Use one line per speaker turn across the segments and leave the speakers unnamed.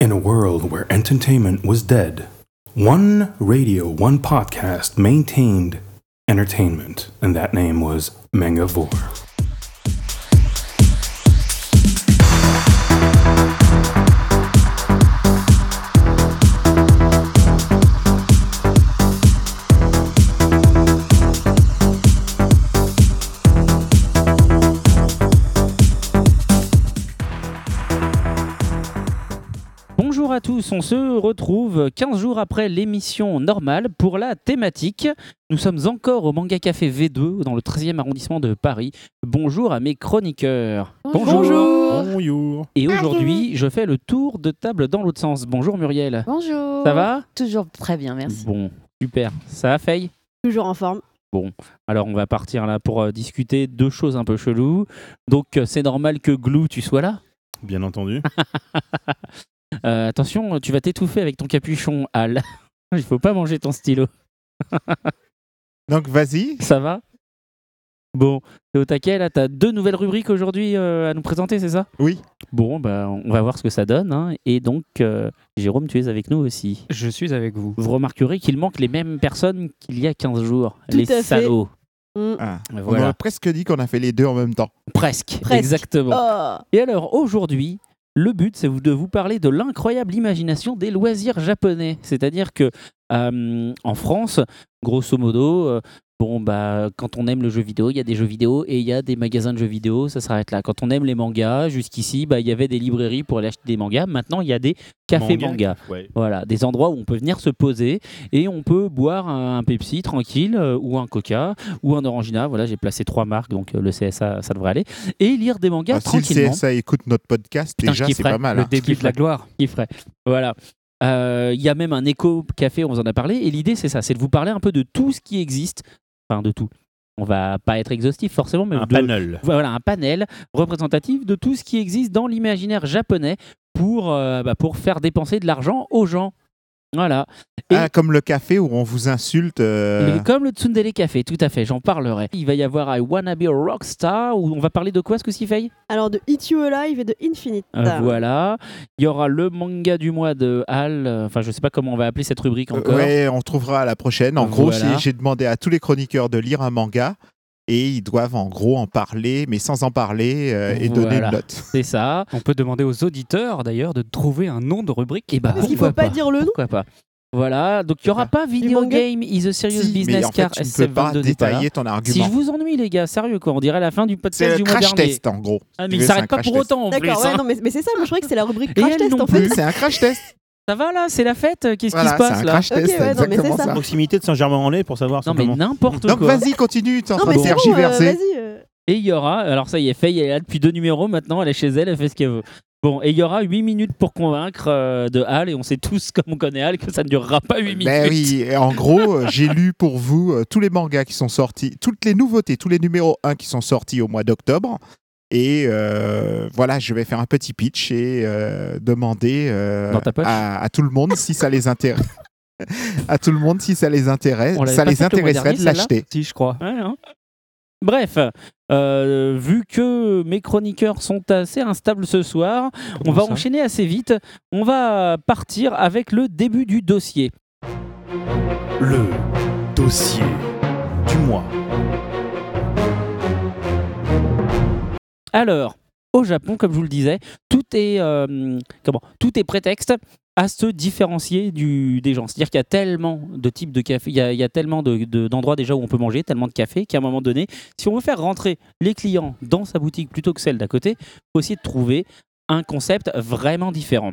In a world where entertainment was dead, one radio, one podcast maintained entertainment, and that name was Mangavore.
Bonjour à tous, on se retrouve 15 jours après l'émission normale pour la thématique. Nous sommes encore au Manga Café V2 dans le 13e arrondissement de Paris. Bonjour à mes chroniqueurs.
Bonjour. Bonjour.
Bonjour.
Et aujourd'hui, je fais le tour de table dans l'autre sens. Bonjour Muriel.
Bonjour.
Ça va
Toujours très bien, Oh, merci.
Bon, super. Ça a failli
Toujours en forme.
Alors on va partir là pour euh, discuter deux choses un peu cheloues. Donc euh, c'est normal que Glou, tu sois là.
Bien entendu.
Euh, attention, tu vas t'étouffer avec ton capuchon, Al. Il faut pas manger ton stylo.
Donc vas-y.
Ça va Bon, t'es au taquet là, t'as deux nouvelles rubriques aujourd'hui euh, à nous présenter, c'est ça
Oui.
Bon, bah, on va voir ce que ça donne. hein. Et donc, euh, Jérôme, tu es avec nous aussi.
Je suis avec vous.
Vous remarquerez qu'il manque les mêmes personnes qu'il y a 15 jours.
Tout
les
à fait.
salauds.
Mm.
Ah, On
Voilà.
aurait presque dit qu'on a fait les deux en même temps.
Presque.
Presque.
Exactement.
Oh.
Et alors aujourd'hui, le but c'est de vous parler de l'incroyable imagination des loisirs japonais. C'est-à-dire que euh, en France, grosso modo, euh, bon bah quand on aime le jeu vidéo, il y a des jeux vidéo et il y a des magasins de jeux vidéo, ça s'arrête là. Quand on aime les mangas, jusqu'ici, bah il y avait des librairies pour aller acheter des mangas. Maintenant, il y a des cafés mangas.
Ouais.
Voilà, des endroits où on peut venir se poser et on peut boire un, un Pepsi tranquille euh, ou un Coca ou un Orangina. Voilà, j'ai placé trois marques, donc euh, le CSA, ça devrait aller. Et lire des mangas
Ah, si le
tranquillement.
CSA écoute notre podcast,
Putain,
déjà
je
c'est
kifferais.
pas mal.
Le
hein.
début de la gloire.
qui ferait. Voilà. Euh, Il y a même un écho café, on vous en a parlé. Et l'idée, c'est ça c'est de vous parler un peu de tout ce qui existe. Enfin, de tout. On va pas être exhaustif forcément, mais de-
panel.
voilà un panel représentatif de tout ce qui existe dans l'imaginaire japonais pour, euh, bah, pour faire dépenser de l'argent aux gens. Voilà. Et-
Ah, comme le café où on vous insulte. euh,
Le- Comme le Tsundere Café, tout à fait, j'en parlerai. Il va y avoir I Wanna Be a Rockstar, où on va parler de quoi ce que s'y fait
Alors de Eat You Alive et de Infinite.
Euh, Voilà. Il y aura le manga du mois de Hal. euh, Enfin, je sais pas comment on va appeler cette rubrique
euh,
encore.
ouais, on trouvera à la prochaine. En gros,
Voilà.
j'ai- j'ai demandé à tous les chroniqueurs de lire un manga et ils doivent en gros en parler, mais sans en parler euh, et donner
Voilà.
une note.
C'est ça.
On peut demander aux auditeurs d'ailleurs de trouver un nom de rubrique.
Et bah,
Parce qu'il
pourquoi
faut pas dire le nom.
Pourquoi pas Voilà, donc il n'y aura pas Video
manga
Game is a Serious
Si, mais
Business
en fait,
Car
tu ne peux pas
SF22 n'est pas là.
détailler ton
Si
argument.
je vous ennuie, les gars, sérieux quoi, on dirait la fin du podcast
C'est
du
le
mois
crash
dernier.
test en gros.
Ah,
Si
mais
tu
il
veux,
s'arrête
c'est un
pas
crash
pour
test.
autant en plus.
D'accord, ouais,
hein.
non, mais, mais c'est ça, moi je croyais que c'est la rubrique
Et
crash
elle
test
non
en fait.
plus.
C'est un crash test.
Ça va là, c'est la fête, qu'est-ce qui
Voilà,
se
c'est
passe
un
là
crash test.
Ok, ouais, non, mais c'est
exactement
ça.
ça.
proximité de Saint-Germain-en-Laye pour savoir
Non mais
simplement.
n'importe quoi.
Donc vas-y, continue, tu es en
Non,
train
mais
de
c'est bon, euh,
tergiverser.
vas-y. euh.
Et il y aura, alors ça y est, Faye elle est là depuis deux numéros, maintenant elle est chez elle, elle fait ce qu'elle veut. Bon, et il y aura 8 minutes pour convaincre euh, de Hal, et on sait tous, comme on connaît Hal, que ça ne durera pas 8 minutes.
Ben oui, et en gros, euh, j'ai lu pour vous euh, tous les mangas qui sont sortis, toutes les nouveautés, tous les numéros 1 qui sont sortis au mois d'octobre. Et euh, voilà, je vais faire un petit pitch et euh, demander euh,
Dans ta poche
à, à tout le monde si ça les intéresse. à tout le monde si ça les intéresse,
On l'avait
ça
pas
les
faite le mois
intéresserait
dernier,
de l'acheter.
Si, je crois.
Ouais, hein. Bref, euh, vu que mes chroniqueurs sont assez instables ce soir, on va
ça
enchaîner assez vite. On va partir avec le début du dossier.
Le dossier du mois.
Alors, au Japon, comme je vous le disais, tout est, euh, comment, tout est prétexte à se différencier du, des gens. C'est-à-dire qu'il y a tellement de types de café, il y a, il y a tellement de- de- d'endroits déjà où on peut manger, tellement de cafés, qu'à un moment donné, si on veut faire rentrer les clients dans sa boutique plutôt que celle d'à côté, il faut essayer de trouver un concept vraiment différent.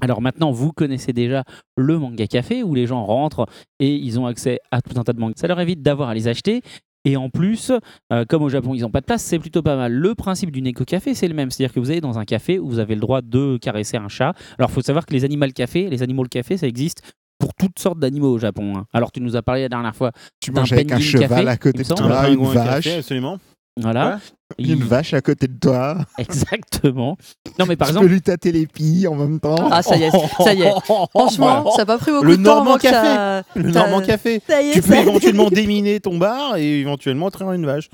Alors maintenant, vous connaissez déjà le manga café où les gens rentrent et ils ont accès à tout un tas de mangas. Ça leur évite d'avoir à les acheter. Et en plus, euh, comme au Japon, ils n'ont pas de place, c'est plutôt pas mal. Le principe du Neko Café, c'est le même. C'est-à-dire que vous allez dans un café où vous avez le droit de caresser un chat. Alors, il faut savoir que les animaux café, les animaux café, ça existe pour toutes sortes d'animaux au Japon. hein. Alors, tu nous as parlé la dernière fois.
Tu
D'un
manges avec un
penguin
cheval
café,
à
il
côté
me
de
semble.
toi,
Un
une
pingouin, un café,
vache,
absolument.
Voilà.
une
Il-
vache à côté de toi.
Exactement. Non, mais par
tu
exemple,
peux lui tâter les pieds en même temps.
Ah, ça y est, ça y est. Franchement, ça n'a pas pris beaucoup
Le
de temps
Normand
avant que
Café.
ça...
Le
T'as-
Normand Café.
Ça y est,
Tu peux
ça-
éventuellement déminer ton bar et éventuellement traire une vache.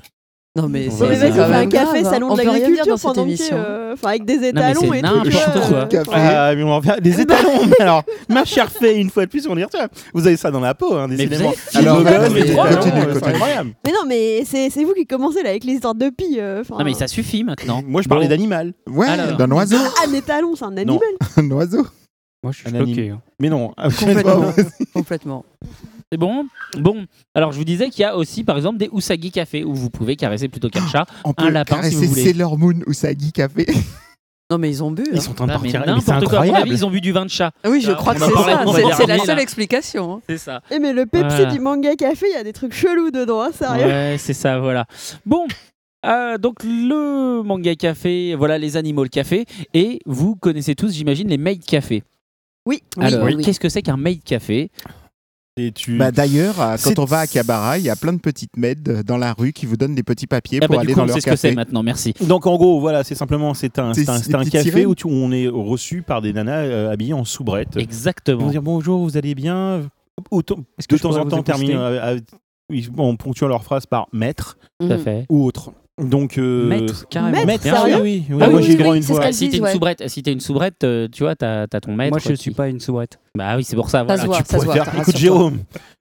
Non, mais
Ouais,
c'est
mais
c'est
vas-y,
quand
fais
même
un café
grave, hein.
salon
On
de
peut rien dire
l'agriculture
dans cette
pendant que,
émission.
euh, enfin, avec des
mais
étalons
c'est
et tout.
n'importe
euh,
quoi.
Oh, Café.
Ah, mais on en revient- Les étalons, mais alors, ma chère fée, une fois de plus, on va dire, tiens, vous avez ça dans la peau, hein, décidément.
vous
avez- Alors,
Le
vas-y,
gosse, les
continue,
étalons,
continue,
euh, c'est
continue.
incroyable.
Mais non, mais c'est c'est vous qui commencez là avec les histoires de pie. euh, enfin,
Non, mais ça suffit maintenant.
Moi, je parlais
Bon.
d'animal.
Ouais,
Alors.
d'un oiseau.
Un étalon, ah, c'est un animal.
un oiseau.
Moi, je suis
Un
choqué. hein.
Mais non.
Complètement. complètement.
C'est bon Bon. Alors, je vous disais qu'il y a aussi, par exemple, des Usagi Café où vous pouvez caresser plutôt qu'un chat.
On peut
lapin, si
caresser
vous voulez.
Sailor Moon ou Sagi Café.
Non, mais ils ont bu. hein.
Ils sont en train de
Ah, mais
partir. Mais c'est
n'importe quoi. À mon avis,
incroyable.
ils ont bu du vin de chat.
Ah oui, je
Ah,
crois
on
que
va
c'est
parler-
ça.
on va
C'est-
dire
C'est la
mille,
seule
là.
explication. hein.
C'est ça.
Eh, mais le Pepsi
Voilà.
du manga café, il y a des trucs chelous dedans, hein, sérieux.
Ouais, c'est ça, voilà. Bon, euh, donc le manga café, voilà les animaux le café, et vous connaissez tous, j'imagine, les maid café.
Oui,
Alors,
oui, oui.
qu'est-ce que c'est qu'un maid café
Et tu-
Bah d'ailleurs, euh, quand
C'est-
on va à Kabara, il y a plein de petites maids dans la rue qui vous donnent des petits papiers
Eh
pour
ben,
aller
du coup,
dans
on
leur
sait ce que c'est
café.
maintenant, merci.
Donc en gros, voilà, c'est simplement c'est un,
C'est-
c'est un,
c'est
c'est un
des petites
café
sirènes.
où tu- on est reçu par des nanas euh, habillées en soubrette. Ils vont
Exactement.
dire bonjour, vous allez bien. Autant-
Est-ce que
de
je
temps
pourrais
en
vous
temps,
épousseter
termine, euh, euh, ils- on ponctue leur phrase par maître
Tout à
Mhm.
fait.
ou autre. Donc euh,
Maître, carrément.
maître,
Bien sûr.
sérieux
oui, oui, oui.
Ah
moi
oui,
j'ai eu
oui,
droit
oui,
une
c'est
fois.
ce qu'elle
Si t'es une
Ouais.
soubrette, si t'es une soubrette, euh, tu vois, t'as t'as ton maître.
Moi, je ne
qui-
suis pas une soubrette.
Bah oui, c'est pour ça.
Ça
Voilà.
se voit,
Ah, tu
ça se
pourrais
voit.
faire-
t'as-
Écoute
rassure-toi.
Jérôme,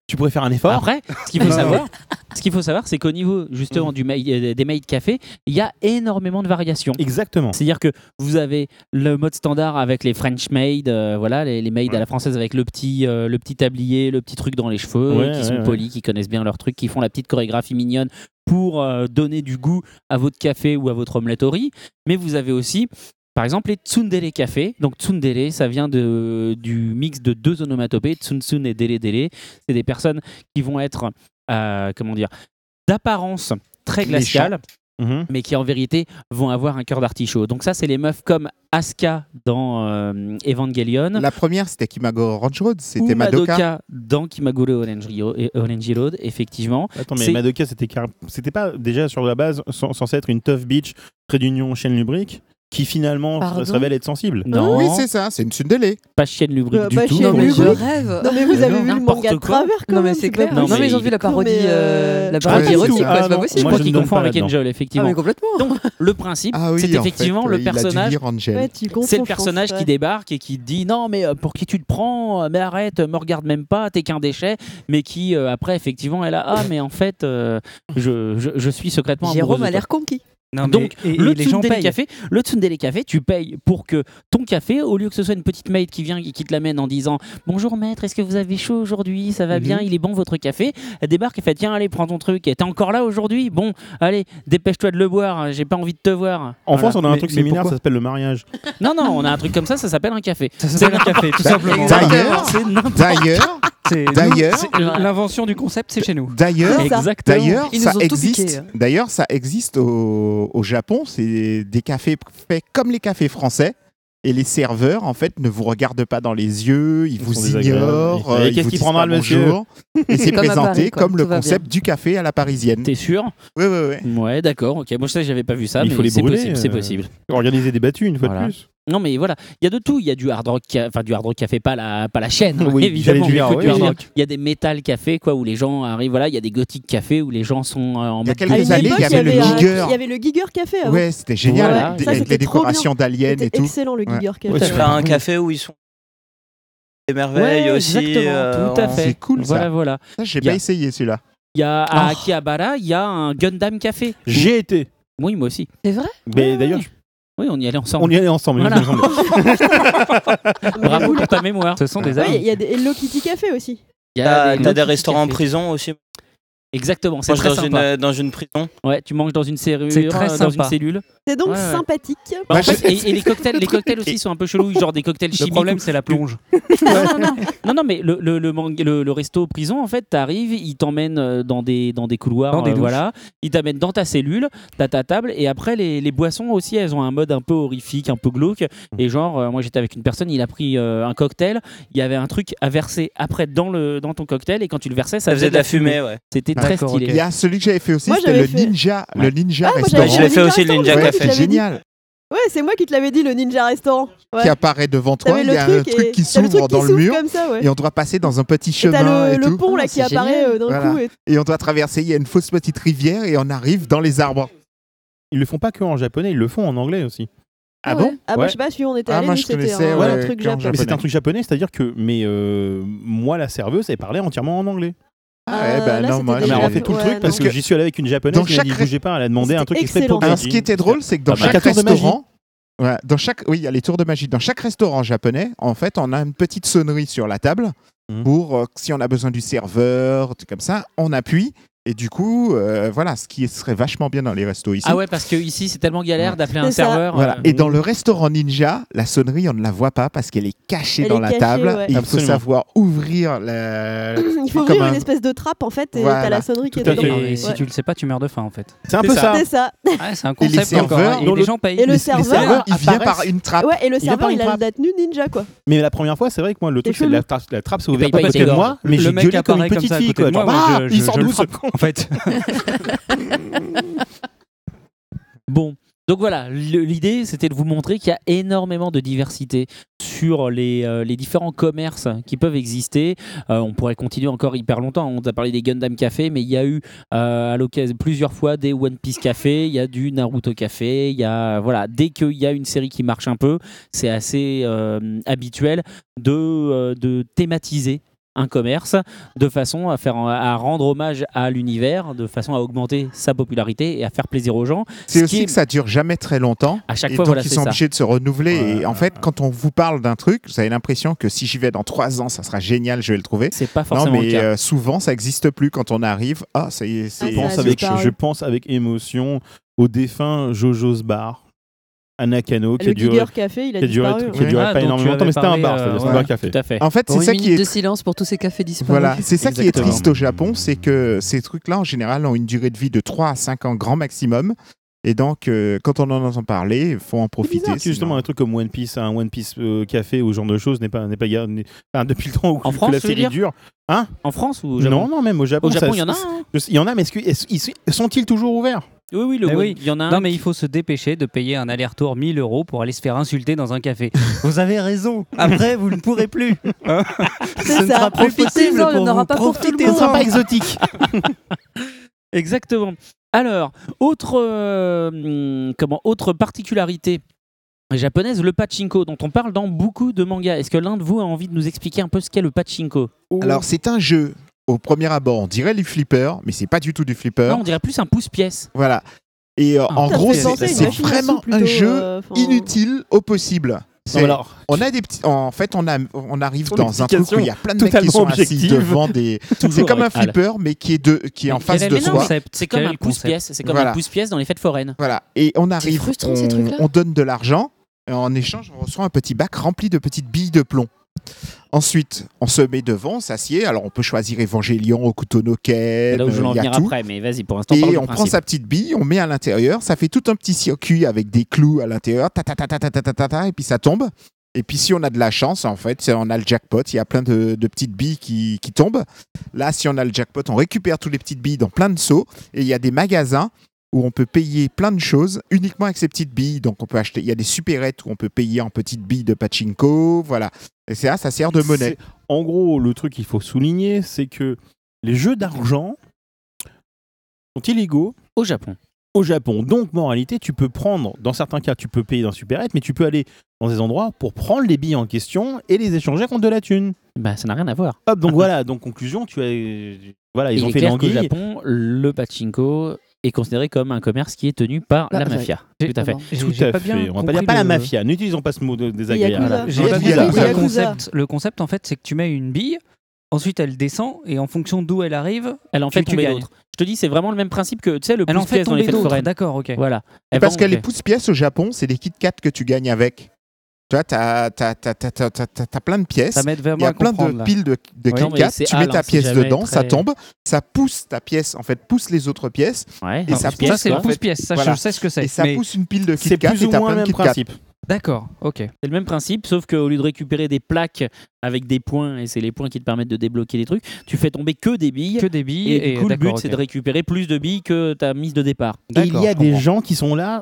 tu pourrais faire un effort.
Après, ce qu'il faut
Non,
savoir, ce qu'il faut savoir, c'est qu'au niveau justement du maid- euh, des maid café, il y a énormément de variations.
Exactement.
C'est-à-dire que vous avez le mode standard avec les French maid, euh, voilà, les, les maid à la française avec le petit, euh, le petit tablier, le petit truc dans les cheveux,
Ouais,
qui
ouais,
sont
ouais.
polis, qui connaissent bien leur truc, qui font la petite chorégraphie mignonne pour euh, donner du goût à votre café ou à votre omelette au riz. Mais vous avez aussi, par exemple, les tsundere café. Donc tsundere, ça vient de, du mix de deux onomatopées, tsunsun et dele dele. C'est des personnes qui vont être, euh, comment dire, d'apparence très glaciale
Mhm.
mais qui en vérité vont avoir un cœur d'artichaut. Donc ça, c'est les meufs comme Asuka dans euh, Evangelion.
La première, c'était Kimago Ranch Road,
ou
c'était Madoka.
dans Kimagure Orange, Rio- et Orange Road, effectivement.
Attends, mais
C'est-
Madoka, c'était car- c'était pas déjà sur la base cen- censé être une tough bitch près d'Union chaîne lubrique qui finalement se-
Pardon
se révèle être sensible.
Non,
Ah Oui, c'est ça, c'est une Tsundere.
pas chienne lubrique
Euh,
du
pas
tout.
chienne
Non, mais je
lubrique.
rêve.
Non, mais vous avez
non.
vu le
N'importe
manga de
quoi.
travers quand
Non, mais
même,
c'est
pas
clair.
Non,
Non,
possible.
mais
mais ils ont vu la parodie,
mais, euh,
euh, la
je crois
parodie
que c'est
érotique,
tout.
quoi, c'est
Ah,
pas
non.
Je
possible.
Moi,
crois
je
qu'il
ne donne
confond
pas
avec
là-dedans.
Angel,
Ah,
effectivement.
mais complètement.
Donc, le principe,
Ah oui,
c'est
en fait,
effectivement
euh,
le
il a dû
personnage
lire Angel.
Ouais, tu confonds,
C'est le
je pense,
personnage
ouais.
qui débarque et qui te dit non mais euh, pour qui tu te prends euh, mais arrête euh, me regarde même pas t'es qu'un déchet mais qui euh, après effectivement elle a ah mais en fait euh, je, je, je suis secrètement amoureuse
Jérôme
de
a
toi.
l'air conquis.
Non, mais-
Donc,
et, et
le
les gens
Tsundere
payent.
Café, le Tsundere Café, tu payes pour que ton café, au lieu que ce soit une petite maid qui vient et qui te l'amène en disant Bonjour maître, est-ce que vous avez chaud aujourd'hui Ça va bien, il est bon votre café Elle débarque et fait Tiens, allez, prends ton truc. Et t'es encore là aujourd'hui Bon, allez, dépêche-toi de le boire, hein, j'ai pas envie de te voir.
En
Voilà.
France, on a un
Mais-
truc
mais
séminaire,
pourquoi
ça s'appelle le mariage.
Non, non, on a un truc comme ça, ça s'appelle un café.
Ça s'appelle un café, tout simplement.
Exactement.
C'est n'importe
D'ailleurs,
C'est-
D'ailleurs-
c'est- L'invention du concept, c'est chez nous.
d'ailleurs,
C'est ça.
Exactement.
D'ailleurs,
Ils nous
ça
ont tout piqué.
existe.
hein.
D'ailleurs, ça existe au, au Japon. C'est des cafés faits comme les cafés français. Et les serveurs, en fait, ne vous regardent pas dans les yeux, ils,
sont
vous
désagréables.
ignorent.
Et
euh, ils
qu'est-ce
vous disent
qu'il prendra
pas
le monsieur
bonjour. Et c'est
Comme à
présenté
Paris, quoi,
comme le
tout va
concept du café à la parisienne.
T'es sûr
Oui, oui, oui.
Ouais, d'accord, ok. Moi, je sais, j'avais pas vu ça,
Il
mais
faut les
c'est
brûler,
possible, c'est
euh,
possible.
Organiser des battues une fois
Voilà.
de plus.
Non mais voilà, il y a de tout. Il y a du hard rock, ca- enfin du hard rock café, pas la, pas la chaîne, hein,
Oui,
évidemment.
j'allais dire,
Écoute,
oui,
je veux
hard
dire,
rock.
Il y a des metal cafés quoi où les gens arrivent. Voilà, il y a des gothic cafés où les gens sont euh, en
Il y a
mode
quelques
À
Vous
une
bouffe.
allez,
époque,
il y avait le
un-
Giger.
Il y avait le Giger Café avant.
Ouais, c'était génial.
Voilà.
avec des-
Ça,
avec les
hein. c'était trop
décorations d'aliens
C'était
et tout.
excellent le
Ouais.
Giger Café.
Ouais,
Peut-être faire un café où ils sont des merveilles
Ouais,
aussi.
exactement,
euh,
tout à
en-
fait.
C'est cool, ça.
Voilà, voilà.
Ça, J'ai
Il y a-
pas essayé celui-là.
Il y a à
Ah.
Oh.
Akihabara, il y a un Gundam café.
J'ai été.
Oui, moi aussi.
C'est vrai
Mais d'ailleurs,
Oui, on y allait ensemble.
on y allait ensemble.
Voilà.
il me semble.
Bravo pour ta mémoire.
Ce sont des
Ouais, Il
amis.
y a des Hello Kitty Café aussi.
Il y a
T'as t'as des
Gothic
restaurants en
cafés.
prison aussi.
Exactement, c'est
Moi, je
très
dans une,
sympa.
euh, dans une prison.
Ouais, tu manges dans une serrure,
C'est très
euh, dans une
sympa.
cellule.
C'est donc
Ouais, ouais.
sympathique.
Bah, en
Bah,
fait,
je-
et, et les cocktails, les cocktails aussi sont un peu chelous, genre des cocktails
Le
chimiques.
problème, c'est la plonge.
Non, non, mais le, le, le, manga- le- le resto prison, en fait, t'arrives, ils t'emmènent euh, dans des, dans des couloirs,
Dans des
euh,
douches.
voilà. Ils t'amènent dans ta cellule, t'as ta table, et après, les, les boissons aussi, elles ont un mode un peu horrifique, un peu glauque. Et genre, euh, moi, j'étais avec une personne, il a pris euh, un cocktail, il y avait un truc à verser après dans, le, dans ton cocktail, et quand tu le versais, ça,
Ça faisait de la fumée, ouais.
C'était très
D'accord,
stylé.
ok.
Il y a celui que j'avais fait aussi,
Moi,
c'était
j'avais
le
fait-
ninja,
Ouais.
le ninja
Ah, moi,
restaurant.
Bah,
j'avais
je l'ai fait aussi, le
Restaurant,
Ninja
ouais,
Café.
j'avais dit.
génial.
Ouais, c'est moi qui te l'avais dit, le ninja restaurant. Ouais.
qui apparaît devant toi.
T'avais
Il y a un truc
et-
qui
t'as le
s'ouvre
truc
dans
qui
le
s'ouvre
mur
comme ça, ouais.
et on doit passer dans un petit
Et t'as
chemin
le,
et
le
tout.
pont là
Ah,
qui
c'est
apparaît
génial.
euh, d'un
Voilà.
coup. Et...
Et on doit traverser. Il y a une fausse petite rivière et on arrive dans les arbres.
Ils le font pas que en japonais, ils le font en anglais aussi.
Ah bon
Ah, bah
Ouais.
je sais pas si on était
Ah,
allé,
moi,
nous
je
c'était
connaissais,
un,
ouais,
un truc
quand
japonais.
Mais c'est un
Japonais.
truc japonais, c'est-à-dire que mais euh, moi la serveuse, elle parlait entièrement en anglais.
Ah ouais,
Euh,
bah non,
là, c'était
moi,
Ah, mais
déjà-
elle
j'ai-
a fait tout le
ouais,
truc parce
non.
que j'y suis allé avec une japonaise.
Dans
qui m'a dit,
chaque-
bougez pas, elle a demandé un truc
C'était
exprès pour
excellent.
Alors,
Kenji.
Ah, ce qui était drôle, c'est que dans
Ah bah,
chaque
14 de magie.
restaurant, voilà, dans chaque, oui, il y a les tours de magie. Dans chaque restaurant japonais, en fait, on a une petite sonnerie sur la table
Mhm.
pour euh, si on a besoin du serveur, tout comme ça, on appuie. Et du coup, euh, voilà, ce qui serait vachement bien dans les restos ici.
Ah ouais, parce que ici c'est tellement galère d'appeler un
C'est ça.
serveur.
Voilà.
euh,
Et dans le restaurant ninja, la sonnerie, on ne la voit pas parce qu'elle est cachée
Elle
dans
est
la
cachée,
table.
ouais.
Et il faut
Absolument.
savoir ouvrir la.
Il faut
comme
ouvrir
un-
une espèce de trappe en fait et t'as
Voilà.
la sonnerie qui est
Tout à
dedans.
fait.
Et
Ouais.
si tu le sais pas, tu meurs de faim en fait.
C'est un
C'est
peu
ça.
ça.
C'est ça.
Ah, c'est un
Et les
concept encore, hein,
serveurs,
et
dans
les
le-
gens payent.
Et le
les
serveur,
serveurs, ils viennent
apparaissent.
par une trappe.
Ouais, et le
Il y a
serveur
pas
il
une
a la
trappe.
date nu ninja quoi.
Mais la première fois, c'est vrai que moi le truc c'est
chelou.
la, tra- la trappe s'est ouverte
paye
à
pas,
côté
il
de
paye
moi, mais
le
j'ai
mec
gueulé comme une
apparaît comme
petite
ça à
fille quoi.
côté de moi.
Genre,
moi,
Ah,
je- je-
il sort
je
d'où
le
ce
frappe,
con
en fait.
Bon. Donc voilà, le- l'idée c'était de vous montrer qu'il y a énormément de diversité sur les, euh, les différents commerces qui peuvent exister. Euh, on pourrait continuer encore hyper longtemps. On a parlé des Gundam Café, mais il y a eu euh, à l'occasion plusieurs fois des One Piece Café, il y a du Naruto Café, il y a voilà, dès qu'il y a une série qui marche un peu, c'est assez euh, habituel de, euh, de thématiser un commerce de façon à faire à rendre hommage à l'univers, de façon à augmenter sa popularité et à faire plaisir aux gens.
C'est
Ce
aussi
qui est-
que ça dure jamais très longtemps.
À chaque
et
fois,
donc
voilà,
ils
c'est
sont
ça.
obligés de se renouveler. et
Ouais.
en fait, quand on vous parle d'un truc, vous avez l'impression que si j'y vais dans trois ans, ça sera génial, je vais le trouver.
C'est pas
Non,
forcément le
mais
cas.
euh, souvent, ça n'existe plus quand on arrive. Ah, ça y est, c'est.
Je
Ah,
pense
ça a
avec,
disparu.
je pense avec émotion au défunt Jojo's Bar, Anakano, qui
Le
a duré,
Giger Café il a
qui a duré,
disparu.
qui a
ouais.
duré
Ah,
pas
dont tu
énormément de temps,
avais
mais c'était un
parlé,
bar,
euh,
c'est-à-dire que c'était
ouais.
un café.
Tout à fait.
En fait,
Pour
c'est
une
ça qui
minute
est
de silence pour tous ces cafés disparus.
Voilà, c'est ça qui est
Exactement.
triste au Japon, c'est que ces trucs-là, en général, ont une durée de vie de 3 à 5 ans grand maximum. Et donc, euh, quand on en entend parler, il faut en
C'est bizarre
profiter.
que justement
sinon-
un truc comme One Piece, un One Piece euh, café ou ce genre de choses n'est pas n'est pas gar- n'est- enfin, depuis le temps où
En
que
France,
la
tu veux
série
dire
dure.
En France ou au Japon
Non non même au Japon.
Au Japon,
ça-
il y en a un. hein
je sais- Il y en a, mais est-ce que- est-ce- ils- sont-ils toujours ouverts
Oui, oui, le
Eh
one-
oui.
il y en a un.
Non, mais il faut se dépêcher de payer un aller-retour 1000 euros pour aller se faire insulter dans un café. vous avez raison. Après, vous ne pourrez plus. Hein
C'est
ne
ça.
sera plus
Profitez-en,
possible
il y en
pour
aura
vous.
pas pour tout le
Profitez-en.
monde. Sympa
exotique.
Exactement. Alors, autre, euh, hum, comment, autre particularité japonaise, le pachinko, dont on parle dans beaucoup de mangas. Est-ce que l'un de vous a envie de nous expliquer un peu ce qu'est le pachinko
Alors, c'est un jeu. Au premier abord, on dirait du flipper, mais c'est pas du tout du flipper.
Non, on dirait plus un pouce-pièce.
Voilà. Et euh,
Ah,
en
ça me
gros,
fait
c'est
penser à une
c'est
machine
à sous
vraiment un
plutôt,
jeu
euh, enfin,
inutile au possible.
Non,
C'est-
mais alors,
On a des petits. En fait, on, a, on arrive
Ton
dans un truc où il y a plein de mecs qui
totalement
sont assis
objective.
devant des. C'est
Toujours
comme un
avec Al.
flipper, mais qui est de, qui est en
Mais
face
quel
de
est le
soi.
C'est comme un pouce-pièce. C'est comme
Voilà.
un pouce-pièce dans les fêtes foraines.
Voilà. Et on arrive,
frustrant,
on,
ces trucs-là.
on donne de l'argent. et En échange, on reçoit un petit bac rempli de petites billes de plomb. Ensuite, on se met devant, on s'assied. Alors, on peut choisir Évangélion, Okutonoken,
C'est là où je veux en
Eh ben, il y a
venir
tout.
après, mais vas-y, pour l'instant, parle
Et
du
on prend
principe.
sa petite bille, on met à l'intérieur. Ça fait tout un petit circuit avec des clous à l'intérieur. Ta, ta, ta, ta, ta, ta, ta, ta, ta, et puis ça tombe. Et puis, si on a de la chance, en fait, on a le jackpot. Il y a plein de, de petites billes qui, qui tombent. Là, si on a le jackpot, on récupère toutes les petites billes dans plein de seaux. Et il y a des magasins où on peut payer plein de choses uniquement avec ces petites billes. Donc, on peut acheter. Il y a des supérettes où on peut payer en petites billes de pachinko. Voilà. Et c'est là, ça sert de monnaie.
c'est- En gros, le truc qu'il faut souligner, c'est que les jeux d'argent sont illégaux
Au Japon.
au Japon. Donc, moralité, tu peux prendre, dans certains cas, tu peux payer d'un supérette, mais tu peux aller dans des endroits pour prendre les billes en question et les échanger contre de la thune.
Bah, ça n'a rien à voir.
Hop, donc voilà, donc conclusion, tu as. Voilà, ils
Il
ont
est
fait
clair qu'au
l'anguille.
Japon, le pachinko est considéré comme un commerce qui est tenu par
Bah,
la
ouais.
mafia. Tout à fait.
J'ai-
Tout
j'ai
à
pas
fait.
bien
On va pas
compris
dire pas la
le-
mafia. N'utilisons pas ce mot de-
Yakuza.
désagréable.
Voilà.
J'ai
Ouais,
pas
c'est
bien
bizarre.
compris le
Yakuza.
concept. Le concept, en fait, c'est que tu mets une bille, ensuite elle descend, et en fonction d'où elle arrive,
Elle en fait
tu
tomber
gagnes.
d'autres. Je te dis, c'est vraiment le même principe que tu sais, le
elle en fait
pouce-pièce dans les
tomber
fêtes
d'autres.
foraines.
D'accord, ok.
Voilà.
Et
Elle
parce
va-
que les
ok.
pouces-pièces au Japon, c'est des Kit Kat que tu gagnes avec. Tu vois, t'as t'as- t'as- t'as- t'as- t'as- t'as- t'as plein de pièces.
Ça m'aide
Il y
vraiment
a
à
plein
comprendre.
de
là.
piles de, de
Ouais, non,
Kit Kat,
mais c'est
tu mets
Al, hein,
ta
si
pièce
jamais
dedans, ça
très-
tombe, ça pousse ta pièce, en fait, pousse les autres pièces,
Ouais,
Et
un
ça
pouce-pièce,
Ça, c'est
quoi.
le pouce-pièce, ça
Voilà.
je sais ce que c'est.
et ça
mais-
pousse une pile de Kit
C'est
Kat,
plus
et
ou
t'as
moins
plein
le
de
même
Kit Kat.
principe.
D'accord, ok.
C'est le même principe, sauf qu'au lieu de récupérer des plaques avec des points, et c'est les points qui te permettent de débloquer les trucs, tu fais tomber que des billes.
Que des billes.
et, du coup, le but,
d'accord,
c'est
ok.
de récupérer plus de billes que ta mise de départ.
Et il y a
D'accord, je
des
comprends.
gens qui sont là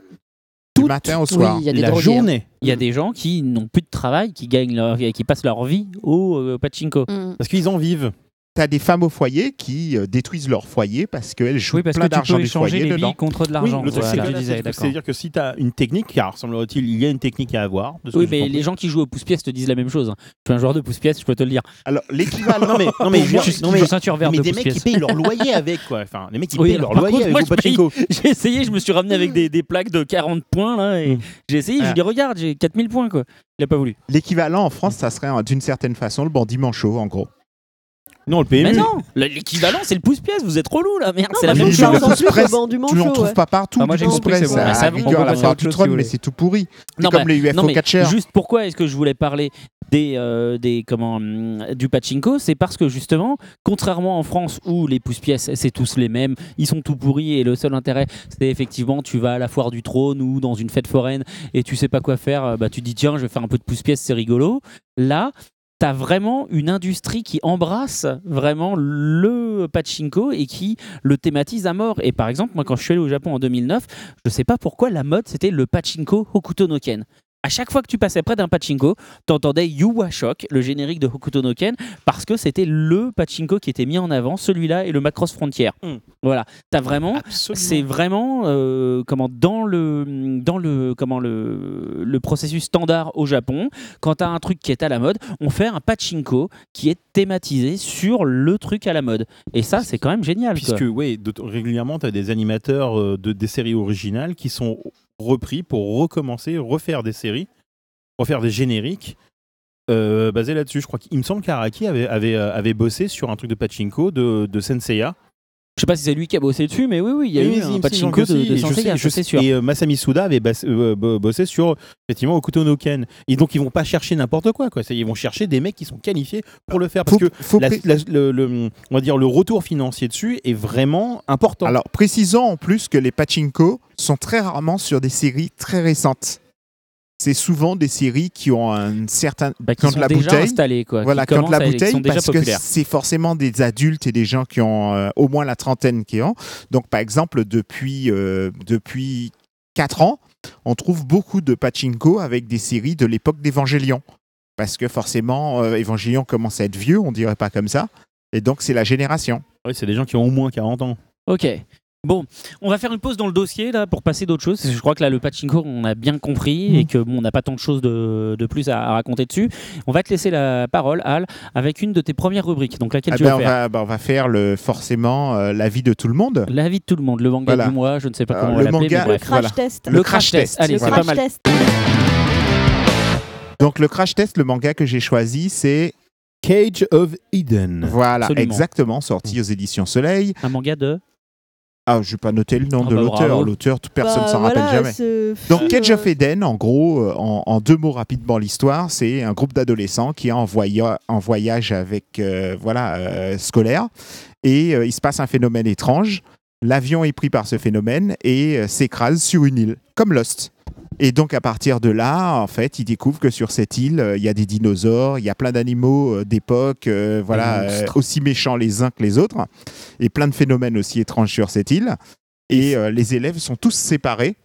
tous
du matin au soir.
Oui, il y a des
la
drogués,
journée.
Il y
Mm.
a des gens qui n'ont plus de travail, qui gagnent leur, qui passent leur vie au euh, pachinko.
hein. Mm.
Parce qu'ils en vivent.
T'as des femmes au foyer qui euh, détruisent leur foyer parce qu'elles jouent
Oui, parce
plein
que tu
d'argent
peux
du
échanger
foyer
les
dedans.
billes contre de l'argent.
le truc,
voilà,
c'est que
tu
là,
disais,
c'est-
d'accord.
C'est-à-dire que si tu as une technique, car semblerait-il, il y a une technique à avoir. de ce
Oui,
que j'ai
mais
compris.
les gens qui jouent au pouce-pièce te disent la même chose. Je suis un joueur de pouce-pièce, je peux te le dire.
Alors, l'équivalent.
Non, mais, non, mais,
Pour moi,
je-
je-
non,
je
mais,
suis ceinture verte
mais
de
des mecs qui
pouce-pièce.
payent leur loyer avec, quoi. Enfin, les mecs qui
Oui,
payent
alors,
leur
par
loyer
contre,
avec
moi,
au
je paye-
pachinko.
J'ai essayé, je me suis ramené avec des, des plaques de 40 points là et
Mm.
j'ai essayé, je
Ah.
lui dis regarde, j'ai 4000 points quoi. Il a pas voulu.
L'équivalent en France, ça serait euh, d'une certaine façon le bandit manchot, en gros.
Non, le PMU.
Mais non, le- l'équivalent c'est le pouce-pièce, vous êtes relou là, merde, c'est la
mais
même
je-
chose.
pouce presse, tu
du
l'en
manchot.
trouves
ouais.
pas partout.
Ah, moi,
du
j'ai
pouce
compris, c'est
presse,
bon. bah,
à
Ah, ça,
la
on
rigueur,
peut
à la
passer à
foire
autre
du
chose,
trône,
si vous
mais
voulez.
c'est tout pourri. C'est
Non,
comme
mais-
les
non,
UFO
mais
catchers.
Juste pourquoi est-ce que je voulais parler des, euh, des comment hum, du pachinko, c'est parce que justement, contrairement en France où les pousse-pièces c'est tous les mêmes, ils sont tout pourris et le seul intérêt c'est effectivement tu vas à la foire du trône ou dans une fête foraine et tu sais pas quoi faire, euh, bah tu dis tiens je vais faire un peu de pousse-pièces c'est rigolo. Là T'as vraiment une industrie qui embrasse vraiment le pachinko et qui le thématise à mort. Et par exemple, moi, quand je suis allé au Japon en 2009, je sais pas pourquoi la mode c'était le pachinko Hokuto no Ken. À chaque fois que tu passais près d'un pachinko, t'entendais Yuwa Shock, le générique de Hokuto no Ken, parce que c'était le pachinko qui était mis en avant, celui-là et le Macross Frontier.
Mm.
Voilà, t'as vraiment, c'est
Absolument.
vraiment euh, comment dans le dans le comment le, le processus standard au Japon, quand t'as un truc qui est à la mode, on fait un pachinko qui est thématisé sur le truc à la mode. Et ça, c'est quand même génial. quoi.
Puisque, oui, régulièrement, tu as des animateurs euh, de, des séries originales qui sont repris pour recommencer, refaire des séries, refaire des génériques euh, basés là-dessus. Je crois qu'il me semble qu'Araki avait, avait, euh, avait bossé sur un truc de Pachinko de, de Senseiya.
Je sais pas si c'est lui qui a bossé dessus, mais oui, oui, il y a
Oui,
eu
si, il
un
me
pachinko
semble que
de,
si,
de
et je
Senseiya,
sais-
ça,
je
c'est
sais-
sûr.
Et euh, Masami Suda avait basse- euh, bo- bossé sur effectivement Okuto no Ken. Et donc ils vont pas chercher n'importe quoi, quoi. C'est- Ils vont chercher des mecs qui sont qualifiés pour le faire parce
Faut-
que
faut
la-
pré-
la- le, le- on va dire le retour financier dessus est vraiment important.
Alors, précisons en plus que les pachinko sont très rarement sur des séries très récentes. C'est souvent des séries qui ont un certain.
bah, qui
Quand
sont
la
déjà
bouteille-
installés, quoi,
Voilà,
qui
quand de la
commencent à- qui
bouteille,
sont déjà
parce que
populaires.
c'est forcément des adultes et des gens qui ont euh, au moins la trentaine qui ont. Donc, par exemple, depuis, euh, depuis 4 ans, on trouve beaucoup de pachinko avec des séries de l'époque d'Évangélion. Parce que forcément, euh, Évangélion commence à être vieux, on dirait pas comme ça. Et donc, c'est la génération.
Oui, c'est des gens qui ont au moins 40 ans.
Ok. Bon, on va faire une pause dans le dossier là pour passer d'autres choses. parce que Je crois que là le pachinko on a bien compris et que bon, on n'a pas tant de choses de, de plus à, à raconter dessus. On va te laisser la parole Al avec une de tes premières rubriques. Donc laquelle
Ah
tu
ben,
vas
on,
faire
va, ben, on va faire le, forcément euh, l'avis de tout le monde.
L'avis de tout le monde, le manga
Voilà.
du mois, je ne sais pas
Euh,
comment on va
le
l'appeler.
manga-
mais
Le
bref.
crash
voilà.
test.
Le crash test. Allez,
Le
c'est
voilà.
pas
crash
mal.
test.
Donc le crash test, le manga que j'ai choisi, c'est
Cage of
Mmh.
Eden.
voilà
Absolument.
exactement sorti aux éditions Soleil.
Un manga de.
Ah, je vais pas noter le nom
Ah
de
bah,
l'auteur.
bravo.
L'auteur, tout- personne
Bah,
s'en
voilà,
rappelle jamais.
ce
Donc
film,
Cage of
euh,
Eden, en gros, euh, en, en deux mots rapidement l'histoire, c'est un groupe d'adolescents qui est en, voya- en voyage avec euh, voilà euh, scolaire et euh, il se passe un phénomène étrange. L'avion est pris par ce phénomène et euh, s'écrase sur une île, comme Lost. Et donc à partir de là, en fait, ils découvrent que sur cette île, euh, il y a des dinosaures, il y a plein d'animaux euh, d'époque, euh, voilà,
Des
euh,
monstres.
aussi méchants les uns que les autres, et plein de phénomènes aussi étranges sur cette île. Et euh, les élèves sont tous séparés.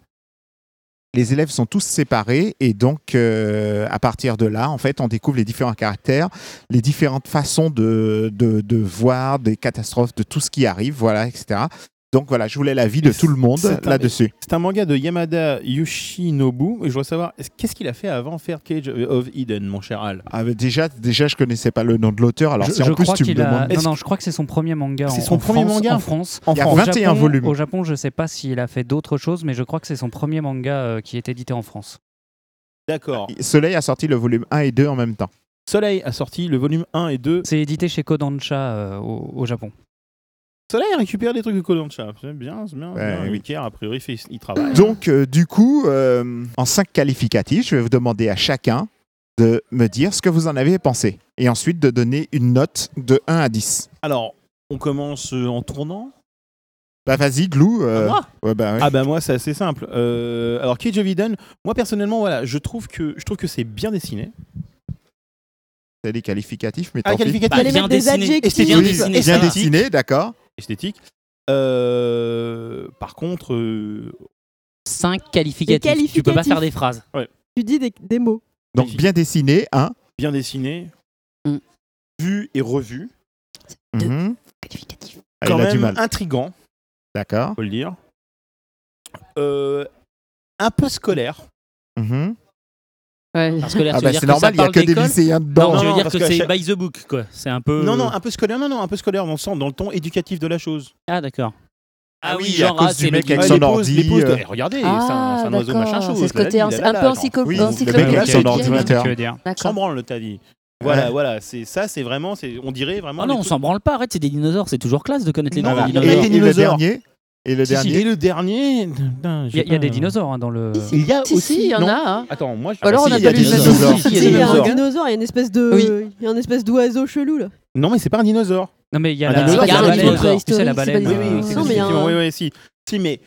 Les élèves sont tous séparés et donc euh, à partir de là, en fait, on découvre les différents caractères les différentes façons de, de, de voir des catastrophes, de tout ce qui arrive, voilà, etc. Donc voilà, je voulais l'avis de tout le monde
C'est un-
là-dessus.
C'est un manga de Yamada Yoshinobu. Et je dois savoir, est-ce- qu'est-ce qu'il a fait avant de faire Cage of Eden, mon cher Al
Ah, mais déjà, déjà, je connaissais pas le nom de l'auteur, alors
je,
si
je
en plus
crois
tu me
qu'il a...
demandes.
Non, non, je crois que c'est son premier manga.
C'est
en-
son
en
premier
France-
manga
en France.
Il y a
Au
21
Japon-
volumes.
Au Japon, je sais pas s'il a fait d'autres choses, mais je crois que c'est son premier manga euh, qui est édité en France.
D'accord.
Soleil a sorti le volume 1 et 2 en même temps.
Soleil a sorti le volume 1 et 2.
C'est édité chez Kodansha euh, au, au Japon.
Soleil récupère des trucs de Kodansha. C'est bien, c'est bien.
Ouais,
bien.
oui.
Iker, a priori, fait- il travaille.
Donc, euh, du coup, euh, en 5 qualificatifs, je vais vous demander à chacun de me dire ce que vous en avez pensé et ensuite de donner une note de 1 à 10.
Alors, on commence euh, en tournant.
Bah vas-y, Glou. euh,
moi
ouais, bah, ouais.
Ah bah moi c'est assez simple. Euh, alors Cage of Eden, moi personnellement voilà, je trouve que je trouve que c'est bien dessiné.
c'est les qualificatifs, mais
Ah,
tant pis.
qualificatif.
Bah,
Fallait
bien
mettre des
dessiné.
adjectifs.
Et c'est bien
Oui,
dessiné,
bien
ça va.
dessiné, d'accord.
esthétique. Euh, par contre, euh,
5 qualificatifs. Tu peux pas
qualificatifs.
faire des phrases.
Tu dis des, des mots.
Donc bien dessiné, hein
bien dessiné,
Mm.
vu et revu,
Deux.
Mhm.
Qualificatif.
Ah,
quand
il a du
même
mal.
intrigant,
D'accord.
faut le dire, Euh, un peu scolaire.
Mhm.
Ouais.
Parce que là,
Ah
tu
bah
veux dire
c'est
que ça
normal, il y a
parle
que des
d'école
lycéens
Non,
dedans.
Non,
je veux
non,
dire
parce
que
que
c'est
chaque-
by the book, quoi. C'est un
Euh.
peu.
Non, non, un peu scolaire, non, non, un peu scolaire dans le sens, dans le ton éducatif de la chose.
Ah, d'accord.
Ah oui,
à cause du
c'est
mec
le-
avec
Ouais,
son
les poses-
ordi,
les poses de-
euh.
Eh, regardez,
Ah,
c'est un, c'est un oiseau
d'accord.
machin chose.
C'est ce
la
côté
vie,
un,
la
un
la,
peu
genre.
encyclo-
Oui, le mec
avec
encyclopédique.
son
ordinateur.
Tu veux dire
S'en
D'accord.
branle, le t'as dit. Voilà,
Ouais.
voilà, c'est ça, c'est vraiment, c'est, on dirait vraiment.
Ah non,
les
on
trucs-
s'en branle pas, arrête, c'est des dinosaures, c'est toujours classe de connaître les noms
Voilà.
des
Ah, bah.
dinosaures.
Et, et
Et-
le
dinosaures.
dernier Et le
Si, si,
dernier
et le dernier. putain,
Il
j'ai
y a- il y, a
pas-
des dinosaures hein, dans le.
Si, si.
Il y a
Si,
aussi.
si, il y en
non.
a. hein.
Attends, moi. je-
Ou alors
Ah,
on
si, il y a
appelle
des
les
dinosaures.
dinosaures.
Si, il y a
Si,
des
il y a un
dinosaures.
dinosaure, il y a une espèce de, il y a une espèce d'oiseau chelou là.
Non, mais c'est pas un dinosaure.
Non mais il y a
Un
la,
dinosaure,
il y a
c'est
la
un
baleine.
dinosaure.
Tu sais, la
C'est pas des
baleine.
dinosaures.
euh,
Oui, oui,
c'est
c'est
Non,
mais il y a
effectivement,
un-
oui, oui, si. Si, mais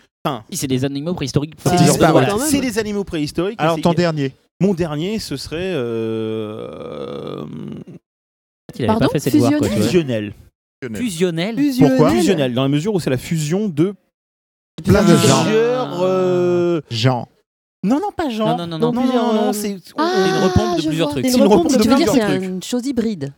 Si, C'est des animaux préhistoriques.
C'est
c'est
des
des,
disparus.
voilà,
quand même.
c'est des animaux préhistoriques.
Alors
C'est-
ton dernier
Mon dernier, ce serait euh,
Il avait pas
Pardon,
fait ses devoirs, quoi, tu
fusionnel
vois.
fusionnel.
Fusionnel.
Fusionnel.
Pourquoi
Fusionnel, dans la mesure où c'est la fusion de
Plein de gens.
plusieurs. euh,
Jean.
Ah, Non, non, pas genre.
Non, non, non, non.
non, non,
plusieurs,
non,
euh,
c'est
Ah,
une repompe de
je
plusieurs
vois.
trucs.
Des
C'est une
repompes,
repompe de
tu veux dire
plusieurs
c'est
trucs.
une chose hybride.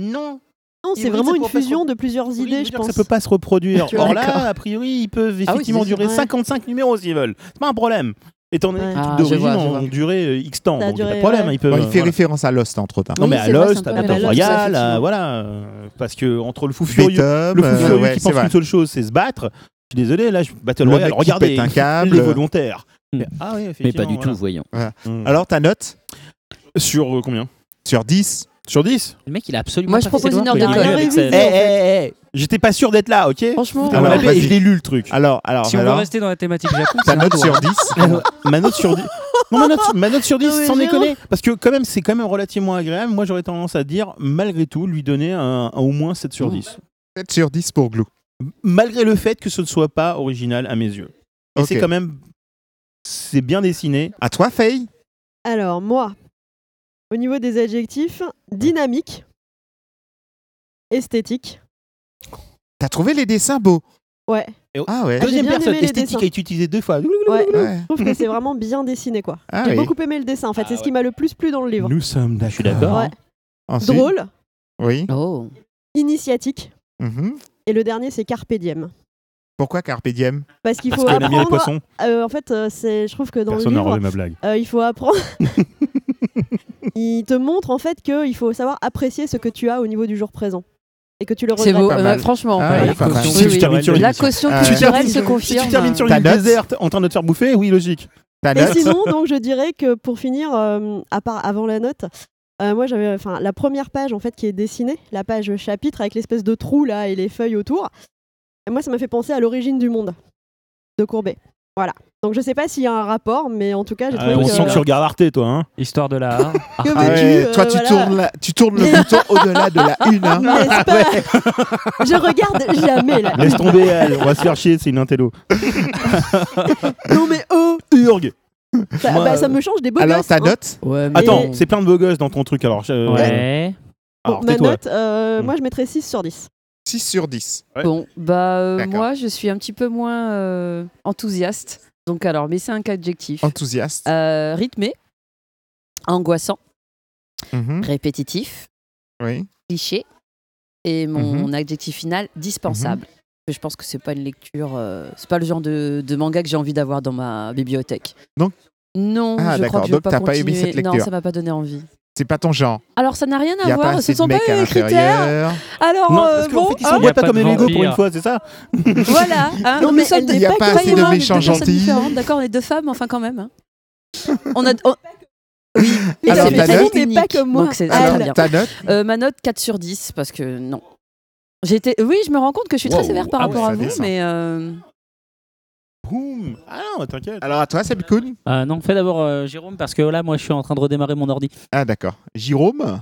non.
Non,
Et
c'est
oui,
vraiment
c'est
une
pour pas se
fusion de plusieurs
Oui,
idées,
veut
je
dire que
pense.
Ça peut pas se reproduire.
Tu vois,
Or là,
d'accord.
a priori, ils
Ah
peuvent
oui,
effectivement
c'est-
durer
ouais.
55 numéros s'ils veulent. C'est pas un problème. Étant donné
Ouais.
que les
Ah,
trucs
je
d'origine
vois, je
ont
vois.
ont duré euh, X temps,
Ça a
donc y a pas
duré,
de problème.
ouais.
hein, Ils peuvent,
Bon, il
euh,
fait
voilà.
référence à Lost entre hein. temps.
Non
Oui,
mais à
c'est vrai, c'est un
Lost,
peu
à
la
Battle
même chose,
Royale, à-
effectivement.
voilà, euh, parce que entre le fou furieux, le
euh,
fou furieux qui pense qu'une seule chose, c'est se battre. Je suis désolé, là, je- Battle
Le
Royale,
mec qui
regardez,
pète un câble.
les volontaires.
Hmm.
Mais- Ah oui,
Mais
effectivement,
pas du
voilà. Hmm.
tout, voyons.
Alors
Alors ta note
sur euh, combien
sur 10
Sur 10
Le mec, il a absolument
Moi,
pas
je
fait ses
propose une
devoirs,
heure
quoi. Il a
d'école.
rien avec sa-
Eh,
Eh, Non, en
eh, eh, j'étais pas sûr d'être là, ok
Franchement,
On m'a
Alors,
appelé et
vas-y.
je l'ai lu le truc.
Alors, alors,
Si on veut
Ah, bah alors
rester dans la thématique Japon,
ta
c'est un
note
doigt.
sur 10
Alors, ma note sur 10. Non, ma note, sur- ma note sur 10,
Non, mais
sans
vraiment.
déconner. Parce que, quand même, c'est quand même relativement agréable. Moi, j'aurais tendance à dire, malgré tout, lui donner un, un au moins 7 sur
Mmh.
10.
7 sur 10 pour Glou.
Malgré le fait que ce ne soit pas original à mes yeux. Et
Ok.
c'est quand même. C'est bien dessiné.
À toi Faye
Alors moi, au niveau des adjectifs, dynamique, esthétique.
T'as trouvé les dessins beaux
Ouais.
oh.
Ah ouais.
Ah, j'ai
Deuxième
bien
personne,
aimé les
esthétique
dessins.
a été utilisée deux fois.
Ouais.
Ouais.
Je trouve que c'est vraiment bien dessiné quoi.
Ah
J'ai
oui.
beaucoup aimé le dessin en fait,
Ah
c'est ce
ouais.
qui m'a le plus plu dans le livre.
Nous sommes d'accord. Je suis
d'accord.
Ah,
Ouais.
Ensuite,
Drôle,
Oui.
Oh.
initiatique
Mhm.
et le dernier c'est carpe diem.
Pourquoi Carpe Diem
Parce qu'il
Parce
faut
qu'on aime bien les
apprendre.
poissons.
euh, en fait, euh, c'est je trouve que dans
Personne
le
n'a
livre,
relevé ma blague.
euh, il faut apprendre. il te montre en fait qu'il faut savoir apprécier ce que tu as au niveau du jour présent et que tu le
C'est
regrettes.
beau.
Pas
Euh,
mal.
franchement,
Ah,
ouais.
ouais, pas mal.
Oui,
Si tu
oui.
termines sur une
la
émission.
caution
Ah, ouais.
culturelle se
Si
confirme.
tu termines sur
Ta
une île
note
déserte en train de te faire bouffer, oui, logique.
Ta
Et
note
sinon, donc, je dirais que pour finir, euh, à part avant la note, euh, moi j'avais, enfin, la première page en fait qui est dessinée, la page chapitre avec l'espèce de trou là et les feuilles autour. Et moi, ça m'a fait penser à l'origine du monde de Courbet. Voilà. Donc je sais pas s'il y a un rapport, mais en tout cas, j'ai trouvé
Ah, on
que,
sent que tu regardes Arte, toi. Hein.
Histoire de la.
que
Ah
veux-tu,
ouais,
euh,
toi tu
voilà.
tournes la- tu tournes le bouton au-delà de la une hein.
N'est-ce pas Je regarde jamais là.
Laisse tomber, elle. On va se faire chier, c'est une intello.
Non mais oh,
Urg.
ça,
Moi,
bah, ça
euh,
me change des beaux
Alors
gosses,
ta
hein.
note
Ouais, mais-
Attends, c'est plein de beaux gosses dans ton truc alors. je- euh,
Ouais.
alors,
Ma
tais-toi.
note, euh,
Mm.
moi je mettrais 6 sur 10.
6 sur 10.
Bon, bah euh,
D'accord.
moi je suis un petit peu moins euh, enthousiaste. Donc alors, mais c'est un adjectif.
Enthousiaste.
Euh, rythmé, angoissant,
Ah.
Mhm.
répétitif,
Oui.
cliché, et
Mmh
mon adjectif final dispensable. Parce que Je pense que c'est pas une lecture, euh, c'est pas le genre de, de manga que j'ai envie d'avoir dans ma bibliothèque.
Donc-
non,
Ah,
je crois
d'accord.
que je vais
Donc,
pas
t'as pas aimé
continuer.
cette lecture.
Non, ça m'a pas donné envie.
C'est pas ton genre.
Alors ça n'a rien
Ah,
Il y
à
a pas
voir, ce
assez de
sont pas
mecs à
les critères.
l'intérieur.
Alors
Non,
euh,
parce qu'en
bon,
fait, ils
hein,
sont
y a
boîtes pas
pas
comme
de
les Lego pour
vampires.
une fois, c'est ça
voilà. hein.
Non,
nous
mais
sommes
elle-
des
il y a
pas-
pas
pas
assez de
humains, mais
méchants
deux personnes
gentils.
différentes, D'accord, on est deux femmes, enfin quand même. hein. On a. on- Oui,
Mais
Alors,
t'as
ta
fait-
note
elle n'est pas comme moi.
Donc c'est c'est très
Alors
bien.
ta note
Euh, ma note 4 sur 10 parce que non. J'étais oui, je me rends compte que je suis très
Wow.
sévère par
Ah ouais,
rapport
ça
à vous
descend.
mais euh,
Boum Ah non, t'inquiète.
Alors à toi Sabikoun
Euh, non, fais d'abord euh, Jérôme, parce que là, moi, je suis en train de redémarrer mon ordi.
Ah d'accord. Jérôme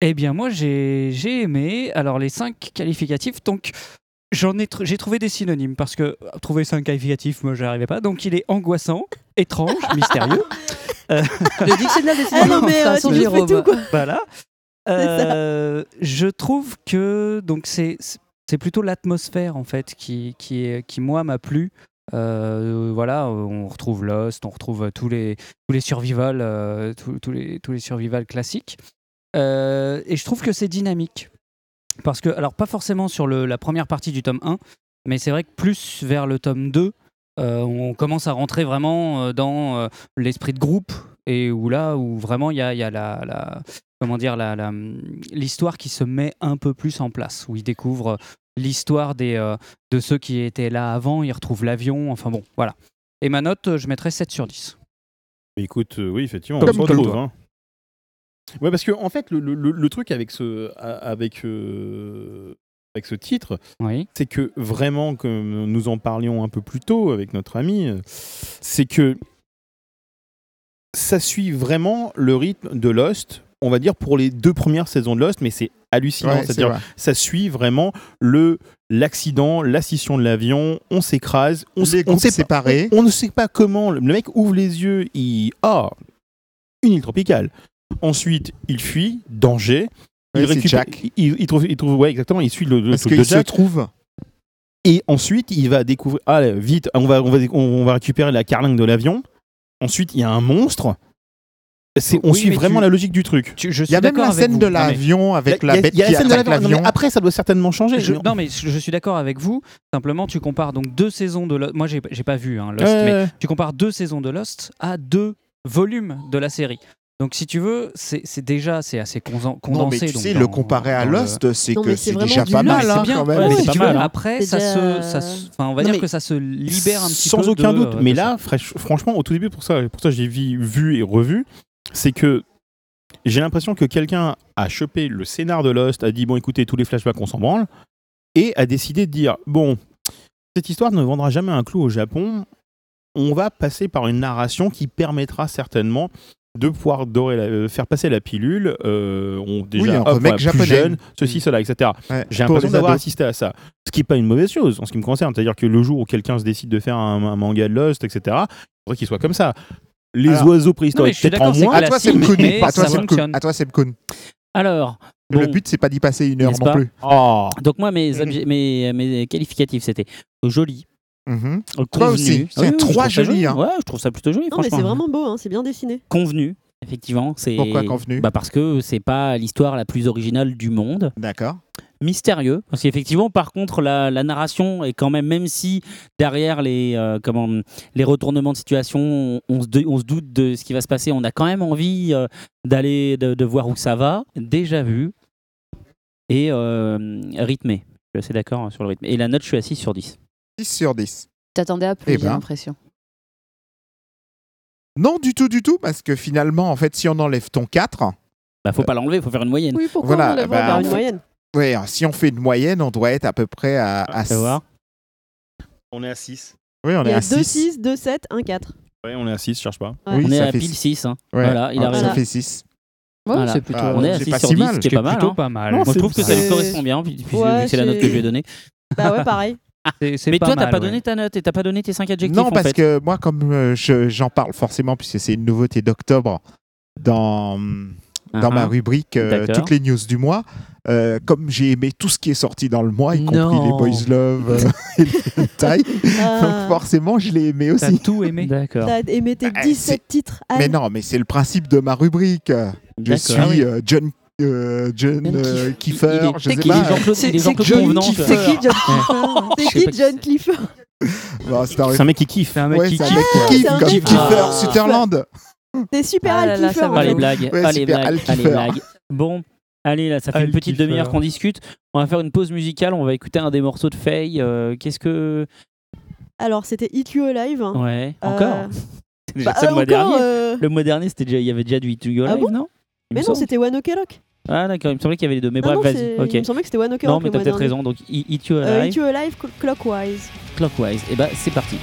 Eh bien, moi, j'ai j'ai aimé. Alors, les cinq qualificatifs, donc. J'en ai, tr- j'ai trouvé des synonymes parce que euh, trouver cinq qualificatifs, moi, j'arrivais pas. Donc, il est angoissant, étrange, mystérieux.
le dictionnaire des
Ah non
synonymes,
mais
enfin,
euh,
sans
tu nous fais
Jérôme.
tout quoi.
Voilà.
ça.
Euh, je trouve que donc c'est c'est c'est plutôt l'atmosphère en fait qui, qui, est- qui moi m'a plu. Euh, voilà, on retrouve Lost, on retrouve tous les tous les survivals, euh, tous, tous les tous les survivals classiques. Euh, et je trouve que c'est dynamique parce que alors pas forcément sur le- la première partie du tome 1, mais c'est vrai que plus vers le tome 2, euh, on commence à rentrer vraiment euh, dans euh, l'esprit de groupe et où là où vraiment il y a, il y a la, la- comment dire la- la- mm, l'histoire qui se met un peu plus en place où ils découvrent euh, l'histoire des euh, de ceux qui étaient là avant, ils retrouvent l'avion, enfin bon, voilà. Et ma note, euh, je mettrais 7 sur 10.
Mais écoute, euh, oui, effectivement,
Comme
on se
toi,
retrouve.
toi.
hein. Ouais, parce que en fait, le, le- le- le truc avec ce, a- avec, euh, avec ce titre,
Oui.
c'est que vraiment, comme nous en parlions un peu plus tôt avec notre ami, euh, c'est que ça suit vraiment le rythme de Lost, on va dire pour les deux premières saisons de Lost, mais c'est hallucinant.
Ouais, c'est
C'est-à-dire,
vrai.
ça suit vraiment le l'accident, la scission de l'avion, on s'écrase, on, s-
Les
on
groupes
sait pas-
séparés.
on ne sait pas comment. Le le mec ouvre les yeux, il. Ah Une île tropicale. Ensuite, il fuit, danger. Il
Ouais, c'est
récupère-
Jack.
Il, il trouve, il trouve, ouais, exactement, il suit le, le
Parce
truc de
qu'il se
Jack.
trouve.
Et ensuite, il va découvrir. Ah, là, vite, on va, on, va, on va récupérer la carlingue de l'avion. Ensuite, il y a un monstre. C'est, on
Oui,
suit
mais
vraiment
tu-
la logique du truc.
Tu- je
Il y a
suis
même
d'accord
la
avec
scène
vous.
de
Non, mais-
l'avion avec
Il y
la
a-
bête
il y a
qui
la scène de
attaque
l'avion. Non,
l'avion.
mais après, ça doit certainement changer.
Je-
Mais-
non mais je, je suis d'accord avec vous. Simplement, tu compares donc deux saisons de Lost. Moi, j'ai j'ai pas vu hein, Lost,
Ouais,
mais
ouais.
tu compares deux saisons de Lost à deux volumes de la série. Donc, si tu veux, c'est c'est déjà c'est assez consen- condensé.
Non, mais tu
donc,
sais,
dans-
le comparer à
dans le-
Lost, c'est
Non,
que
mais c'est
c'est
vraiment
déjà
du
pas
lol,
mal,
c'est
hein,
bien.
quand même.
Ouais, mais
Ouais,
si
c'est
tu
pas
veux,
mal, hein.
après,
C'est
ça
déjà-
se, ça se- enfin, on va
Non,
dire
mais
que ça se libère un petit
sans
peu.
aucun
de,
doute.
euh,
mais
de
là,
ça.
fraîche- franchement, au tout début, pour ça, pour ça j'ai vi- vu et revu, c'est que j'ai l'impression que quelqu'un a chopé le scénar de Lost, a dit bon, écoutez, tous les flashbacks, on s'en branle, et a décidé de dire bon, cette histoire ne vendra jamais un clou au Japon. On va passer par une narration qui permettra certainement de pouvoir dorer la- euh, faire passer la pilule. euh, on déjà
Oui, un
hop,
remake
voilà, plus
japonais.
jeune, ceci,
Mm.
cela, etc.
Ouais,
J'ai
pour
l'impression
les
d'avoir
ados.
assisté à ça. Ce qui n'est pas une mauvaise chose en ce qui me concerne. C'est-à-dire que le jour où quelqu'un se décide de faire un, un manga de Lost, etc., il faudrait qu'il soit comme ça. Les
Alors-
oiseaux
Non, mais
préhistoriques,
je suis
peut-être en
d'accord, c'est
moins.
À Ah, toi, Seb
classique,
Kuhn.
mais
À toi,
ça
Seb Kuhn.
fonctionne.
À toi, Seb Kuhn.
Alors,
Le
bon,
but, c'est pas d'y passer une heure
N'est-ce
non
pas
plus.
Oh
donc moi, mes, obje- mes, mes qualificatifs, c'était joli. convenu.
Mhm.
Ah
Toi aussi, c'est
Oui, oui,
trois
je trouve ça
jolis, hein.
Ouais, je trouve ça plutôt joli,
Non, mais
franchement.
c'est vraiment beau, hein, c'est bien dessiné.
Convenu, effectivement. c'est-
Pourquoi convenu
bah Parce que c'est pas l'histoire la plus originale du monde.
D'accord.
mystérieux parce qu'effectivement par contre la, la narration est quand même même si derrière les euh, comment les retournements de situation on, on se, dé- on se doute de ce qui va se passer on a quand même envie euh, d'aller de, de voir où ça va déjà vu et euh, rythmé je suis assez d'accord hein, sur le rythme et la note je suis à 6 sur 10
10 sur 10.
T'attendais à
Eh
plus, j'ai
ben.
l'impression.
Non, du tout, du tout, parce que finalement, en fait, si on enlève ton 4,
bah faut pas l'enlever faut faire une moyenne
Oui, pourquoi
Voilà,
on enlèverait
bah,
par
en
une
fait-
moyenne
ouais, hein, si on fait une moyenne, on doit être à peu près à, à
Ça va
On est à 6.
Oui, on
Il y
est
a
à
2,
6.
6, 2, 7, 1, 4.
Ouais, on est à 6, cherche pas.
Oui,
on est
ça
à
fait
pile
six.
6 hein.
Ouais.
voilà il a
Ah,
raison
Ça fait 6.
Ouais,
Voilà.
c'est plutôt.
Ah,
on est à
c'est
6
pas
sur
si
10
mal,
ce qui
C'est
est pas mal
plutôt
hein.
pas mal.
Non,
moi je trouve que ça lui
c'est-
correspond bien puis- puis-
Ouais,
vu que c'est la note que
c'est-
je lui ai donnée
Bah ouais, pareil.
C'est- c'est
mais
pas
toi t'as
mal,
pas
ouais.
donné ta note et t'as pas donné tes 5 adjectifs
Non,
en
parce
fait.
que moi, comme euh, je- j'en parle forcément, puisque c'est une nouveauté d'octobre dans, dans
Uh-huh.
ma rubrique euh,
D'accord.
Toutes les news du mois, euh, comme j'ai aimé tout ce qui est sorti dans le mois, y compris
Non.
les Boys Love euh, et les Hentai, donc
Ah,
forcément, je l'ai aimé
T'as
aussi.
tout aimé.
D'accord.
T'as aimé tes
Bah,
17 titres. Anne.
Mais non, mais c'est le principe de ma rubrique. Je
D'accord.
suis
Ah oui.
euh, John, euh, John
John
euh,
Kiff-
Kiefer, je sais
Il est
pas.
Jean-Claude-
C'est-
il est
c'est
Jean-Claude
John
Convenant,
Kiefer.
quoi.
C'est qui John Clifford
Je
C'est
sais pas
qui
qui
John Clifford
Bon, Ah, c'est un-
C'est un mec qui kiffe.
C'est un mec
ouais,
qui
c'est un
kiffe.
mec qui kiffe,
C'est un
comme
kiff.
Kiefer
Ah.
Sutherland.
T'es super
Ah là
Al
là, ça
Clifford.
va.
Allez,
J'avoue.
blagues,
Ouais,
allez,
super,
blagues, allez,
Alkifer.
blagues. Bon, allez, là, ça fait une petite
Alkifer.
demi-heure qu'on discute. On va faire une pause musicale, on va écouter un des morceaux de Faye. euh, Qu'est-ce que.
Alors, c'était Hit You Alive. hein.
Ouais,
Euh,
encore C'était déjà
bah,
ça le
euh,
mois
encore,
dernier.
euh,
Le mois dernier, c'était déjà, il y avait déjà du Hit You
Ah
Alive,
bon
non Il me
Mais non,
semble.
c'était One Ok Rock.
Ah, d'accord, il me semblait qu'il y avait les deux. Mais
Ah
bref,
non,
vas-y.
c'est-
Ok.
Il me semblait que c'était One Ok Rock.
Non, mais
le
t'as peut-être
mois dernier.
raison. Donc, Hit Hit You
Euh,
Alive,
Hit You Alive, cl- Clockwise.
Clockwise. Et bah, c'est parti.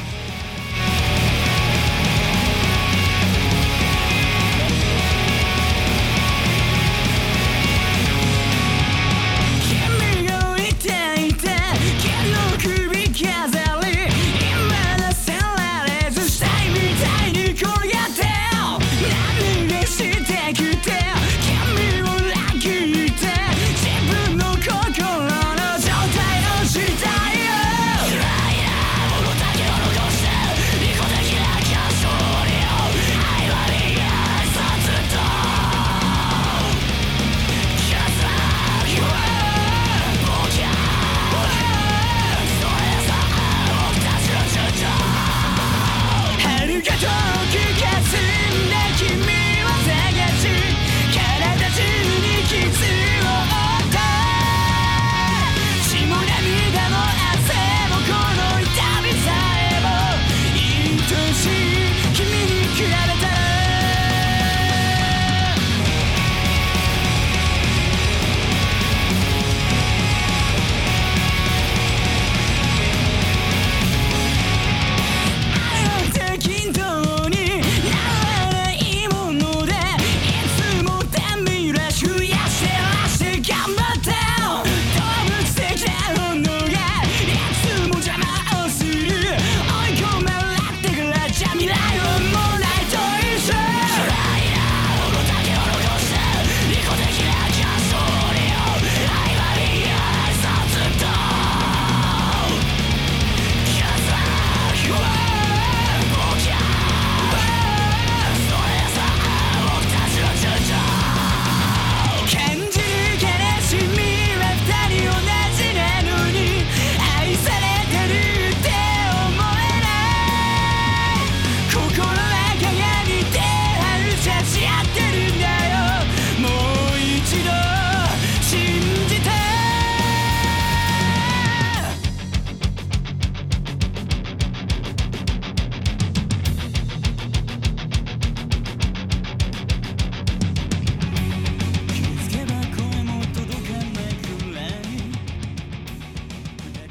「自分の心の状態を知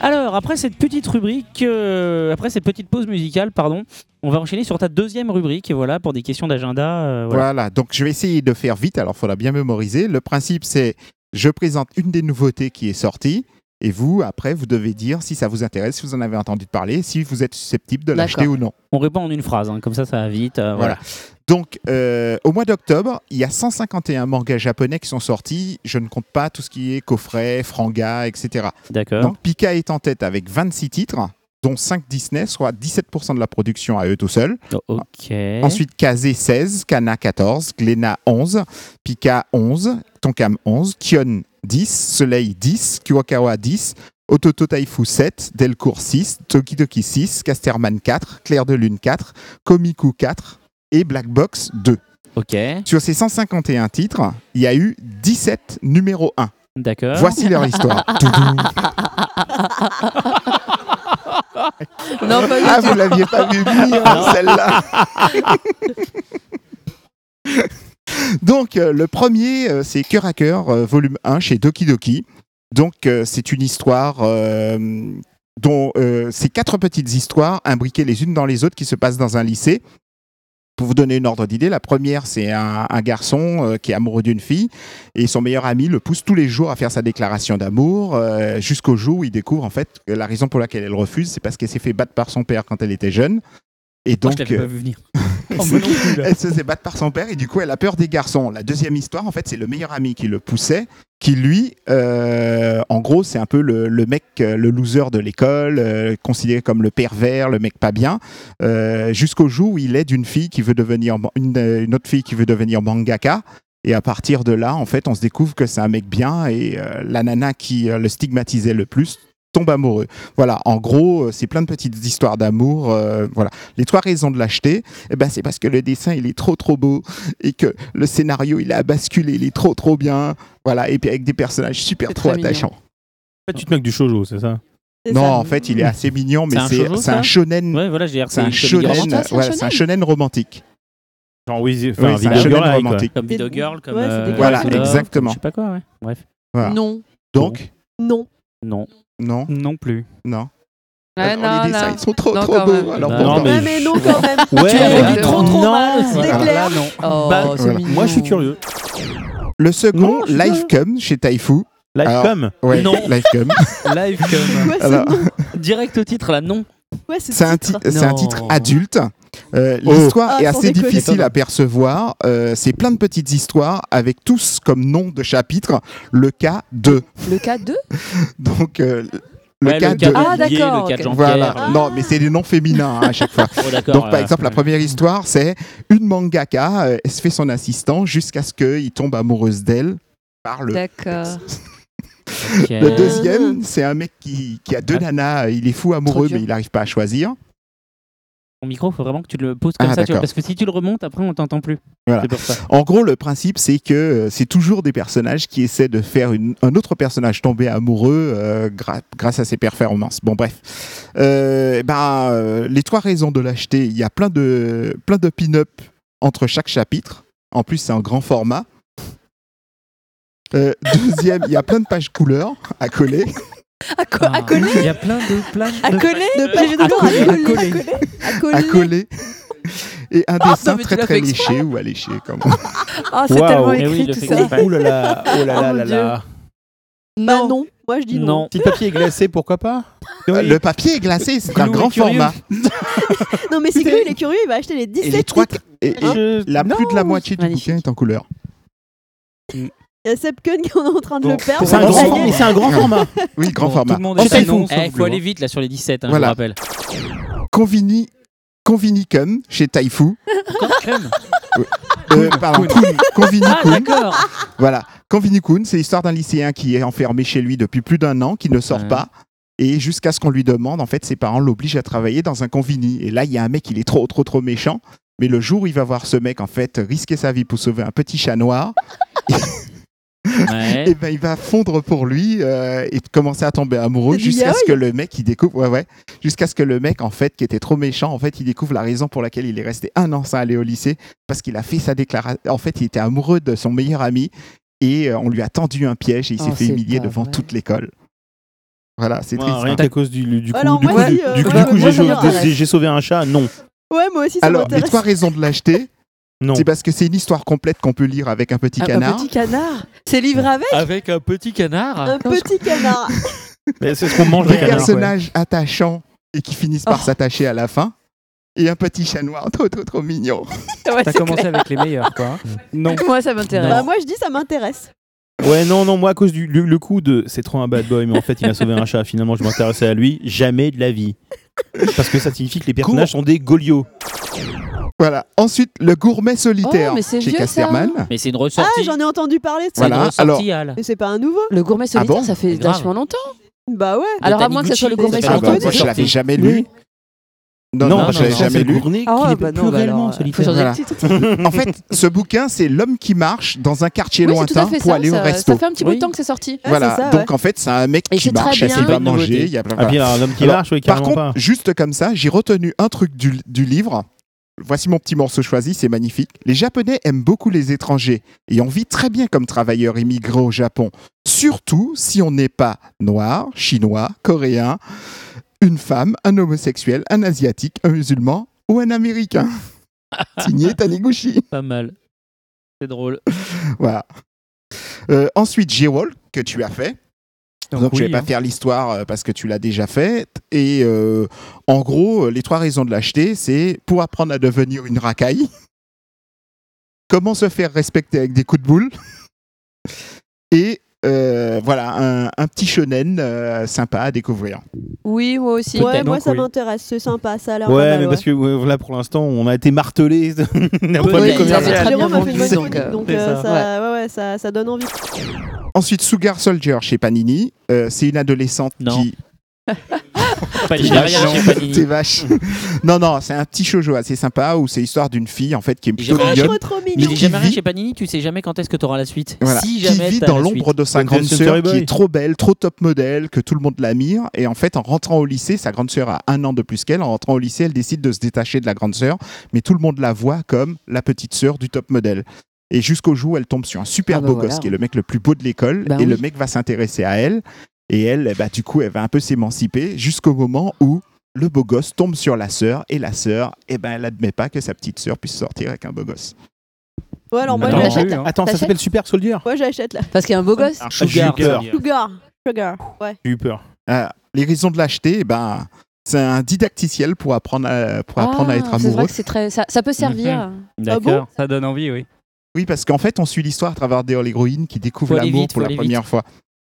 Alors, après cette petite rubrique, euh, après cette petite pause musicale, pardon, on va enchaîner sur ta deuxième rubrique, et voilà, pour des questions d'agenda. euh, voilà.
Voilà. donc je vais essayer de faire vite, alors il faudra bien mémoriser. Le principe, c'est je présente une des nouveautés qui est sortie, et vous, après, vous devez dire si ça vous intéresse, si vous en avez entendu parler, si vous êtes susceptible de l'acheter
D'accord.
ou non.
On répond en une phrase, hein, comme ça, ça va vite. euh, voilà.
Voilà. Donc, euh, au mois d'octobre, il y a 151 mangas japonais qui sont sortis. Je ne compte pas tout ce qui est coffret, franga, etc.
D'accord.
Donc, Pika est en tête avec 26 titres, dont 5 Disney, soit 17% de la production à eux tout seuls.
Oh, ok.
Ensuite, Kazé 16, Kana 14, Gléna 11, Pika 11, Tonkam 11, Kion 10, Soleil 10, Kiwakawa 10, Ototo Taifu 7, Delcourt 6, Tokidoki 6, Casterman 4, Claire de Lune 4, Komiku 4 et Black Box 2.
Ok.
Sur ces 151 titres, il y a eu 17 numéro 1.
D'accord.
Voici leur histoire. Toudoum.
Non, pas
ah, vous l'aviez pas vu venir, hein, celle-là Donc, euh, le premier, euh, c'est Cœur à Cœur, euh, volume 1, chez Doki Doki. Donc, euh, c'est une histoire euh, dont euh, c'est quatre petites histoires imbriquées les unes dans les autres qui se passent dans un lycée. Pour vous donner une ordre d'idée, la première, c'est un, un garçon euh, qui est amoureux d'une fille et son meilleur ami le pousse tous les jours à faire sa déclaration d'amour euh, jusqu'au jour où il découvre en fait que la raison pour laquelle elle refuse, c'est parce qu'elle s'est fait battre par son père quand elle était jeune. Et
Moi,
donc,
je l'avais
euh,
pas vu venir. Oh, mais non plus, là.
elle se fait battre par son père et du coup elle a peur des garçons. La deuxième histoire en fait c'est le meilleur ami qui le poussait, qui lui euh, en gros c'est un peu le, le mec, euh, le loser de l'école, euh, considéré comme le pervers, le mec pas bien, euh, jusqu'au jour où il aide une fille qui veut devenir ma- une, euh, une autre fille qui veut devenir mangaka. Et à partir de là, en fait, on se découvre que c'est un mec bien et euh, la nana qui euh, le stigmatisait le plus tombe amoureux. Voilà, en gros, euh, c'est plein de petites histoires d'amour. euh, voilà, les trois raisons de l'acheter, eh ben, c'est parce que le dessin il est trop trop beau et que le scénario il a basculé, il est trop trop bien. Voilà, et puis avec des personnages super
C'est
trop
très mignon.
attachants.
En fait, tu te moques du shoujo, c'est ça
C'est
Non,
ça.
en fait, il est assez mignon, mais
C'est un
c'est
shoujo,
c'est un
ça
shonen.
Ouais, voilà, j'ai
C'est un
shonen
shonen,
Ah, c'est un
voilà, c'est
shonen.
un shonen romantique.
Genre, oui,
Oui,
enfin,
c'est un
Video
shonen
Girl, quoi.
romantique.
Comme Video Girl, comme.
Ouais, c'est
euh,
des-
Voilà,
Love, comme
exactement.
Je sais pas quoi, ouais. Bref,
Voilà.
Non.
Donc,
Non.
non.
non,
Non plus.
Ah, non.
Ouais,
Alors,
Ah, non,
les dessins,
non.
ils sont trop
Non,
trop
quand
beaux.
même.
Alors,
Bah,
pourtant-
non,
Ouais,
mais
mais
je-
non, quand même.
Ouais,
Ah,
tu l'avais
mais
dit
non.
trop trop
Non.
mal. C'était
Voilà.
clair.
Là, non.
Oh,
Bah,
c'est
voilà.
mignon.
Moi, je suis curieux.
Le second,
Non, je-
Life Come chez Taifu.
Live
Alors-
comme
Ouais,
Non.
Life Come.
Live comme.
Ouais, c'est
Alors,
non.
euh, Direct au titre, là, non.
Ouais,
Ah bah,
c'est
C'est un,
titre.
ti- c'est un
Non.
titre adulte. Euh,
Oh.
L'histoire
Ah,
est
sans
assez
déconner.
difficile à percevoir. Euh, c'est plein de petites histoires avec tous comme nom de chapitre le cas de.
Le cas 2
Donc euh, le
Ouais,
cas
le cas
de.
Ah,
d'Olivier,
d'accord,
Le cas
ok. Ah.
de Jean-Pierre.
Voilà.
euh,
Non, mais c'est des noms féminins hein, à chaque fois.
oh, d'accord,
Donc, par
euh,
exemple, la première histoire, c'est une mangaka euh, elle se fait son assistant jusqu'à ce qu'il tombe amoureuse d'elle par le.
D'accord.
ok.
Le deuxième, c'est un mec qui, qui a deux nanas, euh, il est fou
Ah. Trop
amoureux,
dur.
mais il n'arrive pas à choisir.
Ton micro, faut vraiment que tu le poses comme
Ah,
ça, tu vois,
d'accord.
parce que si tu le remontes, après, on t'entend plus.
Voilà.
C'est pour ça.
En gros, le principe, c'est que euh, c'est toujours des personnages qui essaient de faire une- un autre personnage tomber amoureux euh, gra- grâce à ses performances. Bon, bref. Euh, ben, euh, les trois raisons de l'acheter, il y a plein de, plein de pin-up entre chaque chapitre. En plus, c'est en grand format. Euh, deuxième, il y a plein de pages couleurs à coller.
À quoi
Ah.
À coller
Il y a plein de plages.
Ah,
À
de-
coller
De plage de
À
couleur,
coller, à
à coller, à coller, à
à
coller.
coller. Et un
non,
dessin
mais tu
très
l'as
très
fait exprès.
léché ou alléché, comme on
Ah, c'est
Waouh.
tellement
Eh oui,
écrit
le
tout
fait
ça.
exprès.
Ouh là là, oh là là
Oh mon
là
Dieu.
là.
Bah non, moi je dis non.
Non.
Si le papier est glacé, pourquoi pas
Euh, Le papier est glacé, c'est un
Clou est
grand
curieux.
format.
Non, mais si Chloé, il est curieux, il va acheter les
Et
17
les trois.
titres.
et-
hein.
et la plus de la moitié du
Magnifique.
bouquin est en couleur.
Il y a Seb Kuhn qui est en train de
Bon,
le perdre.
c'est un grand
Ça y est.
format.
mais c'est un grand format.
Oui, grand
Bon,
format.
Tout le monde est
Ensuite,
non,
Eh,
sauf
faut
Blue.
aller vite là sur les 17, hein,
Voilà.
je vous rappelle.
Convini, Convinicum chez Taifu. Euh, pardon, Kun,
Ah,
Convinicum.
d'accord
Voilà. Convinicum, c'est l'histoire d'un lycéen qui est enfermé chez lui depuis plus d'un an, qui ne sort
Ouais.
pas. Et jusqu'à ce qu'on lui demande, en fait, ses parents l'obligent à travailler dans un convini. Et là, il y a un mec, il est trop, trop, trop méchant. Mais le jour où il va voir ce mec, en fait, risquer sa vie pour sauver un petit chat noir,
Ouais.
et ben, il va fondre pour lui euh, et commencer à tomber amoureux
C'est du
jusqu'à ce
yaoi.
que le mec il découvre ouais ouais jusqu'à ce que le mec en fait qui était trop méchant en fait il découvre la raison pour laquelle il est resté un an sans aller au lycée parce qu'il a fait sa déclaration en fait il était amoureux de son meilleur ami et euh, on lui a tendu un piège et il
Oh,
s'est fait
c'est
humilier
pas
devant
vrai.
toute l'école Voilà, c'est
Moi,
triste.
rien
hein.
qu'à cause du, du coup,
Alors,
du
moi
coup,
aussi,
du-
euh,
du coup,
moi,
du coup,
moi,
j'ai
ça
joué-
m'intéresse.
j'ai j'ai sauvé un chat. Non,
Ouais, moi aussi, ça
Alors, les
m'intéresse.
trois raisons de l'acheter,
non.
c'est parce que c'est une histoire complète qu'on peut lire avec un petit
Un- Un
canard.
Ah, bah, petit canard C'est livré avec
Avec un petit canard.
Un petit canard.
Mais C'est ce qu'on mange
des
les canards.
personnages attachants et qui finissent par
Oh.
s'attacher à la fin. Et un petit chat noir trop trop trop mignon.
Ouais,
T'as
c'est
commencé
clair.
avec les meilleurs, quoi. non.
Moi, ça
bah,
m'intéresse.
moi, je dis, ça m'intéresse.
Ouais, non, non, moi, à cause du le, le coup de c'est trop un bad boy, mais en fait, il m'a sauvé un chat. Finalement, je m'intéressais à lui. Jamais de la vie. Parce que ça signifie que les personnages sont des goliots.
Voilà. Ensuite, le gourmet solitaire
Oh, mais c'est
chez
vieux, ça.
Casterman.
Mais c'est une
Ah,
ressortie.
j'en ai entendu parler de
C'est
ça.
une
Voilà,
ressortie, Al.
Mais c'est pas un nouveau.
Le gourmet solitaire,
bon
ça fait
Grave.
vachement longtemps.
Bah ouais.
Alors, à moins que ce soit le gourmet
Ah,
Ah
solitaire.
bah,
entendu.
moi, je l'avais jamais lu. Non,
Non,
non, je l'avais jamais lu.
Ah ouais,
il est
bah
plus
non, bah
réellement
alors, euh, faut
solitaire.
changer
Voilà.
de titre.
En fait, ce bouquin, c'est l'homme qui marche dans un quartier
Oui, c'est tout à
lointain
fait
pour
ça.
aller au
Ça,
resto.
ça fait un petit bout de
Oui.
temps que c'est sorti.
Ah,
voilà.
c'est ça, ouais.
Donc en fait, c'est un mec
Et
qui
c'est très
marche, il
bien.
sait
C'est
pas
une
manger,
nouveauté.
il y a plein
Ah, puis
plein.
alors, un homme qui
Alors,
marche, oui,
Par
carrément
contre,
pas.
juste comme ça, j'ai retenu un truc du, du livre. Voici mon petit morceau choisi, c'est magnifique. Les Japonais aiment beaucoup les étrangers et on vit très bien comme travailleurs immigrés au Japon, surtout si on n'est pas noir, chinois, coréen, une femme, un homosexuel, un asiatique, un musulman ou un américain. Signé Taniguchi.
Pas mal. C'est drôle.
Voilà. Euh, ensuite, J-Wall, que tu as fait. Donc, je vais
oui,
pas
hein.
faire l'histoire euh, parce que tu l'as déjà faite. Et euh, en gros, euh, les trois raisons de l'acheter, c'est pour apprendre à devenir une racaille, comment se faire respecter avec des coups de boule, et euh, voilà, un, un petit shonen euh, sympa à découvrir.
Oui, moi aussi.
Ouais, moi,
donc,
ça
oui.
m'intéresse. C'est sympa, ça a l'air
Ouais,
pas
mais bah,
mal,
parce que ouais, là, pour l'instant, on a été martelé.
Ouais,
mais
ils
comme
avaient
ça,
très bien
Jérôme a
vendu,
fait une bonne
donc,
chronique,
euh,
donc
c'est
euh,
ça.
ça, ouais, ouais, ça, ça donne envie.
Ensuite, Sugar Soldier chez Panini. Euh, c'est une adolescente
Non.
qui
Pas
T'es
j'ai rien,
vache,
j'ai
non.
pas dit.
T'es vache. Non, non, c'est un petit shoujo assez sympa où c'est l'histoire d'une fille en fait qui est plutôt
J'ai-
mignonne.
Trop, trop
Mais
mignon.
j'ai
qui
jamais rien
vit-
chez Panini, tu sais jamais quand est-ce que tu auras la suite.
Voilà,
Si
qui
jamais
vit
t'as
dans
la
l'ombre
suite.
de sa
Avec
grande
Jason
sœur qui
Terry Boy.
est trop belle, trop top modèle, que tout le monde l'admire. Et en fait, en rentrant au lycée, sa grande sœur a un an de plus qu'elle. En rentrant au lycée, elle décide de se détacher de la grande sœur, mais tout le monde la voit comme la petite sœur du top modèle. Et jusqu'au jour où elle tombe sur un super
Ah bah
beau
voilà.
gosse qui est le mec le plus beau de l'école.
Bah
et le
oui.
mec va s'intéresser à elle. Et elle, eh bah, du coup, elle va un peu s'émanciper jusqu'au moment où le beau gosse tombe sur la sœur. Et la sœur, eh ben, elle n'admet pas que sa petite sœur puisse sortir avec un beau gosse.
Ouais, alors moi,
Attends.
j'achète.
hein.
Attends, ça
T'achètes
s'appelle Super Soldier
Moi, j'achète là.
Parce qu'il y a un beau gosse.
Ah,
Sugar.
J'ai eu peur.
Sugar. Sugar. Ouais.
J'ai eu peur.
Ah, les raisons de l'acheter, eh ben, c'est un didacticiel pour apprendre à, pour apprendre à
Ah,
être
C'est vrai
amoureux.
que c'est très. Ça, ça peut servir.
D'accord.
Ah
ça donne envie, oui.
Oui, parce qu'en fait, on suit l'histoire à travers des l'héroïne qui découvre
Faut aller
l'amour
vite, faut
pour la
aller
première fois.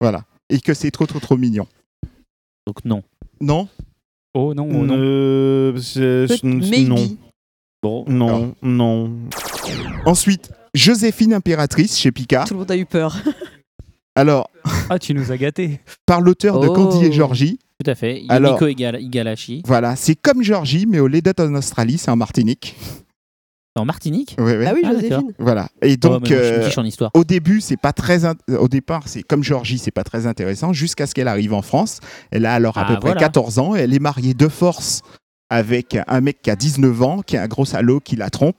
Voilà. Et que c'est trop, trop, trop mignon.
Donc non.
Non
Oh non, oh non.
Euh, c'est-
Peut-
Non.
Maybe.
Bon, non, non.
Ensuite, Joséphine Impératrice chez Picard.
Tout le monde a eu peur.
Alors,
Ah, tu nous as gâtés.
par l'auteur de
Oh.
Candy et Georgie.
Tout à fait. Il y a
Alors-
Nico Igal- Igalashi.
Voilà, c'est comme Georgie, mais au lait d'être en Australie, c'est en Martinique.
En Martinique
Ouais, ouais.
Ah oui,
Ah,
Joséphine.
Voilà. Et
Oh, mais
donc,
moi, je
euh,
suis quiche en histoire.
au début, c'est pas très in- au départ, c'est comme Georgie, c'est pas très intéressant jusqu'à ce qu'elle arrive en France. Elle a alors à
Ah,
peu près
voilà.
14 ans, et elle est mariée de force avec un mec qui a 19 ans, qui est un gros salaud qui la trompe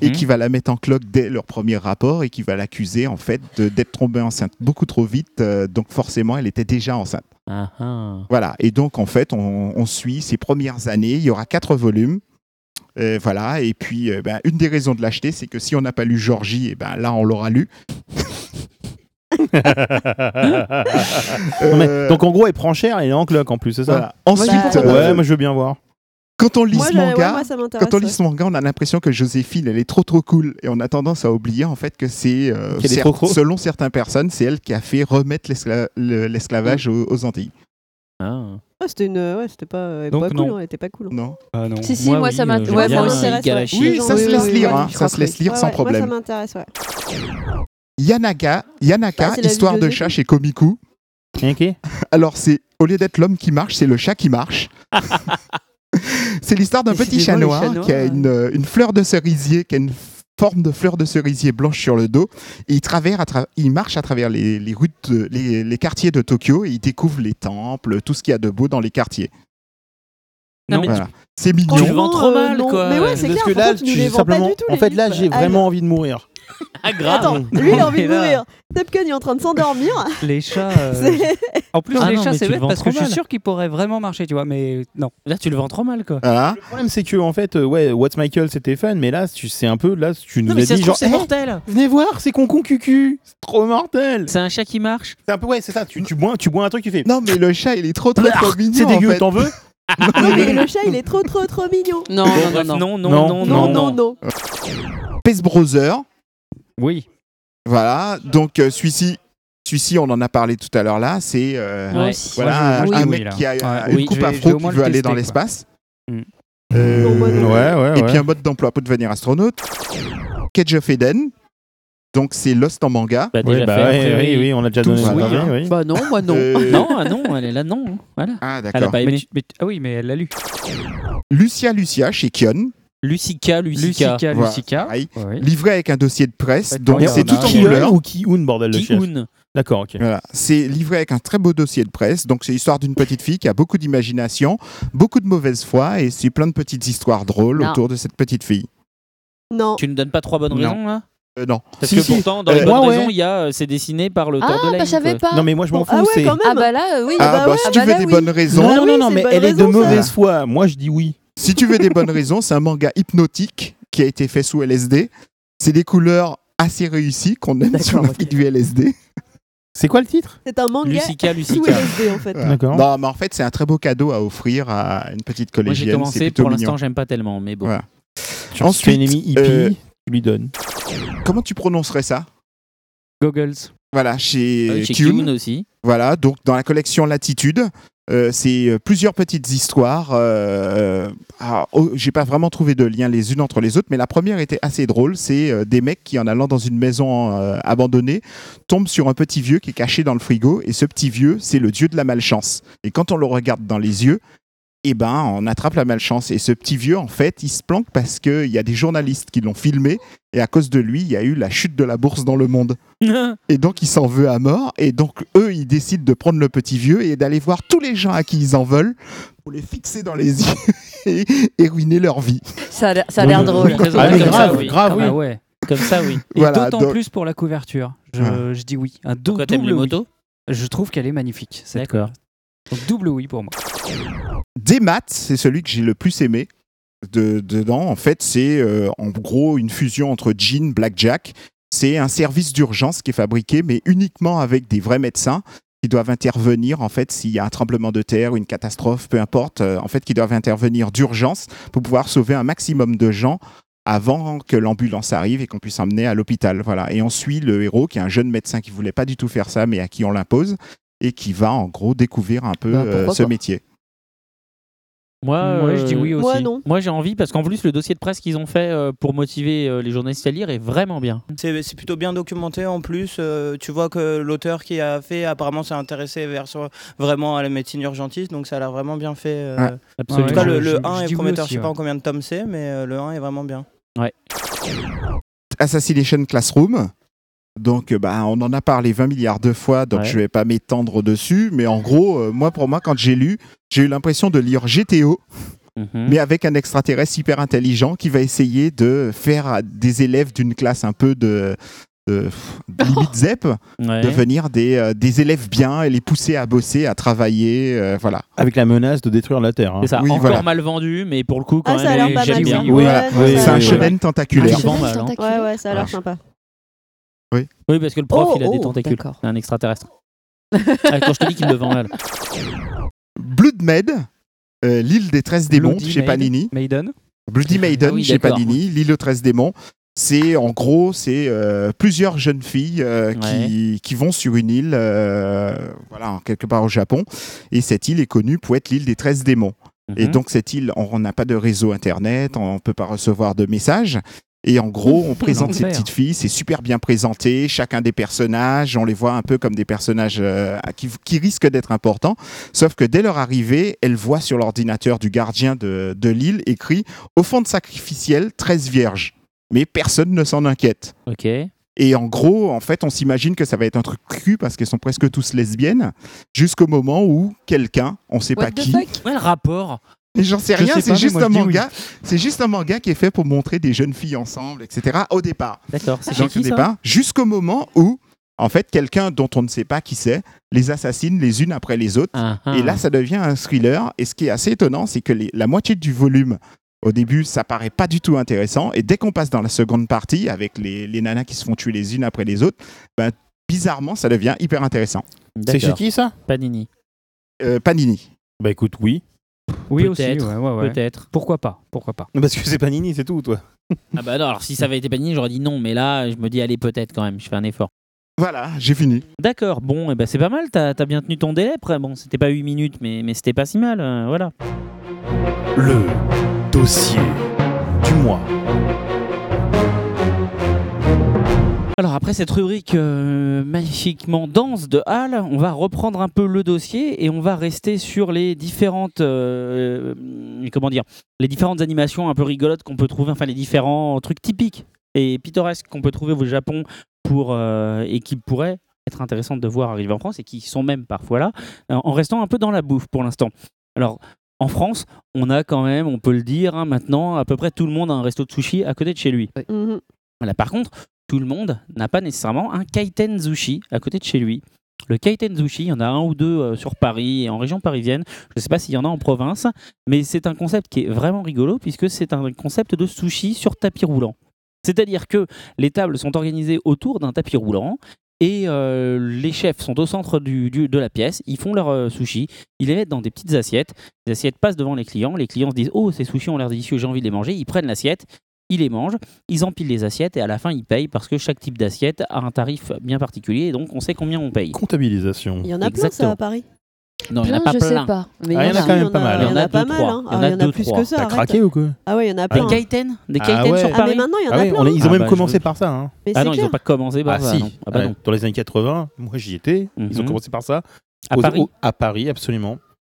et
Mhm.
qui va la mettre en cloque dès leur premier rapport et qui va l'accuser en fait de- d'être tombée enceinte beaucoup trop vite. euh, donc forcément, elle était déjà enceinte.
Ah, ah.
Voilà. Et donc, en fait, on, on suit ses premières années. Il y aura quatre volumes. Euh, voilà. Et puis, euh, ben, une des raisons de l'acheter, c'est que si on n'a pas lu Georgie, et ben, là, on l'aura lu.
Euh, Non, mais-
Euh,
donc en gros, elle prend cher et elle est en cloque en plus, c'est ça
voilà. Ensuite,
Voilà.
euh,
Ouais, moi je veux bien voir.
quand on lit
Moi,
ce
j'ai- ouais,
manga,
moi, ça m'intéresse.
quand on
ouais.
lit ce manga, on a l'impression que Joséphine, elle est trop trop cool, et on a tendance à oublier en fait que c'est, euh,
Qu'elle est
cer-
trop trop.
selon certaines personnes, c'est elle qui a fait remettre l'escla- le-
Mm.
l'esclavage aux, aux Antilles.
Ah.
Ah, c'était une. Ouais, c'était pas, euh,
Donc,
pas cool.
non.
hein, Elle était pas cool. hein.
Non
Ah non.
Si, si, moi, ça m'int-
j'aime
ouais,
bien
moi,
ça m'intéresse,
Igalashi.
ouais.
Oui, ça se
Oui,
laisse
oui,
lire,
oui,
hein,
je
ça
crois
se
que
laisse
oui.
lire
Ouais,
sans
ouais,
problème.
Moi, ça m'intéresse, ouais.
Yanaka, Yanaka,
Bah, c'est la
histoire de
bibliothèque.
chat chez Komiku.
Ok.
Alors c'est au lieu d'être l'homme qui marche, c'est le chat qui marche. c'est l'histoire d'un
Mais
petit
c'est
chat
vraiment les chats
noir qui a
noirs.
une, euh, une fleur de cerisier, qui a une forme de fleur de cerisier blanche sur le dos. Et il, traverse à tra- il marche à travers les, les rues, de- les, les quartiers de Tokyo et il découvre les temples, tout ce qu'il y a de beau dans les quartiers.
Non,
Non,
mais
Ah, mais
Voilà. C'est mignon.
vends
Franchement,
trop
euh,
mal,
non.
quoi.
Mais ouais, c'est
Parce
clair.
que
pourquoi
là,
tu nous
tu-
les vends pas
simplement,
du tout,
en
les
fait,
livres
là, j'ai
Ah,
vraiment envie de mourir.
Ah, grave
Attends, lui il a envie
Et
de
là-
mourir. Stepken il est en train de s'endormir.
Les chats. euh,
C'est-
En plus,
Ah
les
non,
chats,
mais
c'est
tu le
bête
vends
parce
trop
que je suis
mal.
sûr qu'ils pourraient vraiment marcher, tu vois, mais non.
Là, tu le vends trop mal, quoi.
Voilà.
Le problème, c'est que en fait, euh, ouais, What's Michael, c'était fun, mais là, tu c'est un peu, là, tu nous
Non,
as
mais si ça
dit
se trouve,
genre,
c'est
Eh,
mortel
venez voir, c'est concon cucu, c'est trop mortel.
C'est un chat qui marche
C'est un peu, ouais, c'est ça. Tu, tu bois, tu bois un truc, tu fais.
Non, mais le chat, il est trop trop, trop mignon.
C'est
en
dégueu,
fait.
t'en veux
Non, mais le chat il est trop trop trop mignon.
Non,
Bon,
non,
bref,
non, non.
non, non,
Non,
non,
Non,
non,
non, non.
Space Browser.
Oui.
Voilà. Donc, euh, celui-ci, celui-ci, on en a parlé tout à l'heure là. C'est. euh,
Moi
Ouais.
aussi.
Voilà,
Moi,
un,
je- moi, je
un
dis
mec
oui, là.
qui a
Ouais,
une
oui,
coupe
je vais- je vais
afro
au
qui
moins
veut
le
aller dans
tester, quoi. Ah
l'espace.
Mm.
Euh,
Non, moi, non.
Ouais, ouais,
Et
ouais.
puis un mode d'emploi pour devenir astronaute. Cage of Eden. Donc c'est Lost en manga.
Bah,
Ouais,
déjà
bah,
fait, a
ouais,
priori.
oui, oui, on a déjà
Tous,
donné.
oui,
bah,
hein.
oui, oui.
Bah non, moi non.
Euh,
Non, ah non, elle est là, non. Voilà. Elle
Ah
a
d'accord.
pas
Mais,
aimé.
mais- ah oui, mais elle l'a lu.
Lucia Lucia chez Kion.
Lucica, Lucica.
Lucica,
Voilà.
Lucica.
Pareil.
Ouais.
Livré avec un dossier de presse.
Attends,
Donc
il y en
c'est tout
a,
en
il y en a.
couleur.
ou Ki-un, bordel de chef.
Ki-un.
D'accord, ok.
Voilà. C'est livré avec un très beau dossier de presse. Donc c'est l'histoire d'une petite fille qui a beaucoup d'imagination, beaucoup de mauvaise foi et c'est plein de petites histoires drôles
Non.
autour de cette petite fille.
Non.
Tu ne donnes pas trois bonnes
Non.
raisons, là
Euh, non.
Parce
Si,
que
si.
pourtant, dans
Euh,
les bonnes
ouais, ouais.
raisons, il y a euh, c'est dessiné par le
Ah,
Thor de la
bah je savais pas.
Non, mais moi, je m'en fous.
Ah ouais,
c'est-
quand même.
Ah bah là, euh, oui.
Ah, bah,
ouais,
si tu veux
là,
des
oui.
bonnes raisons,
Non, non, non,
oui,
non,
c'est
mais
bonne
elle est de
raison, ça.
mauvaise foi. Moi, je dis oui.
Si tu veux des bonnes raisons, c'est un manga hypnotique qui a été fait sous LSD. C'est des couleurs assez réussies qu'on aime sur la
ok.
vie du LSD.
C'est quoi le titre
C'est un manga
Lucica,
sous
Lucica.
LSD en fait.
Voilà.
D'accord.
Non, mais en fait, c'est un très beau cadeau à offrir à une petite
Moi, j'ai
collégienne. C'est
commencé,
plutôt
pour
mignon.
l'instant, j'aime pas tellement, mais bon.
Ouais.
Tu en fais
Ensuite,
un ennemi hippie,
euh,
tu lui donnes.
Comment tu prononcerais ça
Goggles.
Voilà, chez
Euh, Chez
Kyun.
Kyun aussi.
Voilà, donc dans la collection Latitude, euh, c'est euh, plusieurs petites histoires. euh, euh, ah, oh, J'ai pas vraiment trouvé de lien les unes entre les autres, mais la première était assez drôle. C'est euh, des mecs qui, en allant dans une maison euh, abandonnée, tombent sur un petit vieux qui est caché dans le frigo, et ce petit vieux, c'est le dieu de la malchance. Et quand on le regarde dans les yeux, eh ben, on attrape la malchance. Et ce petit vieux, en fait, il se planque parce qu'il y a des journalistes qui l'ont filmé, et à cause de lui, il y a eu la chute de la bourse dans le monde. Et donc, il s'en veut à mort. Et donc, eux, ils décident de prendre le petit vieux et d'aller voir tous les gens à qui ils en veulent pour les fixer dans les yeux et, et ruiner leur vie.
Ça a l'air- ça a l'air
Oui,
drôle.
oui, raison.
Ah, mais
Comme ça,
grave,
oui.
grave,
Ah
oui.
bah ouais.
Comme ça, oui.
Et
Voilà,
d'autant
donc- Ah.
plus pour la couverture. Je,
Voilà.
je dis oui. Un dou-
Pourquoi t'aimes
double
les
oui.
motos
Je trouve qu'elle est magnifique. cette
D'accord.
couverture. Donc double oui pour moi.
Des maths, c'est celui que j'ai le plus aimé. De, dedans, en fait, c'est euh, en gros une fusion entre Jean, Blackjack. C'est un service d'urgence qui est fabriqué, mais uniquement avec des vrais médecins qui doivent intervenir, en fait, s'il y a un tremblement de terre, une catastrophe, peu importe, euh, en fait, qui doivent intervenir d'urgence pour pouvoir sauver un maximum de gens avant que l'ambulance arrive et qu'on puisse emmener à l'hôpital. Voilà. Et on suit le héros, qui est un jeune médecin qui voulait pas du tout faire ça, mais à qui on l'impose, et qui va, en gros, découvrir un peu
Bah, pourquoi
euh, ce
pas.
métier.
Moi,
moi je dis
euh,
oui aussi.
Moi non.
Moi, j'ai envie parce qu'en plus, le dossier de presse qu'ils ont fait euh, pour motiver euh, les journalistes à lire est vraiment bien.
C'est c'est plutôt bien documenté en plus. euh, tu vois que l'auteur qui a fait, apparemment, s'est intéressé vers, soi- vraiment à la médecine urgentiste, donc ça a l'air vraiment bien fait. euh.
Ouais.
En
Absolument.
tout cas,
je-
le,
je-
le
je
1
dis
est
oui
prometteur.
aussi,
je sais pas
ouais.
en combien de tomes c'est, mais euh, le 1 est vraiment bien.
Assassination Classroom. Donc, euh, bah, on en a parlé 20 milliards de fois, donc
Ouais.
je vais pas m'étendre dessus. Mais en gros, euh, moi, pour moi, quand j'ai lu, j'ai eu l'impression de lire GTO,
Mhm.
mais avec un extraterrestre hyper intelligent qui va essayer de faire à des élèves d'une classe un peu de. de- pff, limite ZEP,
Ouais.
devenir des, euh, des élèves bien et les pousser à bosser, à travailler. euh, voilà.
Avec la menace de détruire la Terre. hein.
C'est ça.
Oui,
Encore
voilà.
mal vendu, mais pour le coup, quand
Ah, ça a
même,
l'air pas
j'aime
mal.
bien.
ça.
Oui, voilà.
Ouais, non,
Oui,
ça a
C'est un
l'air-
oui,
shonen tentaculaire.
Ah, je- vend mal, hein.
Ouais, ouais, ça a l'air
Ah.
sympa.
Oui, parce que le prof,
Oh,
il a des
oh,
tentacules.
d'accord.
Un extraterrestre. Ah, quand je te dis qu'il le vend mal.
Blood Med, euh, l'île des 13 démons
Bloody
chez
Maid-
Panini.
Maiden.
Bloody Maiden
Ah oui,
chez
d'accord.
Panini, L'île aux 13 démons. C'est en gros, c'est euh, plusieurs jeunes filles euh, qui, qui vont sur une île, euh, voilà, quelque part au Japon. Et cette île est connue pour être l'île des 13 démons. Et
Mhm.
donc, cette île, on on n'a pas de réseau internet, on ne peut pas recevoir de messages. Et en gros, on présente ces
L'enfer.
petites filles, c'est super bien présenté, chacun des personnages, on les voit un peu comme des personnages euh, qui, qui risquent d'être importants. Sauf que dès leur arrivée, elles voient sur l'ordinateur du gardien de, de l'île écrit Au fond de sacrificiel, 13 vierges. Mais personne ne s'en inquiète.
Ok.
Et en gros, en fait, on s'imagine que ça va être un truc cru parce qu'elles sont presque tous lesbiennes, jusqu'au moment où quelqu'un, on ne sait
What
pas
the
qui,
fuck
Quel rapport
Mais j'en sais
Je
rien,
sais pas,
c'est
mais
juste
moi, je
un
dis oui.
manga. C'est juste un manga qui est fait pour montrer des jeunes filles ensemble, etc. Au départ.
D'accord, c'est chez
Donc au
qui ça
départ, jusqu'au moment où, en fait, quelqu'un dont on ne sait pas qui c'est, les assassine les unes après les autres.
Ah, ah.
Et là, ça devient un thriller. Et ce qui est assez étonnant, c'est que les- la moitié du volume, au début, ça paraît pas du tout intéressant. Et dès qu'on passe dans la seconde partie, avec les, les nanas qui se font tuer les unes après les autres, ben, bizarrement, ça devient hyper intéressant.
C'est chez
D'accord.
qui ça
Panini.
Euh, Panini.
Bah écoute, oui.
Oui, aussi. Ouais,
Peut-être,
ouais, ouais.
Peut-être.
Pourquoi pas Pourquoi pas
Parce que c'est Panini, c'est tout, toi.
Ah bah non, alors si ça avait été Panini, j'aurais dit non, mais là, je me dis allez peut-être quand même, je fais un effort.
Voilà, j'ai fini.
D'accord, bon, eh ben, c'est pas mal, t'as as bien tenu ton délai. Après, bon, c'était pas 8 minutes, mais, mais c'était pas si mal, euh, voilà.
Le dossier du mois.
Alors après cette rubrique euh, magnifiquement dense de Hall, on va reprendre un peu le dossier et on va rester sur les différentes euh, euh, comment dire les différentes animations un peu rigolotes qu'on peut trouver, enfin les différents trucs typiques et pittoresques qu'on peut trouver au Japon pour euh, et qui pourraient être intéressantes de voir arriver en France et qui sont même parfois là en en restant un peu dans la bouffe pour l'instant. Alors en France, on a quand même, on peut le dire hein, maintenant, à peu près tout le monde a un resto de sushi à côté de chez lui.
Mhm.
Voilà, par contre, tout le monde n'a pas nécessairement un kaiten sushi à côté de chez lui. Le kaiten sushi, il y en a un ou deux euh, sur Paris et en région parisienne. Je ne sais pas s'il y en a en province, mais c'est un concept qui est vraiment rigolo puisque c'est un concept de sushi sur tapis roulant. C'est-à-dire que les tables sont organisées autour d'un tapis roulant et euh, les chefs sont au centre du- du- de la pièce, ils font leur euh, sushi, ils les mettent dans des petites assiettes, les assiettes passent devant les clients, les clients se disent Oh, ces sushis ont l'air délicieux, j'ai envie de les manger, ils prennent l'assiette, ils les mangent, ils empilent les assiettes et à la fin ils payent parce que chaque type d'assiette a un tarif bien particulier et donc on sait combien on paye.
Comptabilisation.
Il y en a plein,
Exactement.
ça, à Paris.
Non, il n'y en a
Plein,
pas
je
plein.
sais pas. Mais
Ah,
il y en a.
quand même
en
pas mal.
Il y en a pas
deux,
mal.
trois.
hein.
Il y en
Ah,
a
Il y en
deux,
a plus
trois.
que ça.
T'as
arrête.
craqué ou quoi
Ah ouais, il y en a
Des
plein. hein.
kaiten Des
Ah
kaiten
ouais.
sur
Ah,
Paris
mais maintenant, il y en
Ah
a
oui,
plein.
on est- ils ont
Ah
même
bah,
commencé
je-
par ça. Hein.
Mais
Ah
c'est
non, ils
clair.
n'ont pas commencé par
ah
ça.
si,
non. Ah bah
Ouais,
non.
dans les années 80, moi j'y étais, ils ont
Mhm.
commencé par ça.
À
Aux-
Paris.
au- à Paris, absolument.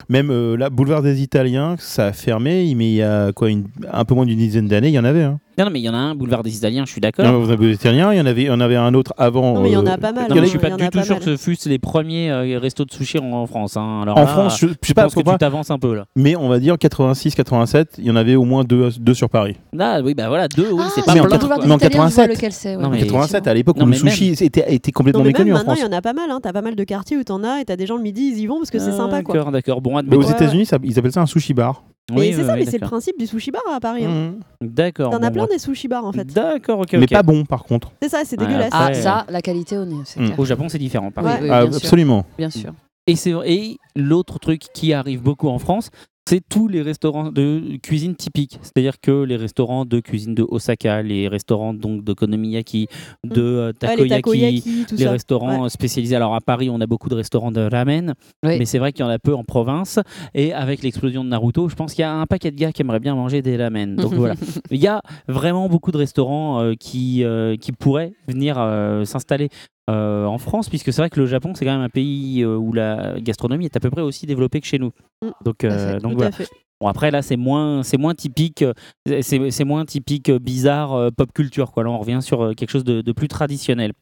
Même euh, là, boulevard des Italiens, ça a fermé, mais il y a quoi, une- un peu moins d'une dizaine d'années, il y en avait. Hein.
Non, non, mais il y en a un, boulevard des Italiens, je suis d'accord.
Non, boulevard des Italiens, il y en avait, il y en avait un autre avant.
Non, mais il y en a
euh,
pas mal,
il y
Hein Non,
en a-
je
hein.
suis
il y
pas
en
du
a
tout
pas
sûr que
mal.
ce fussent les premiers euh, restos de sushi en, en France. hein. Alors
en
là,
France, je, je sais
je
pas
pense que
pourquoi,
tu t'avances un peu là.
mais on va dire 86-87, il y en avait au moins deux, deux sur Paris.
Là, oui, bah voilà, deux, oui,
Ah,
c'est pas
mais en
plein,
boulevard
quoi.
des
Non,
Italiens, je vois
87.
lequel c'est, ouais.
Non, mais-
87, à l'époque
Non,
où le
mais même-
sushi était, était
Non,
complètement
mais même
méconnu en
maintenant,
France.
il y en a pas mal. Hein. T'as pas mal de quartiers où t'en as et t'as des gens le midi, ils y vont parce que c'est
Ah,
sympa. quoi.
D'accord, d'accord. Bon,
Mais aux
Ouais,
États-Unis, ça- ils appellent ça un sushi bar.
Mais c'est ça, mais c'est le principe du sushi bar à Paris. hein.
Mhm.
D'accord.
T'en as
bon,
plein
bref.
des sushi bars en fait.
D'accord, ok,
Mais
ok.
pas bon par contre.
C'est ça, c'est
Ouais,
dégueulasse.
après-
Ah,
Ouais.
ça, la qualité au nez, c'est
Mm.
clair.
Au Japon, c'est différent. par
Ouais.
exemple.
Oui, oui,
Ah,
bien sûr,
absolument.
Bien sûr.
Et, c'est- et l'autre truc qui arrive beaucoup en France, c'est tous les restaurants de cuisine typique. C'est-à-dire que les restaurants de cuisine de Osaka, les restaurants donc de konomiyaki, de euh,
Mm. Ouais, les
takoyaki, les,
takoyaki, tout ça.
restaurants spécialisés. Alors à Paris, on a beaucoup de restaurants de ramen,
Oui.
mais c'est vrai qu'il y en a peu en province. Et avec l'explosion de Naruto, je pense qu'il y a un paquet de gars qui aimeraient bien manger des ramen. Donc voilà. Il y a vraiment beaucoup de restaurants euh, qui, euh, qui pourraient venir euh, s'installer euh, en France, puisque c'est vrai que le Japon, c'est quand même un pays euh, où la gastronomie est à peu près aussi développée que chez nous.
Mm.
Donc, euh,
Tout à fait,
donc
Tout
voilà.
à fait.
Bon, après, là, c'est moins, c'est moins typique, euh, c'est c'est moins typique euh, bizarre euh, pop culture. Quoi. Là, on revient sur euh, quelque chose de, de plus traditionnel.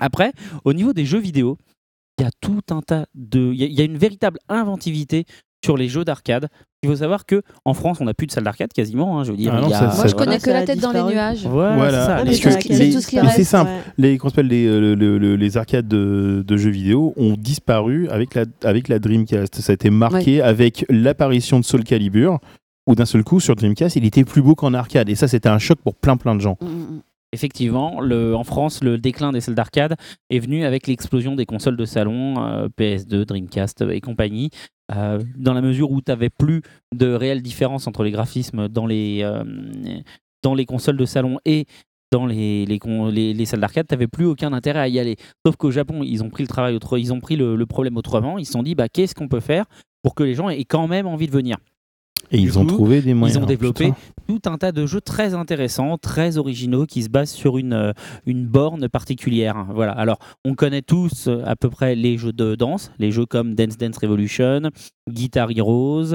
Après, au niveau des jeux vidéo, il y a tout un tas de. Il y, a- il y a une véritable inventivité sur les jeux d'arcade. Il faut savoir que en France, on n'a plus de salle d'arcade quasiment. hein, je veux dire,
Ah non,
il y a-
ça- ça-
Moi, je
Voilà,
connais que
ça
la
a
tête dans les
disparu.
nuages.
Voilà,
Voilà.
c'est ça.
Ah,
Parce
mais
que
c'est
les-
arcade.
tout ce qui
Ouais.
reste,
c'est simple.
Ouais.
Les, qu'on s'appelle les, euh, le- le- les arcades de, de jeux vidéo ont disparu avec la, avec la Dreamcast. Ça a été marqué avec l'apparition de Soul Calibur, où d'un seul coup, sur Dreamcast, il était plus beau qu'en arcade. Et ça, c'était un choc pour plein plein de gens.
Mm, mm, mm.
Effectivement, le- en France, le déclin des salles d'arcade est venu avec l'explosion des consoles de salon, euh, PS2, Dreamcast et compagnie, euh, dans la mesure où tu n'avais plus de réelle différence entre les graphismes dans les, euh, dans les consoles de salon et dans les, les, con- les- les salles d'arcade, tu n'avais plus aucun intérêt à y aller. Sauf qu'au Japon, ils ont pris le, travail autre- ils ont pris le, le problème autrement, ils se sont dit, bah, qu'est-ce qu'on peut faire pour que les gens aient quand même envie de venir
Et
Du
ils ont
coup,
trouvé des moyens. hein,
ils ont développé
Putain.
tout un tas de jeux très intéressants, très originaux, qui se basent sur une, euh, une borne particulière. hein. Voilà. Alors, on connaît tous euh, à peu près les jeux de danse, les jeux comme Dance Dance Revolution, Guitar Heroes,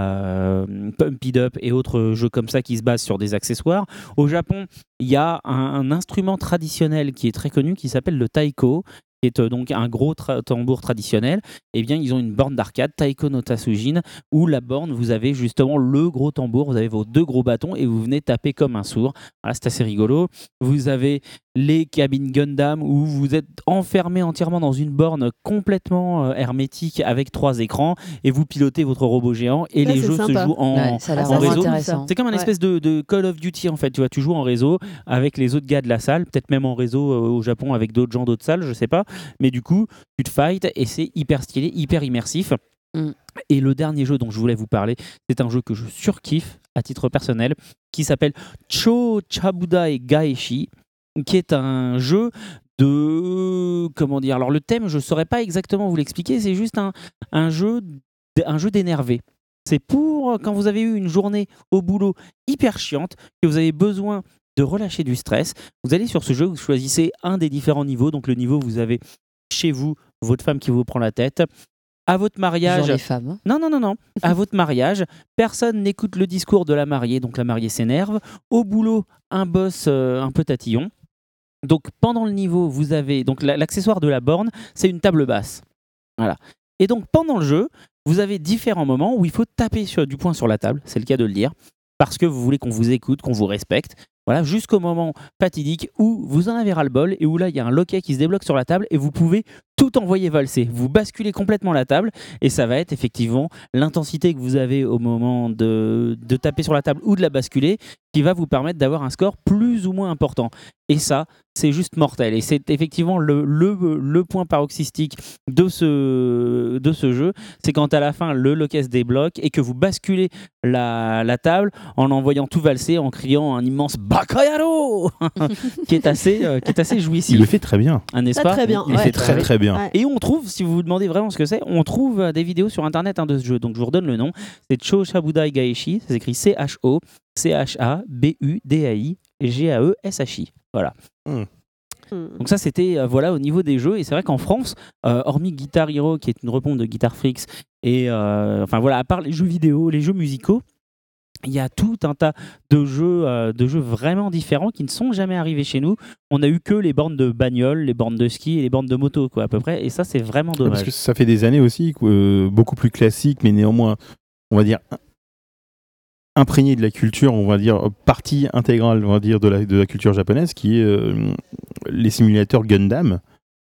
euh, Pump It Up et autres jeux comme ça qui se basent sur des accessoires. Au Japon, il y a un, un instrument traditionnel qui est très connu qui s'appelle le taiko qui est euh, donc un gros tra- tambour traditionnel, eh bien, ils ont une borne d'arcade, Taiko no Tatsujin, où la borne, vous avez justement le gros tambour, vous avez vos deux gros bâtons et vous venez taper comme un sourd. Voilà, c'est assez rigolo. Vous avez les cabines Gundam où vous êtes enfermé entièrement dans une borne complètement euh, hermétique avec trois écrans et vous pilotez votre robot géant et
Ça,
les
c'est
jeux se
sympa.
jouent en,
Ouais, ça a l'air
en
vraiment
réseau,
intéressant.
c'est comme un
Ouais.
espèce de, de Call of Duty en fait. Tu vois, tu joues en réseau avec les autres gars de la salle, peut-être même en réseau euh, au Japon avec d'autres gens d'autres salles, je sais pas. Mais du coup, tu te fight et c'est hyper stylé, hyper immersif.
Mm.
Et le dernier jeu dont je voulais vous parler, c'est un jeu que je surkiffe à titre personnel, qui s'appelle Cho Chabudai Gaeshi, qui est un jeu de comment dire. Alors le thème, je saurais pas exactement vous l'expliquer. C'est juste un un jeu d- un jeu d'énervé. C'est pour euh, quand vous avez eu une journée au boulot hyper chiante, que vous avez besoin de relâcher du stress, vous allez sur ce jeu, vous choisissez un des différents niveaux. Donc le niveau, vous avez chez vous votre femme qui vous prend la tête, à votre
Toujours
mariage,
les femmes. hein.
non, non, non, non. À votre mariage, personne n'écoute le discours de la mariée, donc la mariée s'énerve. Au boulot, un boss euh, un peu tatillon. Donc pendant le niveau, vous avez donc la- l'accessoire de la borne, c'est une table basse. Voilà. Et donc pendant le jeu, vous avez différents moments où il faut taper sur, du poing sur la table, c'est le cas de le dire, parce que vous voulez qu'on vous écoute, qu'on vous respecte. Voilà, jusqu'au moment fatidique où vous en avez ras le bol et où là il y a un loquet qui se débloque sur la table et vous pouvez tout envoyer valser. Vous basculez complètement la table et ça va être effectivement l'intensité que vous avez au moment de, de taper sur la table ou de la basculer qui va vous permettre d'avoir un score plus ou moins important. Et ça, c'est juste mortel. Et c'est effectivement le, le, le point paroxystique de ce, de ce jeu. C'est quand à la fin, le loquet se débloque et que vous basculez la, la table en envoyant tout valser, en criant un immense Bakayaro qui, est assez, euh, qui est assez jouissif.
Il le fait très bien.
Ah, n'est-ce
Ça,
pas
très bien.
Il le
ouais.
fait très très bien.
Ouais.
et on trouve, si vous vous demandez vraiment ce que c'est, on trouve euh, des vidéos sur internet hein, de ce jeu. Donc je vous redonne le nom. C'est Cho Shabudai Gaeshi. Ça s'écrit C-H-O-C-H-A-B-U-D-A-I E G-A-E-S-H-I. Voilà.
Hmm.
Donc ça, c'était euh, voilà au niveau des jeux. Et c'est vrai qu'en France, euh, hormis Guitar Hero, qui est une repompe de Guitar Freaks, et euh, enfin voilà, à part les jeux vidéo, les jeux musicaux, il y a tout un tas de jeux, euh, de jeux vraiment différents qui ne sont jamais arrivés chez nous. On a eu que les bornes de bagnole, les bornes de ski et les bornes de moto, quoi, à peu près. Et ça, c'est vraiment
Ouais,
dommage.
Ah, Parce que ça fait des années aussi, que, euh, beaucoup plus classique, mais néanmoins, on va dire imprégné de la culture, on va dire euh, partie intégrale, on va dire de la, de la culture japonaise, qui est euh, les simulateurs Gundam.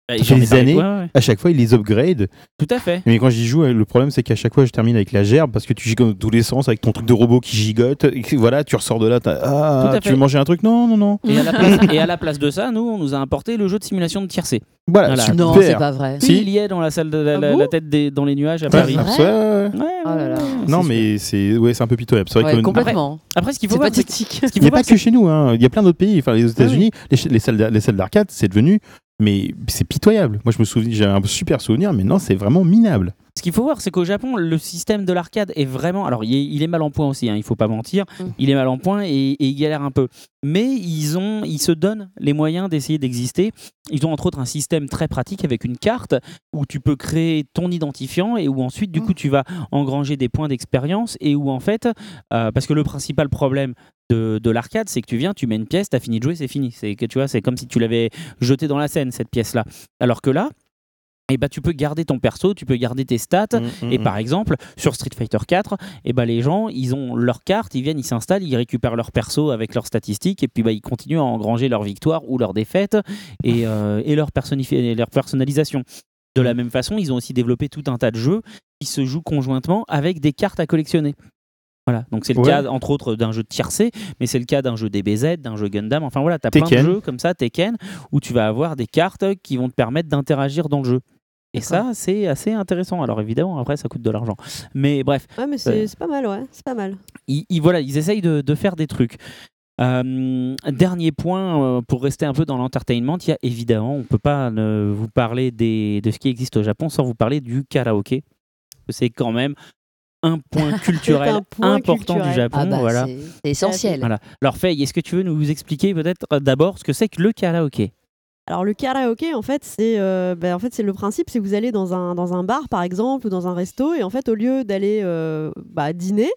Bah,
Ça
j'en
fait
ai
des
parlé,
années.
ouais, ouais.
À chaque fois, ils les upgrade.
Tout à fait.
Mais quand j'y joue, euh, le problème, c'est qu'à chaque fois, je termine avec la gerbe parce que tu gigotes dans tous les sens avec ton truc de robot qui gigote. Et que, voilà, tu ressors de là, t'as-
Tout
ah,
à
tu
fait.
veux manger un truc Non, non, non.
Et à, la place, et à la place de ça, nous, on nous a importé le jeu de simulation de tiercé.
Voilà,
Voilà.
super.
Non, c'est pas vrai.
Si.
Il y est dans la salle de la,
Ah
la-
bon
la tête des, dans les nuages à
Ouais,
Paris.
vrai
ouais, ouais, ouais.
Ouais, ouais,
Oh là là.
ouais.
Non,
C'est
mais c'est ouais, c'est un peu pitoyable. C'est vrai
Ouais,
que
complètement.
Après, ce qu'il faut
C'est
voir,
pas
c'est que-
tactique.
ce qu'il
Il n'y
faut
a pas
voir,
que chez nous, hein. il y a plein d'autres pays. Enfin,
Ah
les États-Unis, les ch- les, salles d'a- les salles d'arcade, c'est devenu. Mais c'est pitoyable. Moi, je me souviens, j'ai un super souvenir, mais non, c'est vraiment minable.
Ce qu'il faut voir, c'est qu'au Japon, le système de l'arcade est vraiment. Alors, il est, il est mal en point aussi, hein, il faut pas mentir.
Mm.
Il est mal en point et, et il galère un peu. Mais ils, ont, ils se donnent les moyens d'essayer d'exister. Ils ont entre autres un système très pratique avec une carte où tu peux créer ton identifiant et où ensuite, du coup, tu vas engranger des points d'expérience et où en fait, euh, parce que le principal problème de, de l'arcade, c'est que tu viens, tu mets une pièce, t'as fini de jouer, c'est fini. C'est que tu vois, c'est comme si tu l'avais jetée dans la scène cette pièce-là. Alors que là. eh ben, tu peux garder ton perso, tu peux garder tes stats, et
Mhm.
par exemple, sur Street Fighter 4, eh ben, les gens, ils ont leur carte, ils viennent, ils s'installent, ils récupèrent leur perso avec leurs statistiques, et puis bah, ils continuent à engranger leur victoire ou leur défaite et, euh, et leur, personnifi- et leur personnalisation. De la même façon, ils ont aussi développé tout un tas de jeux qui se jouent conjointement avec des cartes à collectionner. Voilà, donc c'est le
Ouais.
cas entre autres d'un jeu de tiercé, mais c'est le cas d'un jeu DBZ, d'un jeu Gundam, enfin voilà, t'as plein de
Tekken.
jeux comme ça, Tekken, où tu vas avoir des cartes qui vont te permettre d'interagir dans le jeu. Et ça, c'est assez intéressant. Alors évidemment, après, ça coûte de l'argent. Mais bref,
Ouais, mais c'est c'est pas mal, ouais. C'est pas mal.
ils, ils- voilà, ils essayent de, de faire des trucs. Euh, dernier point, euh, pour rester un peu dans l'entertainment, il y a évidemment, on ne peut pas ne vous parler des- de ce qui existe au Japon sans vous parler du karaoké. C'est quand même un point culturel
un point
important
culturel.
du Japon.
Ah bah,
voilà.
c'est- c'est essentiel.
Voilà. Alors Faye, est-ce que tu veux nous expliquer peut-être euh, d'abord ce que c'est que le karaoké
Alors le karaoké, en fait, c'est euh, ben, en fait c'est le principe, c'est que vous allez dans un, dans un bar par exemple ou dans un resto et en fait au lieu d'aller euh, bah, dîner,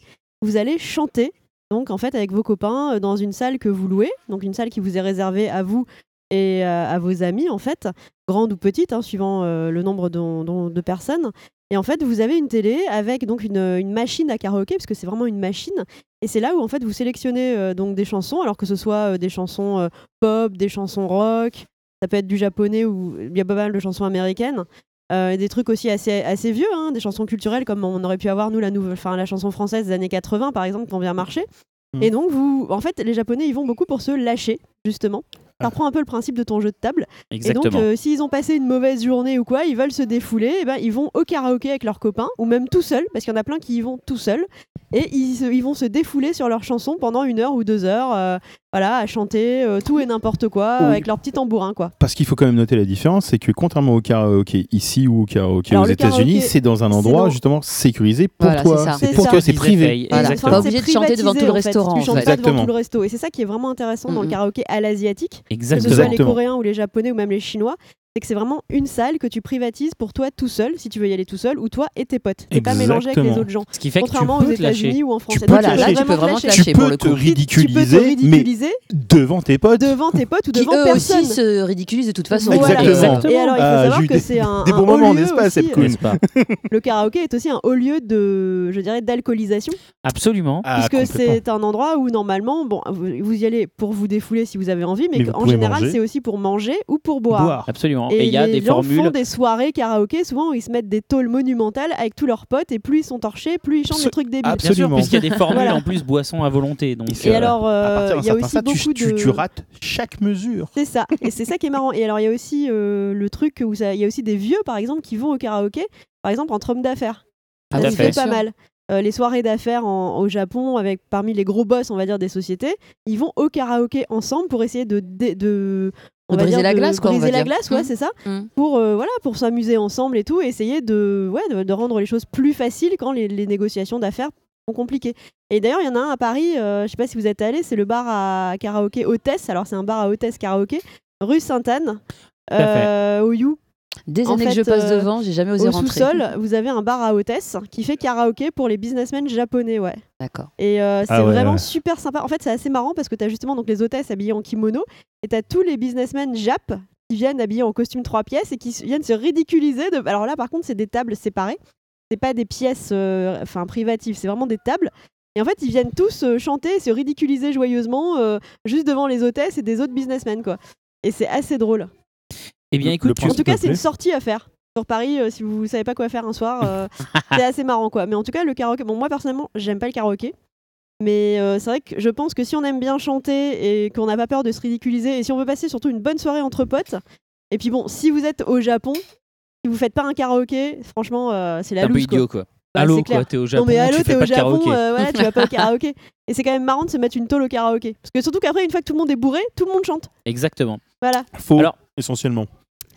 vous allez chanter. Donc en fait avec vos copains euh, dans une salle que vous louez, donc une salle qui vous est réservée à vous et euh, à vos amis, en fait, grande ou petite, hein, suivant euh, le nombre dont- dont- de personnes. Et en fait, vous avez une télé avec donc une, une machine à karaoké, parce que c'est vraiment une machine. Et c'est là où en fait vous sélectionnez euh, donc des chansons, alors que ce soit euh, des chansons euh, pop, des chansons rock, ça peut être du japonais ou il y a pas mal de chansons américaines. Euh, et des trucs aussi assez, assez vieux, hein, des chansons culturelles comme on aurait pu avoir nous la, nouvelle, enfin, la chanson française des années 80 par exemple qui ont bien marché.
Mhm.
Et donc vous, en fait les japonais ils vont beaucoup pour se lâcher justement. Ça reprend un peu le principe de ton jeu de table. Et donc,
Exactement.
euh, s'ils ont passé une mauvaise journée ou quoi, ils veulent se défouler, et ben, ils vont au karaoké avec leurs copains, ou même tout seuls, parce qu'il y en a plein qui y vont tout seuls, et ils, se- ils vont se défouler sur leurs chansons pendant une heure ou deux heures, euh, voilà, à chanter euh, tout et n'importe quoi,
Oui.
avec leur petit tambourin, quoi.
Parce qu'il faut quand même noter la différence, c'est que contrairement au karaoké ici ou au karaoké
Alors,
aux
le
États-Unis,
karaoké,
c'est dans un
c'est
endroit
dans-
justement sécurisé pour
Voilà, c'est
toi.
ça.
C'est
C'est
pour
ça.
toi, c'est privé.
Ils
Voilà.
essayent.
Pas
Exactement.
obligé de chanter devant tout le restaurant, hein.
Tu
en
chantes
fait.
pas devant tout
Exactement.
le resto, et c'est ça qui est vraiment intéressant dans le
Mhm.
karaoké à l'asiatique. que ce soit
Exactement.
les
Exactement.
Coréens ou les Japonais ou même les Chinois, c'est que c'est vraiment une salle que tu privatises pour toi tout seul, si tu veux y aller tout seul, ou toi et tes potes. T'es pas mélangé avec les
Exactement.
autres gens.
Ce qui fait que tu
Contrairement aux
peux te lâcher.
États-Unis ou en France.
peux
Donc,
te
Voilà, là,
lâcher.
tu peux vraiment te
Tu
lâcher
Tu
pour
peux
le
te
coup.
ridiculiser,
tu peux te
mais
ridiculiser
devant tes potes.
devant tes potes ou
Qui
devant
eux
personne.
aussi se ridiculisent de toute façon.
Voilà.
Exactement.
Et alors, il faut
Ah,
savoir
j'ai eu
que
des-
c'est un,
des
un
bons
haut
moments,
lieu
n'est-ce pas,
aussi,
Seb
euh,
Kuhn
N'est-ce pas
Le karaoké est aussi un haut lieu de, je dirais, d'alcoolisation,
Absolument.
Ah,
puisque
complètement.
c'est un endroit où normalement, bon, vous, vous y allez pour vous défouler si vous avez envie, mais,
Mais vous
en
pouvez
général,
manger.
c'est aussi pour manger ou pour boire.
Boire.
Absolument. Et il y a
les
des
gens font
formules.
des soirées karaoké, souvent où ils se mettent des tôles monumentales avec tous leurs potes, et plus ils sont torchés, plus ils chantent
Absol-
des trucs débiles.
Bien sûr,
Absolument.
puisqu'il y a des formules
Voilà.
en plus boissons à volonté. Donc,
Et
Et
euh,
alors,
À
euh,
partir d'un
il y a
certain
aussi
stade,
beaucoup
tu, tu-
de...
tu rates chaque mesure.
C'est ça, et c'est ça qui est marrant. Et alors, il y a aussi euh, le truc où ça- il y a aussi des vieux, par exemple, qui vont au karaoké, par exemple, entre hommes d'affaires.
Ah
Ça
oui,
se
bien
fait pas
sûr.
mal. Euh, les soirées d'affaires en- au Japon, avec parmi les gros boss, on va dire, des sociétés, ils vont au karaoké ensemble pour essayer de, dé- de, on
De
va
briser
dire,
la
de
glace, quoi, on
briser
va
la
dire.
glace, ouais,
Mhm.
c'est ça.
Mhm.
Pour euh, voilà, pour s'amuser ensemble et tout, et essayer de, ouais, de, de rendre les choses plus faciles quand les, les négociations d'affaires sont compliquées. Et d'ailleurs, il y en a un à Paris, euh, je sais pas si vous êtes allé, c'est le bar à karaoké Hôtesse. Alors c'est un bar à Hôtesse karaoké, rue Sainte-Anne,
à fait.
euh, au You,
Des
En
années que
fait,
je passe
euh,
devant, j'ai jamais osé
au
rentrer.
sous-sol. Vous avez un bar à hôtesse qui fait karaoké pour les businessmen japonais, ouais.
D'accord.
Et euh, c'est
Ah ouais,
vraiment
ouais.
super sympa. En fait, c'est assez marrant parce que tu as justement donc, les hôtesses habillées en kimono et tu as tous les businessmen jap qui viennent habillés en costume trois pièces et qui s- viennent se ridiculiser. De... Alors là, par contre, c'est des tables séparées. C'est pas des pièces euh, enfin privatives, c'est vraiment des tables. Et en fait, ils viennent tous euh, chanter et se ridiculiser joyeusement euh, juste devant les hôtesses et des autres businessmen, quoi. Et c'est assez drôle.
Eh bien,
Le-
écoute,
le
tu-
En tout cas,
te
c'est une
plaît.
sortie à faire. Sur Paris, euh, si vous savez pas quoi faire un soir, euh, c'est assez marrant quoi. Mais en tout cas, le karaoké, bon, moi personnellement, j'aime pas le karaoké. Mais euh, c'est vrai que je pense que si on aime bien chanter et qu'on n'a pas peur de se ridiculiser, et si on veut passer surtout une bonne soirée entre potes, et puis bon, si vous êtes au Japon, si vous faites pas un karaoké, franchement, euh, c'est la
t'es un peu
loose quoi.
idiot, quoi.
Bah,
Allô,
c'est clair.
quoi, t'es au Japon,
non mais allô,
tu
t'es
fais
au
pas de
Japon,
karaoké.
euh, voilà, tu vas pas au karaoké. Et c'est quand même marrant de se mettre une tôle au karaoké. Parce que surtout qu'après, une fois que tout le monde est bourré, tout le monde chante.
Exactement.
Voilà,
Faux,
Alors-
essentiellement.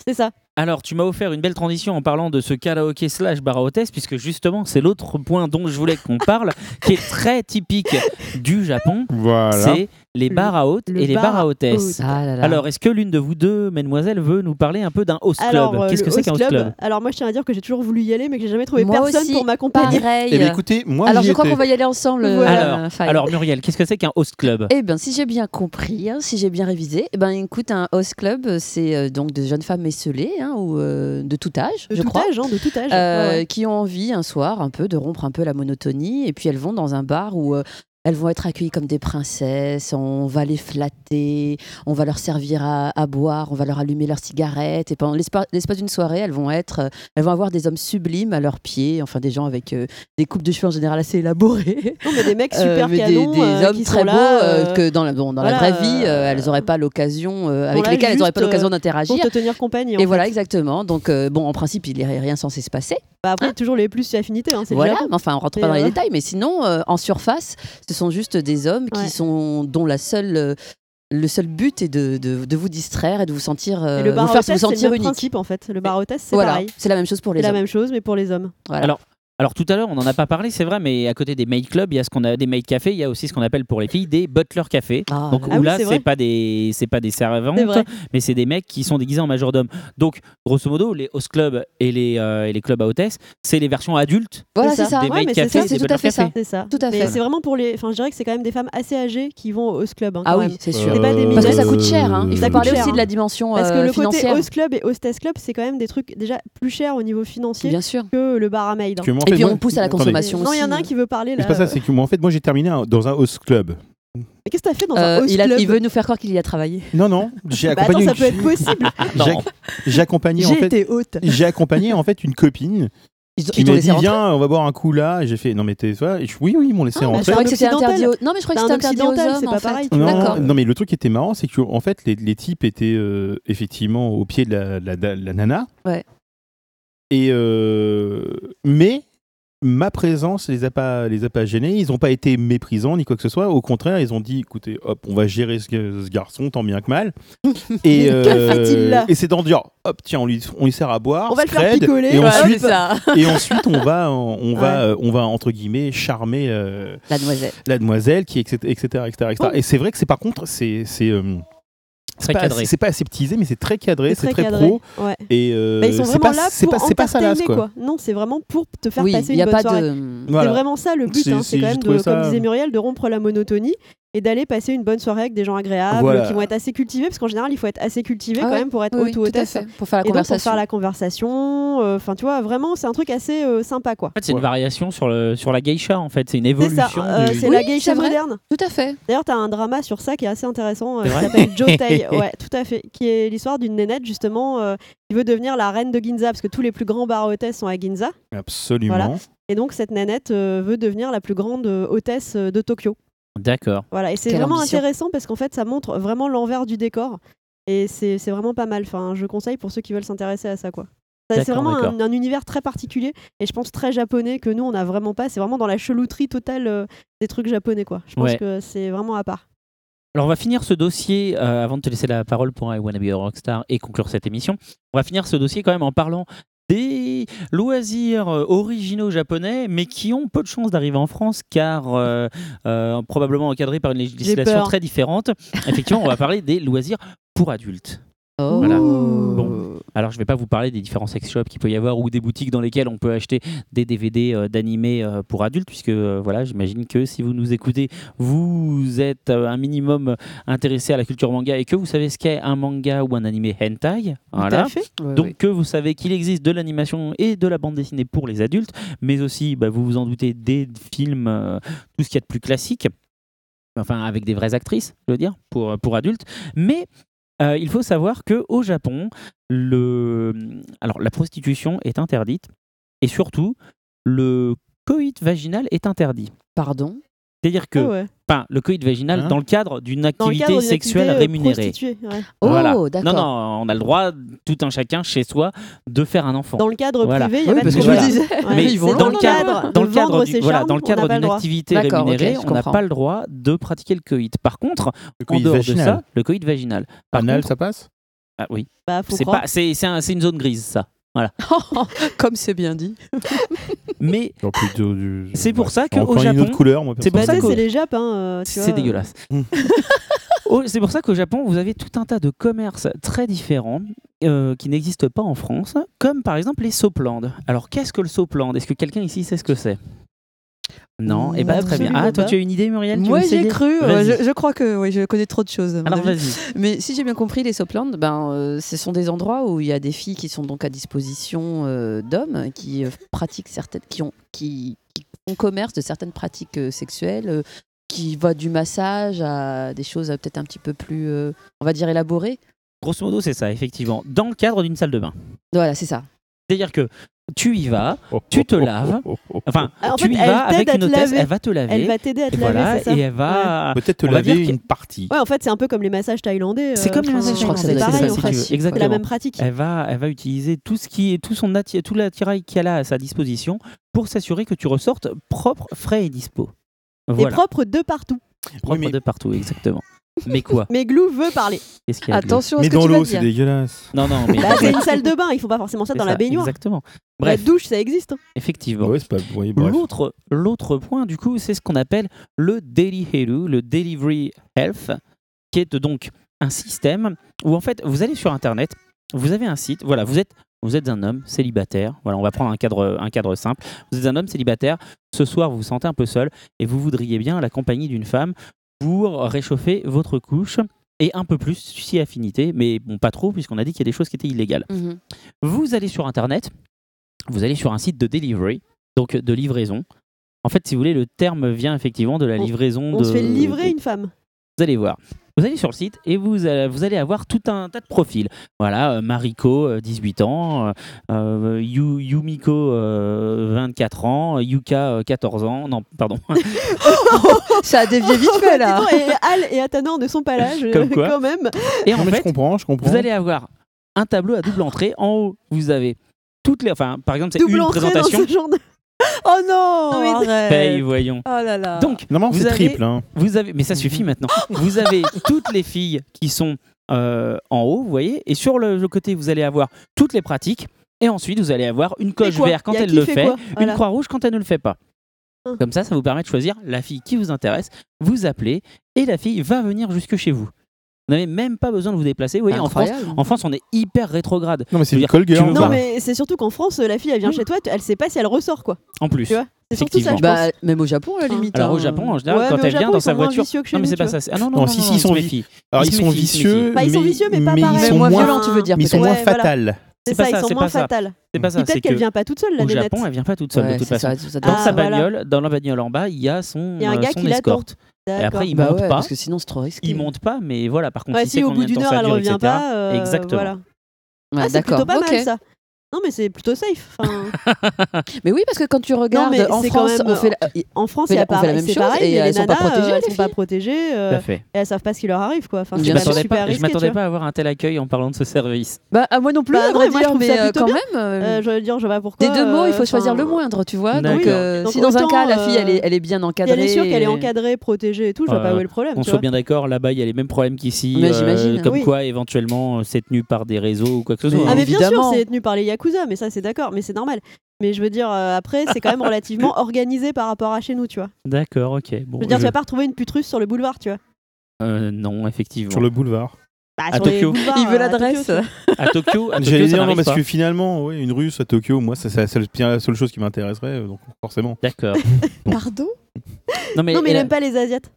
c'est ça.
Alors, tu m'as offert une belle transition en parlant de ce karaoké slash bar à hôtesse, puisque justement, c'est l'autre point dont je voulais qu'on parle, qui est très typique du Japon.
Voilà.
C'est les bars à hôtes
le
et les
bar
bars à
à
hôtesses.
hôtes.
Ah là là.
Alors, est-ce que l'une de vous deux, mesdemoiselles, veut nous parler un peu d'un host
Alors,
club
euh,
Qu'est-ce
le
que c'est qu'un
host
host club
Alors, moi, je tiens à dire que j'ai toujours voulu y aller, mais que j'ai jamais trouvé
Moi
personne
aussi,
pour m'accompagner.
Pareil.
Eh bien, écoutez, moi,
Alors
j'y
je crois
étais.
qu'on va y aller ensemble. euh,
Voilà.
euh, Faye.
Alors, Muriel, qu'est-ce que c'est qu'un host club
Eh bien, si j'ai bien compris, hein, si j'ai bien révisé, eh ben, écoute, un host club, euh, c'est euh, donc de jeunes femmes esselées, hein, ou euh, de tout âge,
De
je
tout
crois,
âge, hein, de tout âge.
euh,
Ouais, ouais.
qui ont envie un soir un peu de rompre un peu la monotonie, et puis elles vont dans un bar où euh, elles vont être accueillies comme des princesses, on va les flatter, on va leur servir à, à boire, on va leur allumer leurs cigarettes, et pendant l'espa- l'espace d'une soirée, elles vont être, euh, elles vont avoir des hommes sublimes à leurs pieds, enfin des gens avec euh, des coupes de cheveux en général assez élaborées.
Non, mais des mecs
Euh,
super
mais des-
canons,
des,
euh,
hommes
qui
très
sont
beaux
là,
euh,
euh,
que dans la, bon, dans la
voilà,
vraie vie, euh,
euh,
elles n'auraient pas l'occasion, euh, avec
là
lesquelles elles n'auraient pas
juste,
l'occasion
euh,
d'interagir.
pour te tenir compagnie. hein. en
Et
fait.
voilà, exactement. Donc, euh, bon, en principe, il irait rien censé se passer.
Bah, après, toujours les plus affinités, hein, c'est le
Voilà,
Japon.
mais enfin, on rentre
Mais
pas dans les
voilà.
détails. Mais sinon, euh, en surface, ce sont juste des hommes
Ouais.
qui sont, dont la seule, euh, le seul but est de, de, de vous distraire et de vous sentir,
Et
euh,
le bar
vous
à
faire vous
hôtesse, c'est le
sentir
même
unique.
principe en fait. Le bar à hôtesse, c'est
Voilà,
pareil.
c'est la même chose pour
C'est
les
la
hommes.
même chose, mais pour les hommes.
Voilà.
Alors, Alors tout à l'heure, on n'en a pas parlé, c'est vrai, mais à côté des maid clubs, il y a ce qu'on a des maid cafés, il y a aussi ce qu'on appelle pour les filles des butler cafés.
Ah,
Donc
là,
où
Ah oui,
là,
c'est
c'est
vrai.
pas des c'est pas des servantes,
C'est vrai.
mais c'est des mecs qui sont déguisés en majordome. Donc grosso modo, les host clubs et les euh, et les clubs à hôtesses, c'est les versions adultes
Voilà, c'est
c'est ça.
ça.
des
ouais,
maid
mais c'est
cafés,
ça,
et
c'est
des
tout à
butler
fait ça.
cafés.
C'est ça.
Tout à
Mais
fait.
c'est vraiment pour les. Enfin, je dirais que c'est quand même des femmes assez âgées qui vont au host club. hein,
Ah
quand
oui,
même.
c'est
Euh,
sûr.
C'est pas des
Parce que
millions.
ça coûte cher. Hein. Il faut
Ça coûte
parler
cher,
aussi de
hein.
la dimension
Parce que
euh,
le côté
financière.
host club et hostess club, c'est quand même des trucs déjà plus chers au niveau financier
Bien sûr.
que le bar à euh. maid. hein.
Parce que moi, en
Et
fait,
puis
moi-
on pousse à la
attendez,
consommation
Non, il y en a un
aussi.
qui veut parler là.
C'est pas ça, c'est que moi, en fait, moi j'ai terminé un- dans un host club.
Mais Qu'est-ce que t'as fait dans
Euh,
un host
il, a-
club
il veut nous faire croire qu'il y a travaillé.
Non, non, j'ai
Bah attends,
accompagné.
ça
une-
peut être possible.
j'ai- J'ai accompagné en
J'ai
fait.
été haute.
J'ai accompagné en fait une copine
Ils,
qui
ils t'ont
m'a dit
laissé rentrer.
viens on va boire un coup là et j'ai fait non mais t'es toi et je, oui oui ils m'ont laissé
Ah, bah,
Je
rentrer.
c'est
crois que c'était
occidental.
interdit. aux- Non, mais je crois que c'était
T'es un
interdit aux
occidental,
hommes.
c'est
en
pas
fait.
pareil, tu vois.
Non,
D'accord.
non mais le truc qui était marrant c'est que en fait les, les types étaient euh, effectivement au pied de la, la- la- la nana.
Ouais.
Et euh, mais ma présence les a pas les a pas gênés ils ont pas été méprisants ni quoi que ce soit au contraire ils ont dit écoutez hop on va gérer ce, ce garçon tant bien que mal et euh,
Mais que fait-il là
et c'est dans dire hop tiens on lui on lui sert à boire
On va le faire
scred,
picoler,
et
voilà,
Ah,
ensuite
c'est ça.
Et ensuite, on va, on, on va, euh, on va entre guillemets charmer euh,
La noisette.
la demoiselle, qui etc etc etc. etc. Et c'est vrai que c'est par contre, c'est c'est euh,
Très
pas
cadré.
assez- c'est pas aseptisé, mais c'est très cadré, c'est très,
cadré.
pro.
Ouais.
Et euh,
Bah, ils sont
c'est
vraiment
pas
là
c'est
pour
pas c'est pas salace
entertainer,
quoi.
quoi. Non, c'est vraiment pour te faire
Oui,
passer
il
une
n'y a
bonne
pas
soirée.
de.
C'est
Voilà.
vraiment ça le but,
C'est-
hein.
c'est-
c'est quand
j'ai
même, de,
trouvé
comme
ça-
disait Muriel, de rompre la monotonie et d'aller passer une bonne soirée avec des gens agréables
Voilà.
qui vont être assez cultivés, parce qu'en général, il faut être assez cultivé
Ah
quand
ouais.
même pour être
Oui, oui,
haute ou
tout à
hôtesse.
fait. Pour faire la
Et donc pour faire
conversation.
la conversation, euh, enfin tu vois, vraiment c'est un truc assez euh, sympa quoi.
En fait, c'est une
Ouais.
variation sur le sur la geisha en fait, c'est une
C'est ça,
évolution
euh,
du-
c'est
Oui,
la
c'est
geisha
vrai.
moderne.
Tout à fait.
D'ailleurs, t'as un drama sur ça qui est assez intéressant, euh,
C'est
qui
vrai
s'appelle Jotai, ouais, tout à fait, qui est l'histoire d'une nénette justement euh, qui veut devenir la reine de Ginza, parce que tous les plus grands bars hôtesses sont à Ginza,
Absolument.
Voilà. et donc cette nénette euh, veut devenir la plus grande euh, hôtesse euh, de Tokyo.
D'accord.
Voilà, et c'est
Quelle
vraiment
ambition.
intéressant parce qu'en fait, ça montre vraiment l'envers du décor. Et c'est c'est vraiment pas mal. Enfin, je conseille pour ceux qui veulent s'intéresser à ça, quoi. Ça, C'est
D'accord,
vraiment un,
d'accord.
un univers très particulier et je pense très japonais que nous on n'a vraiment pas. C'est vraiment dans la chelouterie totale euh, des trucs japonais, quoi. Je pense
Ouais.
que c'est vraiment à part.
Alors on va finir ce dossier, euh, avant de te laisser la parole pour I Wanna Be a Rockstar et conclure cette émission, on va finir ce dossier quand même en parlant des loisirs euh, originaux japonais, mais qui ont peu de chances d'arriver en France, car euh, euh, probablement encadrés par une législation
peur.
très différente. Effectivement, on va parler des loisirs pour adultes.
Oh.
Voilà. Bon. Alors je ne vais pas vous parler des différents sex shops qu'il peut y avoir ou des boutiques dans lesquelles on peut acheter des DVD euh, d'animés euh, pour adultes, puisque euh, voilà, j'imagine que si vous nous écoutez, vous êtes euh, un minimum intéressé à la culture manga et que vous savez ce qu'est un manga ou un animé hentai.
Tout à
Voilà.
fait.
Ouais,
Donc
ouais.
que vous savez qu'il existe de l'animation et de la bande dessinée pour les adultes, mais aussi, bah, vous vous en doutez, des films, euh, tout ce qu'il y a de plus classique, enfin avec des vraies actrices, je veux dire, pour, euh, pour adultes. Mais euh, il faut savoir que au Japon, le... Alors, la prostitution est interdite, et surtout, le coït vaginal est interdit.
Pardon.
C'est-à-dire que,
Ah ouais.
enfin, le coït vaginal
Hein
dans le cadre d'une
Dans le
activité
cadre d'une
sexuelle
activité, euh,
rémunérée.
prostituée, ouais.
Oh,
Voilà. Non,
d'accord.
non, on a le droit, tout un chacun chez soi, de faire un enfant.
Dans le cadre
Voilà.
privé, il y a
Oui,
pas
parce
de
que je
problème.
me disais.
Ouais.
Mais
ils
C'est
vont
dans
loin,
le
là.
cadre, dans le
de
cadre,
vendre
du-
ses
voilà,
charmes,
dans le
on n'a
cadre
pas le
d'une
droit.
activité
D'accord, ok,
rémunérée,
je
on n'a
comprends.
pas le droit de pratiquer le coït. Par contre,
Le
en
coït
dehors de
vaginal.
ça, le coït vaginal. Par
Anal,
contre,
ça passe
ah oui,
Bah, faut
c'est
croire.
pas, c'est c'est un- c'est une zone grise ça.
Comme c'est bien dit.
Mais
Non, plutôt du-
C'est pour
Ouais.
ça que
Encore
au
une
Japon-
autre couleur moi.
C'est pour
Bah, tu
ça
sais,
qu'au-
c'est les Japs, hein, euh, tu
c'est
vois.
dégueulasse.
Hmm.
Oh, c'est pour ça qu'au Japon, vous avez tout un tas de commerces très différents euh, qui n'existent pas en France, comme par exemple les Soplandes. Alors, qu'est-ce que le Sopland Est-ce que quelqu'un ici sait ce que c'est Non, et pas très bien.
Absolument
Ah, toi,
pas.
tu as une idée, Muriel Tu
Moi,
veux essayer
j'ai cru. euh,
Vas-y.
je, je crois que oui, je connais trop de choses. à mon
Alors,
avis.
vas-y.
Mais si j'ai bien compris, les Soplands, ben, euh, ce sont des endroits où il y a des filles qui sont donc à disposition euh, d'hommes qui euh, pratiquent certaines, qui ont, qui, qui font commerce de certaines pratiques euh, sexuelles, euh, qui va du massage à des choses euh, peut-être un petit peu plus, euh, on va dire élaborées.
Grosso modo, c'est ça, effectivement. Dans le cadre d'une salle de bain.
Voilà, c'est ça.
C'est-à-dire que tu y vas, Bah,
Oh,
tu te laves. enfin,
Ah, en
tu
fait,
y
elle
vas avec
t'aide à
une
te
hôtesse,
laver.
elle va te laver.
Elle va t'aider à te
et
laver,
voilà,
c'est ça
et elle va.
peut-être te
on va dire
laver
qu'il-
une partie.
Ouais, en fait, c'est un peu comme les massages thaïlandais.
C'est
euh,
comme les
enfin,
massages
je crois que ça
c'est
doit être
pareil,
ça,
en
si
fait.
tu veux.
C'est la
Exactement.
même pratique.
Elle va, elle va utiliser tout ce qui est tout son atti- tout l'attirail qu'elle a à sa disposition pour s'assurer que tu ressortes propre, frais et dispo.
Et
Voilà,
propre de partout.
propre
Oui, mais-
de partout, exactement. Mais quoi
Mais Glou veut parler.
Qu'est-ce qu'il y a de-
Attention à ce
Mais
que tu
dans
vas
l'eau,
dire.
c'est dégueulasse.
Non, non, mais.
Bah, c'est une salle de bain, ils font pas forcément ça dans
C'est
la
ça,
baignoire.
Exactement.
La
Bref,
douche, ça existe. hein.
effectivement.
Ouais, c'est pas... oui, bref.
L'autre, l'autre point, du coup, c'est ce qu'on appelle le Daily Helu, le Delivery Health, qui est donc un système où, en fait, vous allez sur Internet, vous avez un site, voilà, vous êtes, vous êtes un homme célibataire, voilà, on va prendre un cadre, un cadre simple, vous êtes un homme célibataire, ce soir, vous vous sentez un peu seul et vous voudriez bien la compagnie d'une femme pour réchauffer votre couche et un peu plus si affinité, mais bon, pas trop, puisqu'on a dit qu'il y a des choses qui étaient illégales
Mhm.
vous allez sur Internet, vous allez sur un site de delivery, donc de livraison. En fait, si vous voulez, le terme vient effectivement de la
On-
livraison.
On
de...
se fait livrer une femme.
Vous allez voir. Vous allez sur le site et vous, allez- vous allez avoir tout un tas de profils. Voilà, euh, Mariko, euh, 18 ans, euh, euh, Yu- Yumiko, euh, 24 ans, Yuka, euh, 14 ans. Non, pardon.
Ça a dévié vite fait
Dis
là.
donc, et Al et Atana en de son palage,
Comme quoi.
quand même.
Et en
Non, mais je
fait,
comprends, je comprends.
vous allez avoir un tableau à double entrée. En haut, vous avez toutes les. Enfin, par exemple, c'est
Double
une
entrée
présentation.
dans ce genre de...
Oh non,
Non, mais-
arrête.
Paye, voyons.
Oh là
Ah.
là.
Donc,
Non, mais
Vous
c'est
avez-
triple. Hein.
Vous avez, mais
Mhm.
ça suffit maintenant. Vous avez toutes les filles qui sont euh, en haut, vous voyez, et sur le, le côté, vous allez avoir toutes les pratiques, et ensuite, vous allez avoir une
Fait
coche
quoi
verte quand
Y a
elle
qui
le fait,
quoi Voilà.
une croix rouge quand elle ne le fait pas.
Hum.
Comme ça, ça vous permet de choisir la fille qui vous intéresse, vous appelez, et la fille va venir jusque chez vous. Vous n'avez même pas besoin de vous déplacer. Vous voyez, en France,
Incroyable.
en France, on est hyper rétrograde.
Non, mais
Je
c'est
veux
du
dire,
call
tu
girl.
veux
Non,
voir-
mais c'est surtout qu'en France, la fille, elle vient chez toi, tu- elle sait pas si elle ressort, quoi.
En plus.
Tu vois, C'est surtout ça,
Effectivement.
je pense.
Bah, même au Japon, à la limite.
Alors au
hein.
Japon, en général, quand
mais au
elle
Japon,
vient dans
ils
sa
sont moins
voiture.
vicieux que chez
Non, mais
nous,
c'est
tu
pas
vois.
ça. c'est- Ah non, non,
Non,
non,
si,
non,
si, ils
non,
sont
je
vi-
méfie.
Alors,
Ils
ils
se
sont
méfient, ils se
vicieux,
méfient.
Bah, ils sont vicieux, mais pas
mais
pareil.
ils
Mais
sont
moins
moins,
violents.
tu veux dire.
mais ils sont
peut-être.
moins
Ouais, voilà.
fatales.
C'est
C'est
ça,
pas
ils
ça,
sont
c'est
moins
pas ça.
fatales.
C'est pas
Puis
ça.
Peut-être
C'est que
qu'elle vient pas toute seule, la
au
nénette.
Japon, elle vient pas toute seule
Ouais,
de toute
ça,
façon.
ça, ça doit
Dans
être-
sa
Ah, voilà.
bagnole, dans la bagnole en bas, il y a son,
Il y a un
euh,
gars
son
qui l'attend.
escorte. Et après, il
Bah
monte
ouais,
pas.
parce que sinon c'est trop risqué.
Il monte pas, mais voilà. Par contre,
Ouais,
il sait
Ah, si au
combien
bout
de
d'une
temps
heure,
ça
elle
dure,
revient
etc.
pas. euh,
Exactement.
voilà.
Ouais,
Ah, c'est plutôt
D'accord.
pas
ok.
mal, ça. Non, mais c'est plutôt safe. Enfin,
Mais oui, parce que quand tu regardes
mais
en
c'est quand
France,
même-
on fait la-
en France,
Mais
il y a
on fait la
pareil,
même
c'est
chose,
pareil,
et
mais
elles
les
sont
nanas,
pas protégées,
euh, elles
les
sont pas
filles.
protégées, euh,
Tout à fait.
et elles savent pas ce qui leur arrive, quoi. Enfin,
Je
Je
c'est
m'attendais
m'attendais
quand même super
pas, je
risqué, tu
m'attendais
vois.
pas à avoir un tel accueil en parlant de ce service.
Bah, à moi non plus,
Bah,
à vrai
ouais, moi, je
dire,
trouve
mais
ça
euh,
plutôt
quand
bien.
même. euh,
Euh, J'allais dire, je sais pas pourquoi.
Des deux mots, il faut
euh,
choisir
enfin,
le moindre, tu vois. Donc,
D'accord.
euh,
Donc,
si dans un
autant,
cas, la fille,
euh,
elle est, elle est bien
Et
encadrée.
elle est sûre qu'elle est
et-
encadrée, protégée et tout, je vois
Euh,
pas où est le problème.
On
Ah, tu
soit
vois.
bien d'accord, là-bas, il y a les mêmes problèmes qu'ici.
Mais j'imagine.
Comme
Oui.
quoi, éventuellement, euh, c'est tenu par des réseaux ou quoi que ce
Mais-
soit. hein.
Ah mais bien
Évidemment.
sûr, c'est tenu par les yakuza, mais ça c'est d'accord, mais c'est normal. Mais je veux dire, euh, après, c'est quand même relativement organisé par rapport à chez nous, tu vois.
D'accord, ok. Bon,
Je veux dire,
je-
tu vas pas retrouver une pute russe sur le boulevard, tu vois.
Euh, non, effectivement.
Sur le boulevard.
Bah,
À
sur les
Tokyo.
boulevards,
Il veut
euh, à
l'adresse.
Tokyo, tu vois.
À Tokyo, à Tokyo,
J'allais
ça
dire non,
n'arrive
parce
pas.
que finalement, ouais, une russe à Tokyo, moi, ça, ça- c'est bien la seule chose qui m'intéresserait, euh, donc forcément.
D'accord.
Pardon
Non, mais,
Non mais il
elle-
aime pas les asiates.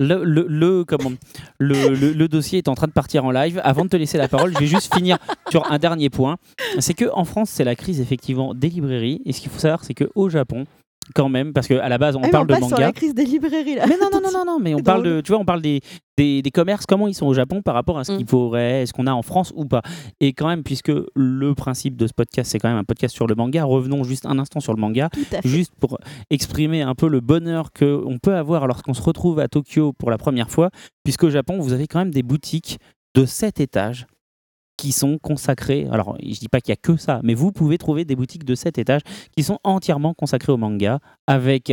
le, le, le- comment, le, le- le dossier est en train de partir en live. Avant de te laisser la parole, je vais juste finir sur un dernier point. C'est que en France, c'est la crise effectivement des librairies. Et ce qu'il faut savoir, c'est que au Japon, quand même, parce qu'à la base, on
Ah, mais
parle de
passe sur
manga.
la crise des librairies là.
Mais non, non, non, non, non, mais on
C'est
parle de, tu vois, on parle des, des, des commerces, comment ils sont au Japon par rapport à ce qu'il
Mm.
pourrait, ce qu'on a en France ou pas. Et quand même, puisque le principe de ce podcast, c'est quand même un podcast sur le manga, revenons juste un instant sur le manga
Tout à fait.
juste pour exprimer un peu le bonheur que on peut avoir lorsqu'on se retrouve à Tokyo pour la première fois, puisqu'au Japon, vous avez quand même des boutiques de 7 étages qui sont consacrées. Alors, je dis pas qu'il y a que ça, mais vous pouvez trouver des boutiques de 7 étages qui sont entièrement consacrées au manga, avec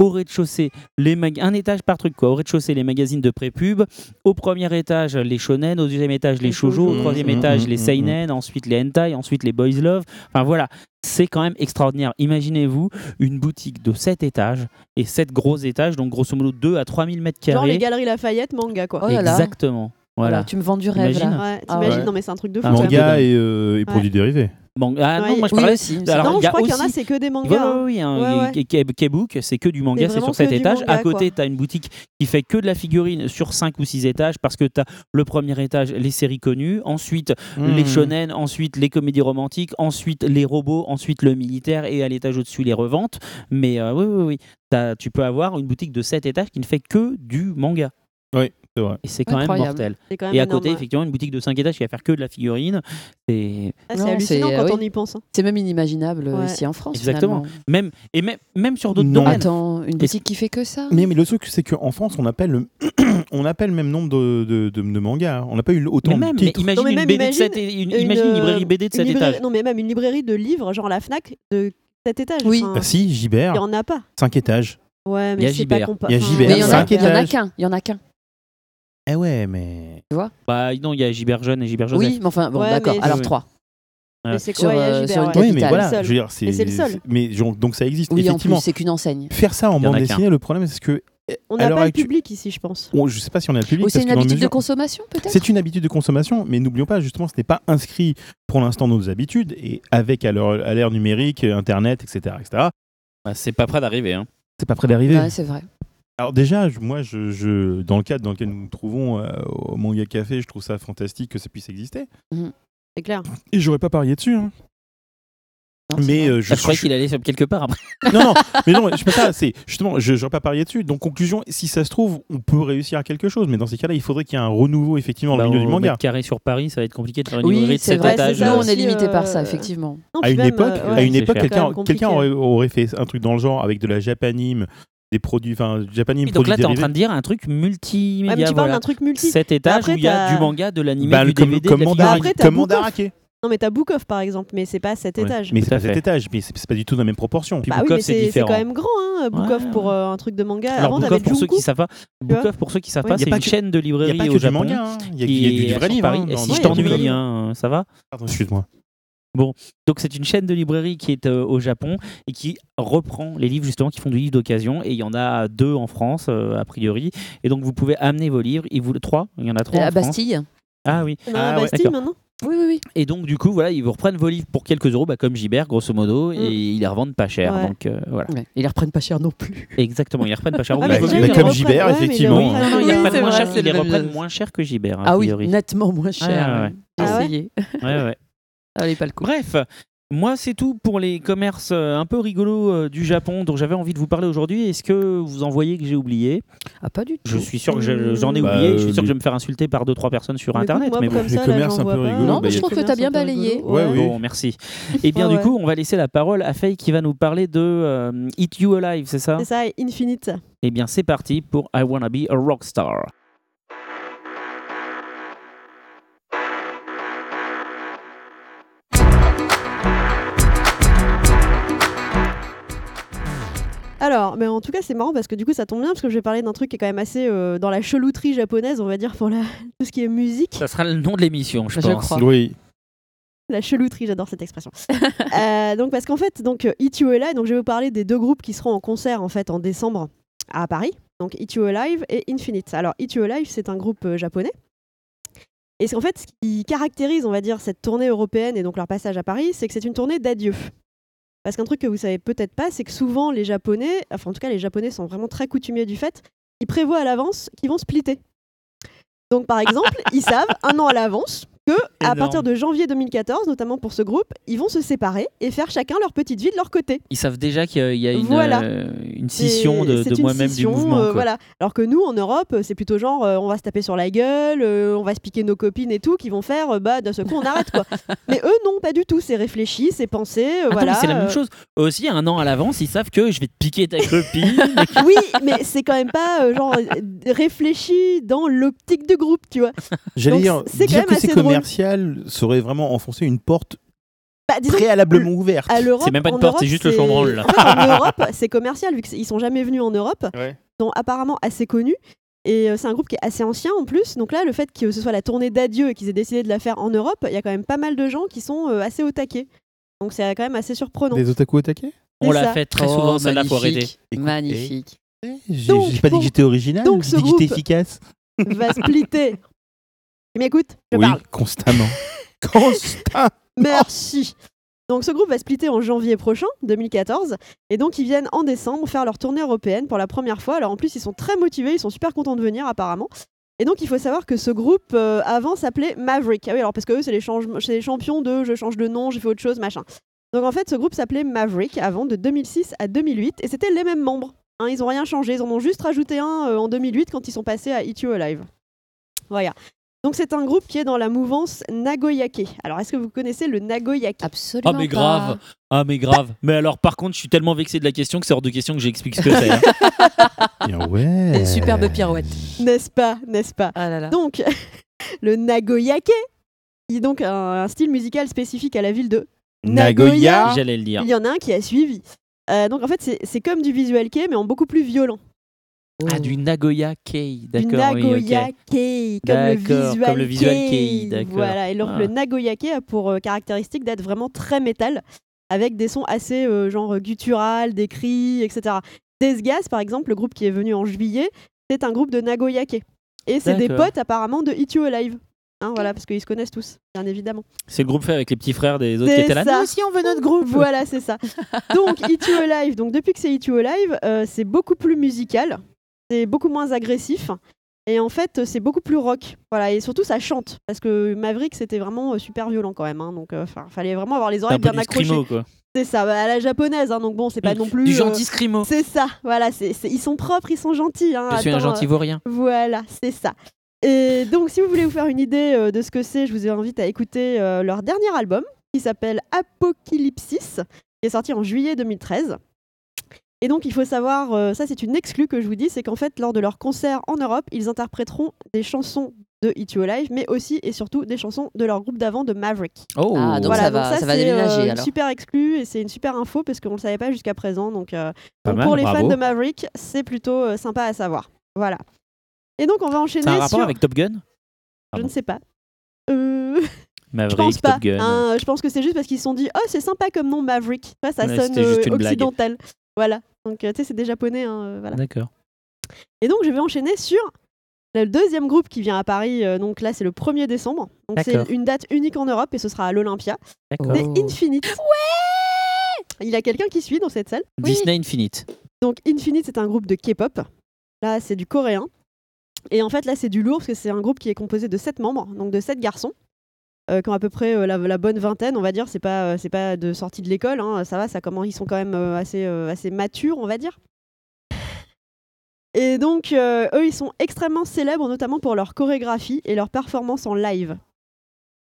au rez-de-chaussée les mag- un étage par truc quoi. Au rez-de-chaussée les magazines de pré-pub, au premier étage les shonen, au deuxième étage les
Les
shoujo, au
shoujo.
troisième
Mm, mm,
étage
mm,
les
mm,
seinen, ensuite les hentai, ensuite les boys love. Enfin voilà, c'est quand même extraordinaire. Imaginez-vous une boutique de 7 étages et 7 gros étages, donc grosso modo 2 à 3000 mètres
Genre
carrés.
les galeries Lafayette, manga quoi.
Oh là là.
Exactement. Voilà.
Alors, Tu me vends du rêve
Imagine.
là.
Ouais, t'imagines
Ah ouais.
Non mais c'est un truc de fou.
Ah,
quand
manga.
même.
Manga et, euh, et
Ouais.
produits dérivés.
Bon, ah non,
Ouais,
moi je
Oui
parlais.
aussi.
Alors,
non,
il y
je
a
crois qu'il y en a,
aussi-
c'est que des
Oui,
mangas. hein.
oui, oui, hein,
Ouais,
il-
ouais.
Ke- Ke- Kebook, c'est que du
Mais
manga, c'est
vraiment
sur 7
que du
étages.
manga,
à côté,
quoi.
tu as une boutique qui fait que de la figurine sur 5 ou 6 étages parce que tu as le premier étage, les séries connues, ensuite
Hmm.
les shonen, ensuite les comédies romantiques, ensuite les robots, ensuite le militaire et à l'étage au-dessus les reventes. Mais euh, oui, oui, oui, T'as- tu peux avoir une boutique de 7 étages qui ne fait que du manga.
Oui, c'est vrai.
Et c'est quand
Incroyable.
même mortel.
C'est quand même
Et à
énorme, hein.
côté,
ouais.
effectivement, une boutique de 5 étages qui va faire que de la figurine. Et
Ah,
Non,
c'est hallucinant
c'est-
quand
oui.
on y pense. hein.
C'est même inimaginable euh,
Ouais.
ici en France.
Exactement.
finalement.
même, et même, même sur d'autres
Non.
domaines.
Attends, une boutique qui fait que ça
Mais, mais le truc, c'est qu'en France, on appelle le, on appelle le même nombre de, de, de- de mangas. hein. On n'a pas eu autant
Mais même,
de
mais
titres.
imagine
Non, mais
une
même,
BD de
imagine
sept et- une-
une,
imagine une
euh,
librairie BD de
Une
7
librairie-
étages.
Non mais même une librairie de livres, genre la Fnac de cet étage.
Oui.
enfin,
Ah si,
Il y
Gibert,
en a pas.
5 étages.
Ouais,
Il y a
mais c'est pas
Gibert.
compa-
Il y a
enfin,
Gibert.
Mais il y en a-
Cinq
il y en a
étages.
qu'un. Il y en a qu'un.
Eh ouais, mais.
Bah non, il y a Gilbert Jeune et Gilbert Joseph.
Oui, mais enfin, bon,
Ouais,
d'accord.
mais-
Alors
Oui.
trois.
Ouais.
Mais c'est
Sur,
quoi, il y a
euh,
Gilbert,
sur une
ouais.
capitale.
Oui, mais voilà,
seul.
je veux dire, c'est.
Et c'est le seul.
Mais genre, donc ça existe,
Oui, en plus,
effectivement.
c'est qu'une enseigne.
Faire ça en
Il y en
bande
a qu'un.
dessinée, le problème, c'est que.
On
à
n'a
l'heure
pas le
actu-
public ici, je pense.
on- je sais pas si on a le public.
Ou c'est
parce
une
que dans le
habitude de
mesure-
consommation, peut-être
C'est une habitude de consommation, mais n'oublions pas, justement, ce n'est pas inscrit pour l'instant dans nos habitudes, et avec à l'heure à l'ère numérique, euh, Internet, etc., etc.,
Bah, c'est pas près d'arriver. hein.
c'est pas près d'arriver.
Ouais, Bah, c'est vrai.
Alors déjà, je- moi, je, je- dans le cadre dans lequel nous nous trouvons euh, au Manga Café, je trouve ça fantastique que ça puisse exister.
C'est clair.
Et j'aurais pas parié dessus. hein.
Non, c'est
mais
vrai.
euh, je,
Ah, je croyais
je-
qu'il allait sur quelque part après.
non, non, mais non, je peux pas. C'est justement, je j'aurais pas parié dessus. Donc conclusion, si ça se trouve, on peut réussir à quelque chose. Mais dans ces cas-là, il faudrait qu'il y ait un renouveau effectivement
Bah,
dans le milieu
au
du manga.
mètre carré sur Paris, ça va être compliqué de faire une ouvrière
Oui,
de
c'est
cet
vrai.
c'est
étage.
Nous,
ça
on
aussi,
est limité
euh,
par ça, effectivement.
Non,
à
puis
une
même,
époque,
euh,
à
ouais.
une
c'est
époque,
cher.
quelqu'un
C'est quand même
quelqu'un aurait,
compliqué.
aurait fait un truc dans le genre avec de la japanime, des produits, enfin japanime.
Oui, donc là, t'es
produits
en train
dérivés.
de dire un truc multimédia.
Ouais, mais tu parles
voilà.
d'un truc multi. Bah,
Cet étage
Après,
où il y a
t'as-
du manga, de l'anime,
Bah,
du
comme-
DVD,
comme
de la
Mandara-
figurine.
Après, t'as
comme
beaucoup-
Mandaraké.
Non, mais t'as Boukov, par exemple, mais c'est pas cet étage.
Mais c'est
Tout à
pas cet
fait.
étage, mais c'est c'est pas du tout dans la même proportion.
Puis
Bah oui,
Boukov,
mais
c'est
c'est c'est
différent.
quand même grand, hein, Boukov,
Ouais.
pour euh, un truc de manga.
Alors
Avant, t'avais
Bookov pour ceux
Junko.
qui savent pas,
vois.
Bookov pour ceux qui savent
Ouais.
pas,
Y a
c'est
pas
une
que-
chaîne de
Il n'y a
librairie
pas
au
que du
Japon.
manga, hein. il y a,
qui
il y a du,
est
du vrai
sur
livre.
Paris.
hein,
Et
dans-
si
dans
je
les
t'ennuie,
librairies.
hein, ça va
Pardon, excuse-moi.
Donc c'est une chaîne de librairie qui est euh, au Japon et qui reprend les livres justement qui font du livre d'occasion et il y en a deux en France euh, a priori et donc vous pouvez amener vos livres et vous trois il y en a trois
La
en France.
Bastille.
ah oui
Non, la
Ah ouais,
Bastille,
d'accord.
maintenant.
Oui, oui, oui.
et donc du coup voilà ils vous reprennent vos livres pour quelques euros bah, comme Gibert grosso modo et
Mm.
ils les revendent pas cher
Ouais.
donc euh, voilà
Ouais. Ils les reprennent pas cher non plus.
exactement ils les reprennent pas cher
Ah,
Ils
mais c'est
les
vrai,
reprennent-
comme Gibert,
reprennent- ouais, mais ils
effectivement.
non, non, non, ils les
Oui,
reprennent
c'est
moins
vrai,
cher,
c'est
ils les
le-
reprennent moins cher que Gibert a
Ah oui,
priori.
nettement moins cher.
Ah, ouais.
ouais. Ah,
Ah ouais
Essayez.
Ouais, ouais.
Allez, pas le coup.
Bref, moi c'est tout pour les commerces euh, un peu rigolos euh, du Japon dont j'avais envie de vous parler aujourd'hui. Est-ce que vous en voyez que j'ai oublié
Ah, pas du tout.
Je suis sûr que je- j'en ai
Bah,
oublié, je suis sûr
euh,
que je vais me faire insulter par deux trois personnes sur
Mmh. Mais écoute,
internet
moi,
mais bon.
comme
les
ça, là,
commerces
j'en
un peu
vois pas.
rigolos,
Non, mais bah, je y a- trouve que t'as bien
Commerces un peu
balayé.
rigolos,
Ouais, oui.
Bon, merci. Et bien
Ouais,
du
ouais.
coup, on va laisser la parole à Faye qui va nous parler de euh, Eat You Alive, c'est ça
C'est ça, Infinite.
Et bien c'est parti pour I Wanna Be a Rockstar.
Alors, mais en tout cas, c'est marrant parce que du coup, ça tombe bien parce que je vais parler d'un truc qui est quand même assez euh, dans la chelouterie japonaise, on va dire, pour la... tout ce qui est musique.
Ça sera le nom de l'émission, je
Bah,
Bah,
Je
pense.
crois.
Oui.
La chelouterie, j'adore cette expression. Euh, donc, parce qu'en fait, donc, euh, Eat You Alive, donc je vais vous parler des deux groupes qui seront en concert en fait en décembre à Paris. Donc, Eat You Alive et Infinite. Alors, Eat You Alive, c'est un groupe euh, japonais. Et c'est en fait ce qui caractérise, on va dire, cette tournée européenne et donc leur passage à Paris, c'est que c'est une tournée d'adieu. Parce qu'un truc que vous savez peut-être pas, c'est que souvent les Japonais, enfin en tout cas les Japonais sont vraiment très coutumiers du fait, ils prévoient à l'avance qu'ils vont splitter. Donc par exemple, ils savent un an à l'avance que à
Énorme.
partir de janvier 2014, notamment pour ce groupe, ils vont se séparer et faire chacun leur petite vie de leur côté.
Ils savent déjà qu'il y a- il y a une,
Voilà.
euh, une scission
C'est-
de,
c'est
de
une
moi-même du
scission,
mouvement.
euh,
quoi.
voilà. Alors que nous, en Europe, euh, c'est plutôt genre euh, on va se taper sur la gueule, euh, on va se piquer nos copines et tout, qui vont faire euh, bah d'un seul coup on arrête quoi. mais eux non, pas du tout. C'est réfléchi, c'est pensé. euh,
Attends,
voilà.
mais Ah, c'est la même
euh,
chose. Eux aussi, un an à l'avance, ils savent que je vais te piquer ta copine.
Oui, mais c'est quand même pas euh, genre euh, réfléchi dans l'optique du groupe, tu vois.
J'allais
Donc,
dire,
c'est quand
dire
même
que c'est
assez drôle.
commercial serait vraiment enfoncer une porte
Bah, disons,
préalablement ouverte.
à l'Europe,
C'est même pas une
en
porte,
Europe,
c'est juste le chambranle, là.
En fait, en Europe, c'est commercial vu qu'ils sont jamais venus en Europe.
Ouais.
Ils sont apparemment assez connus. Et euh, c'est un groupe qui est assez ancien en plus. Donc là, le fait que ce soit la tournée d'adieu et qu'ils aient décidé de la faire en Europe, il y a quand même pas mal de gens qui sont euh, assez au taquet. Donc c'est quand même assez surprenant.
Des otaku au taquet
On
C'est
l'a
ça.
fait très
Oh,
souvent, celle-là, faut arrêter.
magnifique. Magnifique.
Eh, J'ai
Donc,
j'ai pas dit
bon.
que j'étais original,
Donc,
j'ai
ce
dit que j'étais
groupe-
efficace.
Va splitter. Mais écoute, je
oui,
parle.
constamment. Constamment.
Merci. Donc ce groupe va splitter en janvier prochain, 2014, et donc ils viennent en décembre faire leur tournée européenne pour la première fois. Alors en plus ils sont très motivés, ils sont super contents de venir apparemment. Et donc il faut savoir que ce groupe euh, avant s'appelait Maverick. Ah oui alors parce que eux c'est les, change- c'est les champions de je change de nom, j'ai fait autre chose, machin. Donc en fait ce groupe s'appelait Maverick avant de 2006 à 2008 et c'était les mêmes membres. Hein, ils ont rien changé, ils en ont juste rajouté un euh, en 2008 quand ils sont passés à It You Alive. Voilà. Donc c'est un groupe qui est dans la mouvance Nagoyake. Alors est-ce que vous connaissez le Nagoyake
Absolument.
Ah mais
pas.
grave, ah mais grave. Mais alors par contre, je suis tellement vexé de la question que c'est hors de question que j'explique ce que c'est. hein.
ouais.
Une
Euh.
superbe pirouette.
N'est-ce pas N'est-ce pas
Ah là là.
Donc, le Nagoyake est donc un, un style musical spécifique à la ville de Nagoya. Ah.
Nagoya.
J'allais le dire.
Il y en a un qui a suivi. Euh, donc en fait, c'est- c'est comme du visual kei, mais en beaucoup plus violent.
Ah, du Nagoya Kei,
du
d'accord. oui, ok.
Nagoya Kei, comme le
D'accord,
visual,
comme le visual
kei.
kei, d'accord.
Voilà, et donc
Ah.
le Nagoya Kei a pour euh, caractéristique d'être vraiment très métal, avec des sons assez euh, genre guttural, des cris, etc. Desgas, par exemple, le groupe qui est venu en juillet, c'est un groupe de Nagoya Kei. Et c'est des
D'accord.
potes apparemment de Hit You Alive. Hein, voilà, parce qu'ils se connaissent tous, bien évidemment.
C'est le groupe fait avec les petits frères des autres qui
C'est
étaient là.
ça.
Nous aussi, on veut notre groupe.
Voilà, c'est ça. Donc, It You Alive, donc depuis que c'est It You Alive, euh, c'est beaucoup plus musical, c'est beaucoup moins agressif, et en fait, euh, c'est beaucoup plus rock. Voilà, et surtout, ça chante, parce que Maverick, c'était vraiment euh, super violent quand même, hein, donc euh, 'fin, fallait vraiment avoir les
C'est un
oreilles
peu
bien
du
accrochées.
scrimo, quoi.
C'est ça, bah, à la japonaise, hein, donc bon, c'est pas non plus.
Du
euh,
gentil scrimo.
c'est ça, voilà, c'est c'est- ils sont propres, ils sont gentils. hein,
Je suis un
attends,
gentil vaurien.
voilà, c'est ça. Et donc, si vous voulez vous faire une idée euh, de ce que c'est, je vous invite à écouter euh, leur dernier album qui s'appelle Apocalypsis, qui est sorti en juillet 2013. Et donc, il faut savoir, euh, ça c'est une exclue que je vous dis, c'est qu'en fait, lors de leur concert en Europe, ils interpréteront des chansons de Hit You Alive, mais aussi et surtout des chansons de leur groupe d'avant, de Maverick.
Oh,
Ah, donc
voilà,
ça va-
donc ça,
ça va
c'est,
déménager,
euh, une
alors.
super exclue et c'est une super info parce qu'on ne le savait pas jusqu'à présent. Donc, euh,
Pas
donc
mal,
pour les
bravo.
fans de Maverick, c'est plutôt euh, sympa à savoir. Voilà. Et donc on va enchaîner
C'est un rapport
sur.
avec Top Gun
Je
Pardon.
ne sais pas. Euh, je
Maverick,
pense pas.
Top Gun.
Hein, je pense que c'est juste parce qu'ils se sont dit oh c'est sympa comme nom Maverick. Ça, ça
Ouais,
sonne
c'était juste
euh,
une blague.
occidental. Voilà. Donc euh, tu sais c'est des japonais. hein, euh, voilà.
D'accord.
Et donc je vais enchaîner sur le deuxième groupe qui vient à Paris. euh, donc là c'est le 1er décembre. Donc c'est
D'accord.
une date unique en Europe et ce sera à l'Olympia.
D'accord.
C'est
Oh.
Infinite. Il y a quelqu'un qui suit dans cette salle.
Disney Infinite.
Donc Infinite, c'est un groupe de K-pop. Là, c'est du coréen. Et en fait, là, c'est du lourd parce que c'est un groupe qui est composé de 7 membres, donc de 7 garçons, euh, qui ont à peu près euh, la, la bonne vingtaine, on va dire. C'est pas, euh, c'est pas de sortie de l'école, hein, ça va, ça comment ils sont quand même euh, assez, euh, assez matures, on va dire. Et donc, euh, eux, ils sont extrêmement célèbres, notamment pour leur chorégraphie et leur performance en live.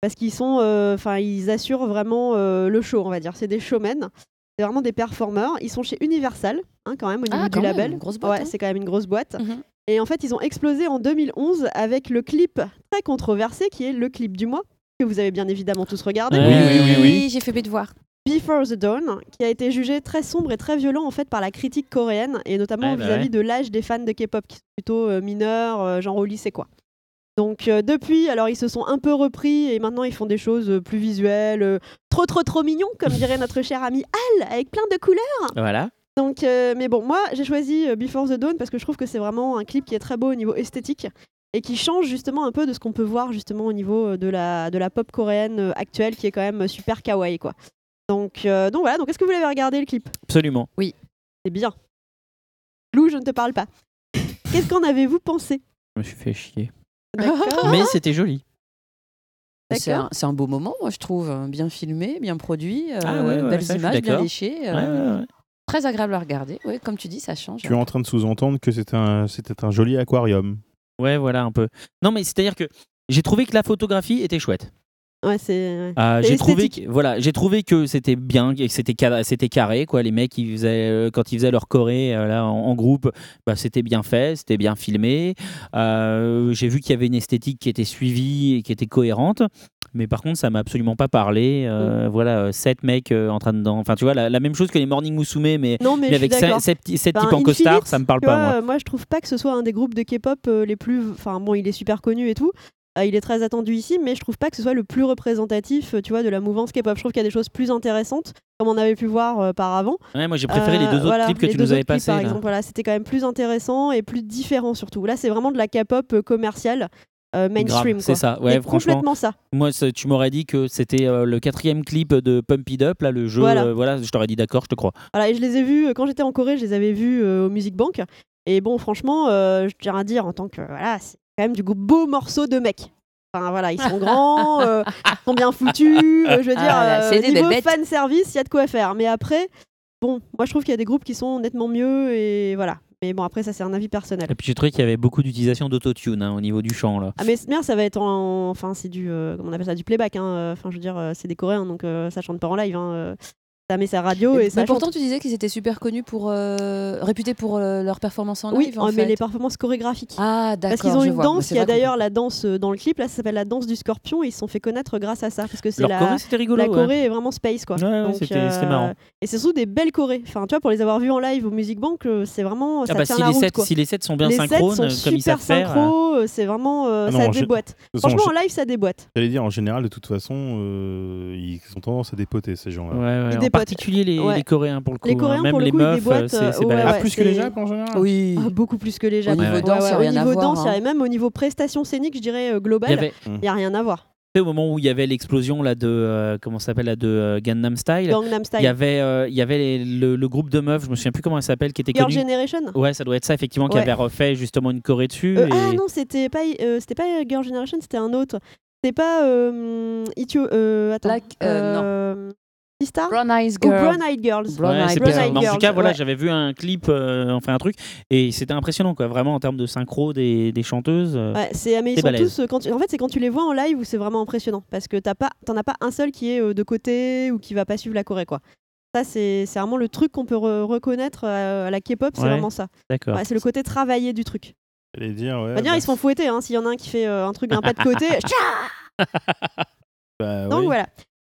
Parce qu'ils sont, euh, enfin, ils assurent vraiment euh, le show, on va dire. C'est des showmen, c'est vraiment des performeurs. Ils sont chez Universal, hein, quand même, au niveau
Ah,
du
quand même,
label.
une grosse boîte,
Ouais,
hein.
c'est quand même une grosse boîte.
Mhm.
Et en fait, ils ont explosé en 2011 avec le clip très controversé qui est le clip du mois, que vous avez bien évidemment tous regardé.
Ouais. Oui,
oui, oui.
j'ai fait mes devoirs.
Before the Dawn, qui a été jugé très sombre et très violent en fait par la critique coréenne, et notamment
Ouais, bah
vis-à-vis de l'âge des fans de K-pop, qui sont plutôt euh, mineurs, euh, genre au lycée quoi. Donc euh, depuis, alors ils se sont un peu repris et maintenant ils font des choses euh, plus visuelles, euh, trop trop trop mignons, comme dirait notre cher ami Al, avec plein de couleurs.
Voilà.
Donc, euh, mais bon, moi j'ai choisi euh, Before the Dawn parce que je trouve que c'est vraiment un clip qui est très beau au niveau esthétique et qui change justement un peu de ce qu'on peut voir justement au niveau euh, de la, de la pop coréenne euh, actuelle qui est quand même euh, super kawaii quoi. Donc, euh, donc voilà, donc est-ce que vous l'avez regardé le clip
Absolument.
C'est bien. Lou, je ne te parle pas. Qu'est-ce qu'en avez-vous pensé
Je me suis fait chier.
D'accord.
Mais c'était joli.
C'est
D'accord.
un, c'est un beau moment, moi, je trouve. euh, Bien filmé, bien produit, euh,
Ah ouais, ouais,
belles
ça, je suis
images, bien
d'accord.
léchées.
Ouais,
euh,
ouais, ouais.
Très agréable à regarder. Ouais, comme tu dis, ça change.
Tu es en train de sous-entendre que c'était un, c'était un joli aquarium.
Ouais, voilà un peu. Non, mais c'est-à-dire que j'ai trouvé que la photographie était chouette.
Ouais, c'est. ouais.
Ah,
Et
j'ai trouvé
esthétique.
que, voilà, j'ai trouvé que c'était bien, que c'était ca- c'était carré quoi. Les mecs ils faisaient, euh, quand ils faisaient leur choré euh, là en, en groupe, bah, c'était bien fait, c'était bien filmé. Euh, j'ai vu qu'il y avait une esthétique qui était suivie et qui était cohérente. Mais par contre, ça m'a absolument pas parlé.
Mm.
Euh, Voilà, euh, sept mecs euh, en train de, dan- enfin tu vois la, la même chose que les Morning Musume, mais,
Non,
mais
mais, je suis
avec sept,
d'accord.
sept petits- sept
Enfin,
types en
Infinite,
costard, ça me parle
Bah, tu
pas
vois,
moi.
euh, je trouve pas que ce soit un des groupes de K-pop euh, les plus. Enfin bon, il est super connu et tout. Euh, il est très attendu ici, mais je trouve pas que ce soit le plus représentatif, euh, tu vois, de la mouvance K-pop. Je trouve qu'il y a des choses plus intéressantes, comme on avait pu voir euh, par avant.
Ouais, moi j'ai préféré les
Euh,
deux autres
voilà,
clips que
les
tu
deux
nous avais
autres clips,
passés.
Par
là.
exemple, voilà, c'était quand même plus intéressant et plus différent surtout. Là, c'est vraiment de la K-pop euh, commerciale euh, mainstream.
Grave, c'est
quoi.
ça. Ouais,
C'est
franchement.
complètement ça.
Moi, ça- tu m'aurais dit que c'était euh, le quatrième clip de Pump It Up, là, le jeu. euh,
Voilà.
Voilà, je t'aurais dit d'accord, je te crois.
Voilà, et je les ai vus euh, quand j'étais en Corée, je les avais vus euh, au Music Bank. Et bon, franchement, euh, je tiens à dire en tant que voilà, c'est quand même du go- beau morceau de mec. Enfin voilà, ils sont grands, euh, ils sont bien foutus. euh, je veux dire,
Ah là,
euh,
c'est des
niveau
belles bêtes.
fan service, il y a de quoi faire. Mais après, bon, moi je trouve qu'il y a des groupes qui sont nettement mieux et voilà. Mais bon, après ça c'est un avis personnel.
Et puis j'ai trouvé qu'il y avait beaucoup d'utilisation d'autotune hein, au niveau du chant, là.
Ah mais merde, ça va être en, enfin c'est du, euh, comment on appelle ça, du playback. hein. Enfin je veux dire, euh, c'est des Coréens donc euh, ça chante pas en live. hein, euh. ça met sa radio et, ça
mais
chante.
pourtant, tu disais qu'ils étaient super connus pour. euh, réputés pour euh, leur performance en
oui, oh,
live. en
mais
fait.
les performances chorégraphiques.
Ah, d'accord.
Parce qu'ils ont
je
une
vois. Moi,
danse,
c'est
il y a
vrai qu'on-
d'ailleurs la danse euh, dans le clip, là ça s'appelle la danse du scorpion et ils se sont fait connaître grâce à ça parce que c'est
Leur
la,
Corée, c'était rigolo.
la
ouais.
Corée est vraiment space quoi.
Ouais, ouais,
Donc, euh,
c'était- c'était marrant.
Et c'est surtout des belles Corées. Enfin, tu vois, pour les avoir vus en live au Music Bank, euh, c'est vraiment ça
Ah bah,
tient
si,
la
les
route
sets,
quoi.
si les sets sont bien
les sets
synchrones,
sont
euh, comme ils savent
super
faire. euh, bah
synchro, euh, c'est vraiment euh,
Ah non,
ça
en gé-
déboîte.
De toute façon,
Franchement, en
je-
live ça déboîte.
J'allais dire, en général, de toute façon, euh, ils ont tendance à dépoter, ces gens-là.
Ouais, ouais,
Ils
en
dépotent.
particulier les,
Ouais.
les Coréens pour le coup.
Les
hein.
Coréens,
Même
pour le
les
coup, ils
meufs, euh,
déboîtent,
c'est
euh,
c'est
ouais,
balèze.
Ah, plus que les
c'est-
Japs, en général
Oui.
Ah, beaucoup plus que les
Au
Japonais.
niveau
ouais.
danse, il n'y a
Au
rien à
niveau
voir.
danse,
hein.
il y a même au niveau prestation scénique, je dirais euh,
Il y
global,
avait,
il y a rien à voir.
au moment où il y avait l'explosion là de euh, comment ça s'appelle là de euh, Gangnam Style, il
Gangnam
y
Style,
avait euh, il y avait les- le, le groupe de meufs, je me souviens plus comment elle s'appelle, qui était
Your
connu.
Generation.
Ouais, ça doit être ça effectivement qui
Ouais.
avait refait justement une Corée dessus.
Euh,
et-
Ah non, c'était pas, euh, c'était pas Girl Generation, c'était un autre. C'était pas euh, Ethio- euh, attends,
Black- euh, non.
euh, Star
oh, Brown Eyes
ou
Girl.
Brown Eyed Girls.
Brown
Ouais,
Eyed
c'est possible.
Girls.
Brown Eyed
Mais en tout
Girls,
cas, voilà,
ouais.
j'avais vu un clip, euh, enfin un truc, et c'était impressionnant, quoi. Vraiment en termes de synchro des, des chanteuses. euh,
Ouais, c'est mais ils
C'est
sont
balèze.
tous euh, quand tu- en fait c'est quand tu les vois en live où c'est vraiment impressionnant parce que t'as pas t'en as pas un seul qui est euh, de côté ou qui va pas suivre la Corée quoi. Ça c'est c'est vraiment le truc qu'on peut re- reconnaître euh, à la K-pop c'est
Ouais. Euh,
vraiment ça.
D'accord.
Ouais, c'est le côté travaillé du truc.
J'allais dire, ouais.
On va dire
bah,
ils se font fouetter hein, s'il y en a un qui fait euh, un truc d'un pas de côté.
bah,
Ah
Donc
oui.
voilà.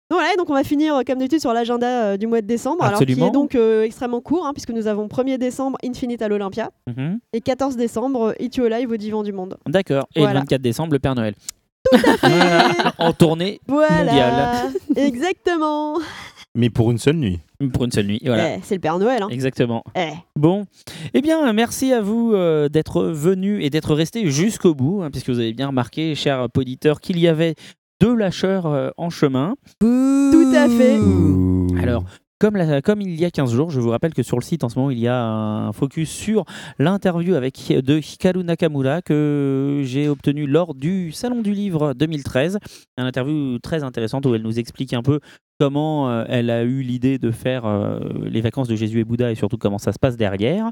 Donc, voilà, donc on va finir euh, comme d'habitude sur l'agenda euh, du mois de décembre,
Absolument.
alors qui est donc euh, extrêmement court, hein, puisque nous avons 1er décembre Infinite à l'Olympia
Mhm.
et 14 décembre euh, Itio Live au Divan du Monde.
D'accord. Et
Voilà.
le 24 décembre, le Père Noël.
Parfait
en tournée
Voilà, exactement.
Mais pour une seule nuit.
pour une seule nuit. Et Voilà.
Eh, c'est le Père Noël. Hein.
Exactement.
Eh.
Bon, eh bien, merci à vous euh, d'être venus et d'être restés jusqu'au bout, hein, puisque vous avez bien remarqué, chers auditeurs, qu'il y avait deux lâcheurs euh, en chemin.
Tout à fait.
Alors, comme, la- comme il y a 15 jours, je vous rappelle que sur le site en ce moment, il y a un focus sur l'interview avec de Hikaru Nakamura que j'ai obtenue lors du Salon du Livre 2013. Une interview très intéressante où elle nous explique un peu comment euh, elle a eu l'idée de faire euh, les vacances de Jésus et Bouddha et surtout comment ça se passe derrière.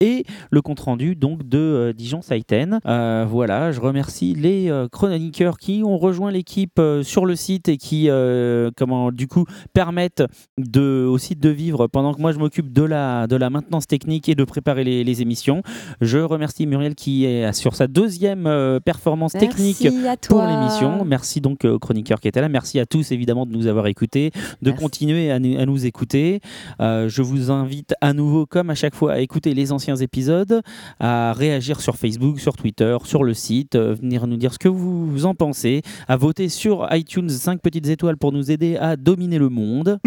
Et le compte rendu donc de euh, Dijon Saiten. Euh, voilà, je remercie les euh, chroniqueurs qui ont rejoint l'équipe euh, sur le site et qui, euh, comment, du coup, permettent de, au site de vivre pendant que moi je m'occupe de la, de la maintenance technique et de préparer les, les émissions. Je remercie Muriel qui est sur sa deuxième euh, performance technique
Merci à
pour
toi.
l'émission. Merci donc euh, aux chroniqueurs qui étaient là. Merci à tous évidemment de nous avoir écoutés, de
Merci.
continuer à, nous- à nous écouter. Euh, je vous invite à nouveau, comme à chaque fois, à écouter les anciens épisodes, à réagir sur Facebook, sur Twitter, sur le site, euh, venir nous dire ce que vous en pensez, à voter sur iTunes 5 petites étoiles pour nous aider à dominer le monde.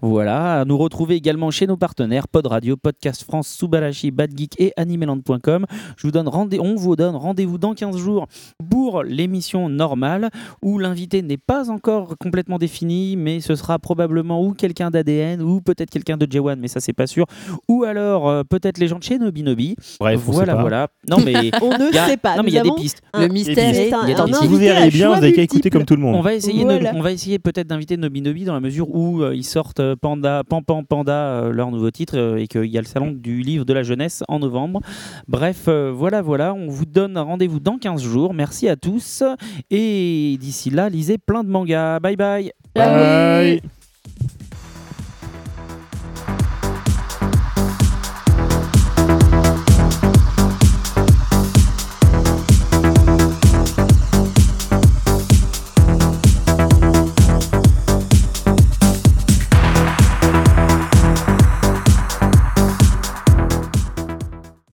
Voilà, à nous retrouver également chez nos partenaires Pod Radio, Podcast France, Subarashi, Bad Geek et Animeland.com. Je vous donne rendez on vous donne rendez-vous dans 15 jours pour l'émission normale où l'invité n'est pas encore complètement défini, mais ce sera probablement ou quelqu'un d'ADN ou peut-être quelqu'un de J1, mais ça c'est pas sûr, ou alors euh, peut-être les gens de chez Nobinobi.
Bref, on
voilà,
sait pas.
voilà. Non mais
On ne
il y a-
sait pas.
non, mais il
nous
y a des
avons-
pistes.
Le mystère
C'est
est.
un-
il y a
un
des-
invité
Vous verrez
à
bien,
choix
vous avez qu'à écouter
multiple.
comme tout le monde.
On va essayer,
Voilà.
de- on va essayer peut-être d'inviter Nobinobi dans la mesure où euh, ils sortent euh, Panda, Pan Pan Panda, euh, leur nouveau titre, euh, et qu'il y a le salon du livre de la jeunesse en novembre. Bref, euh, voilà, voilà, on vous donne rendez-vous dans 15 jours. Merci à tous, et d'ici là, lisez plein de mangas. Bye bye
Bye.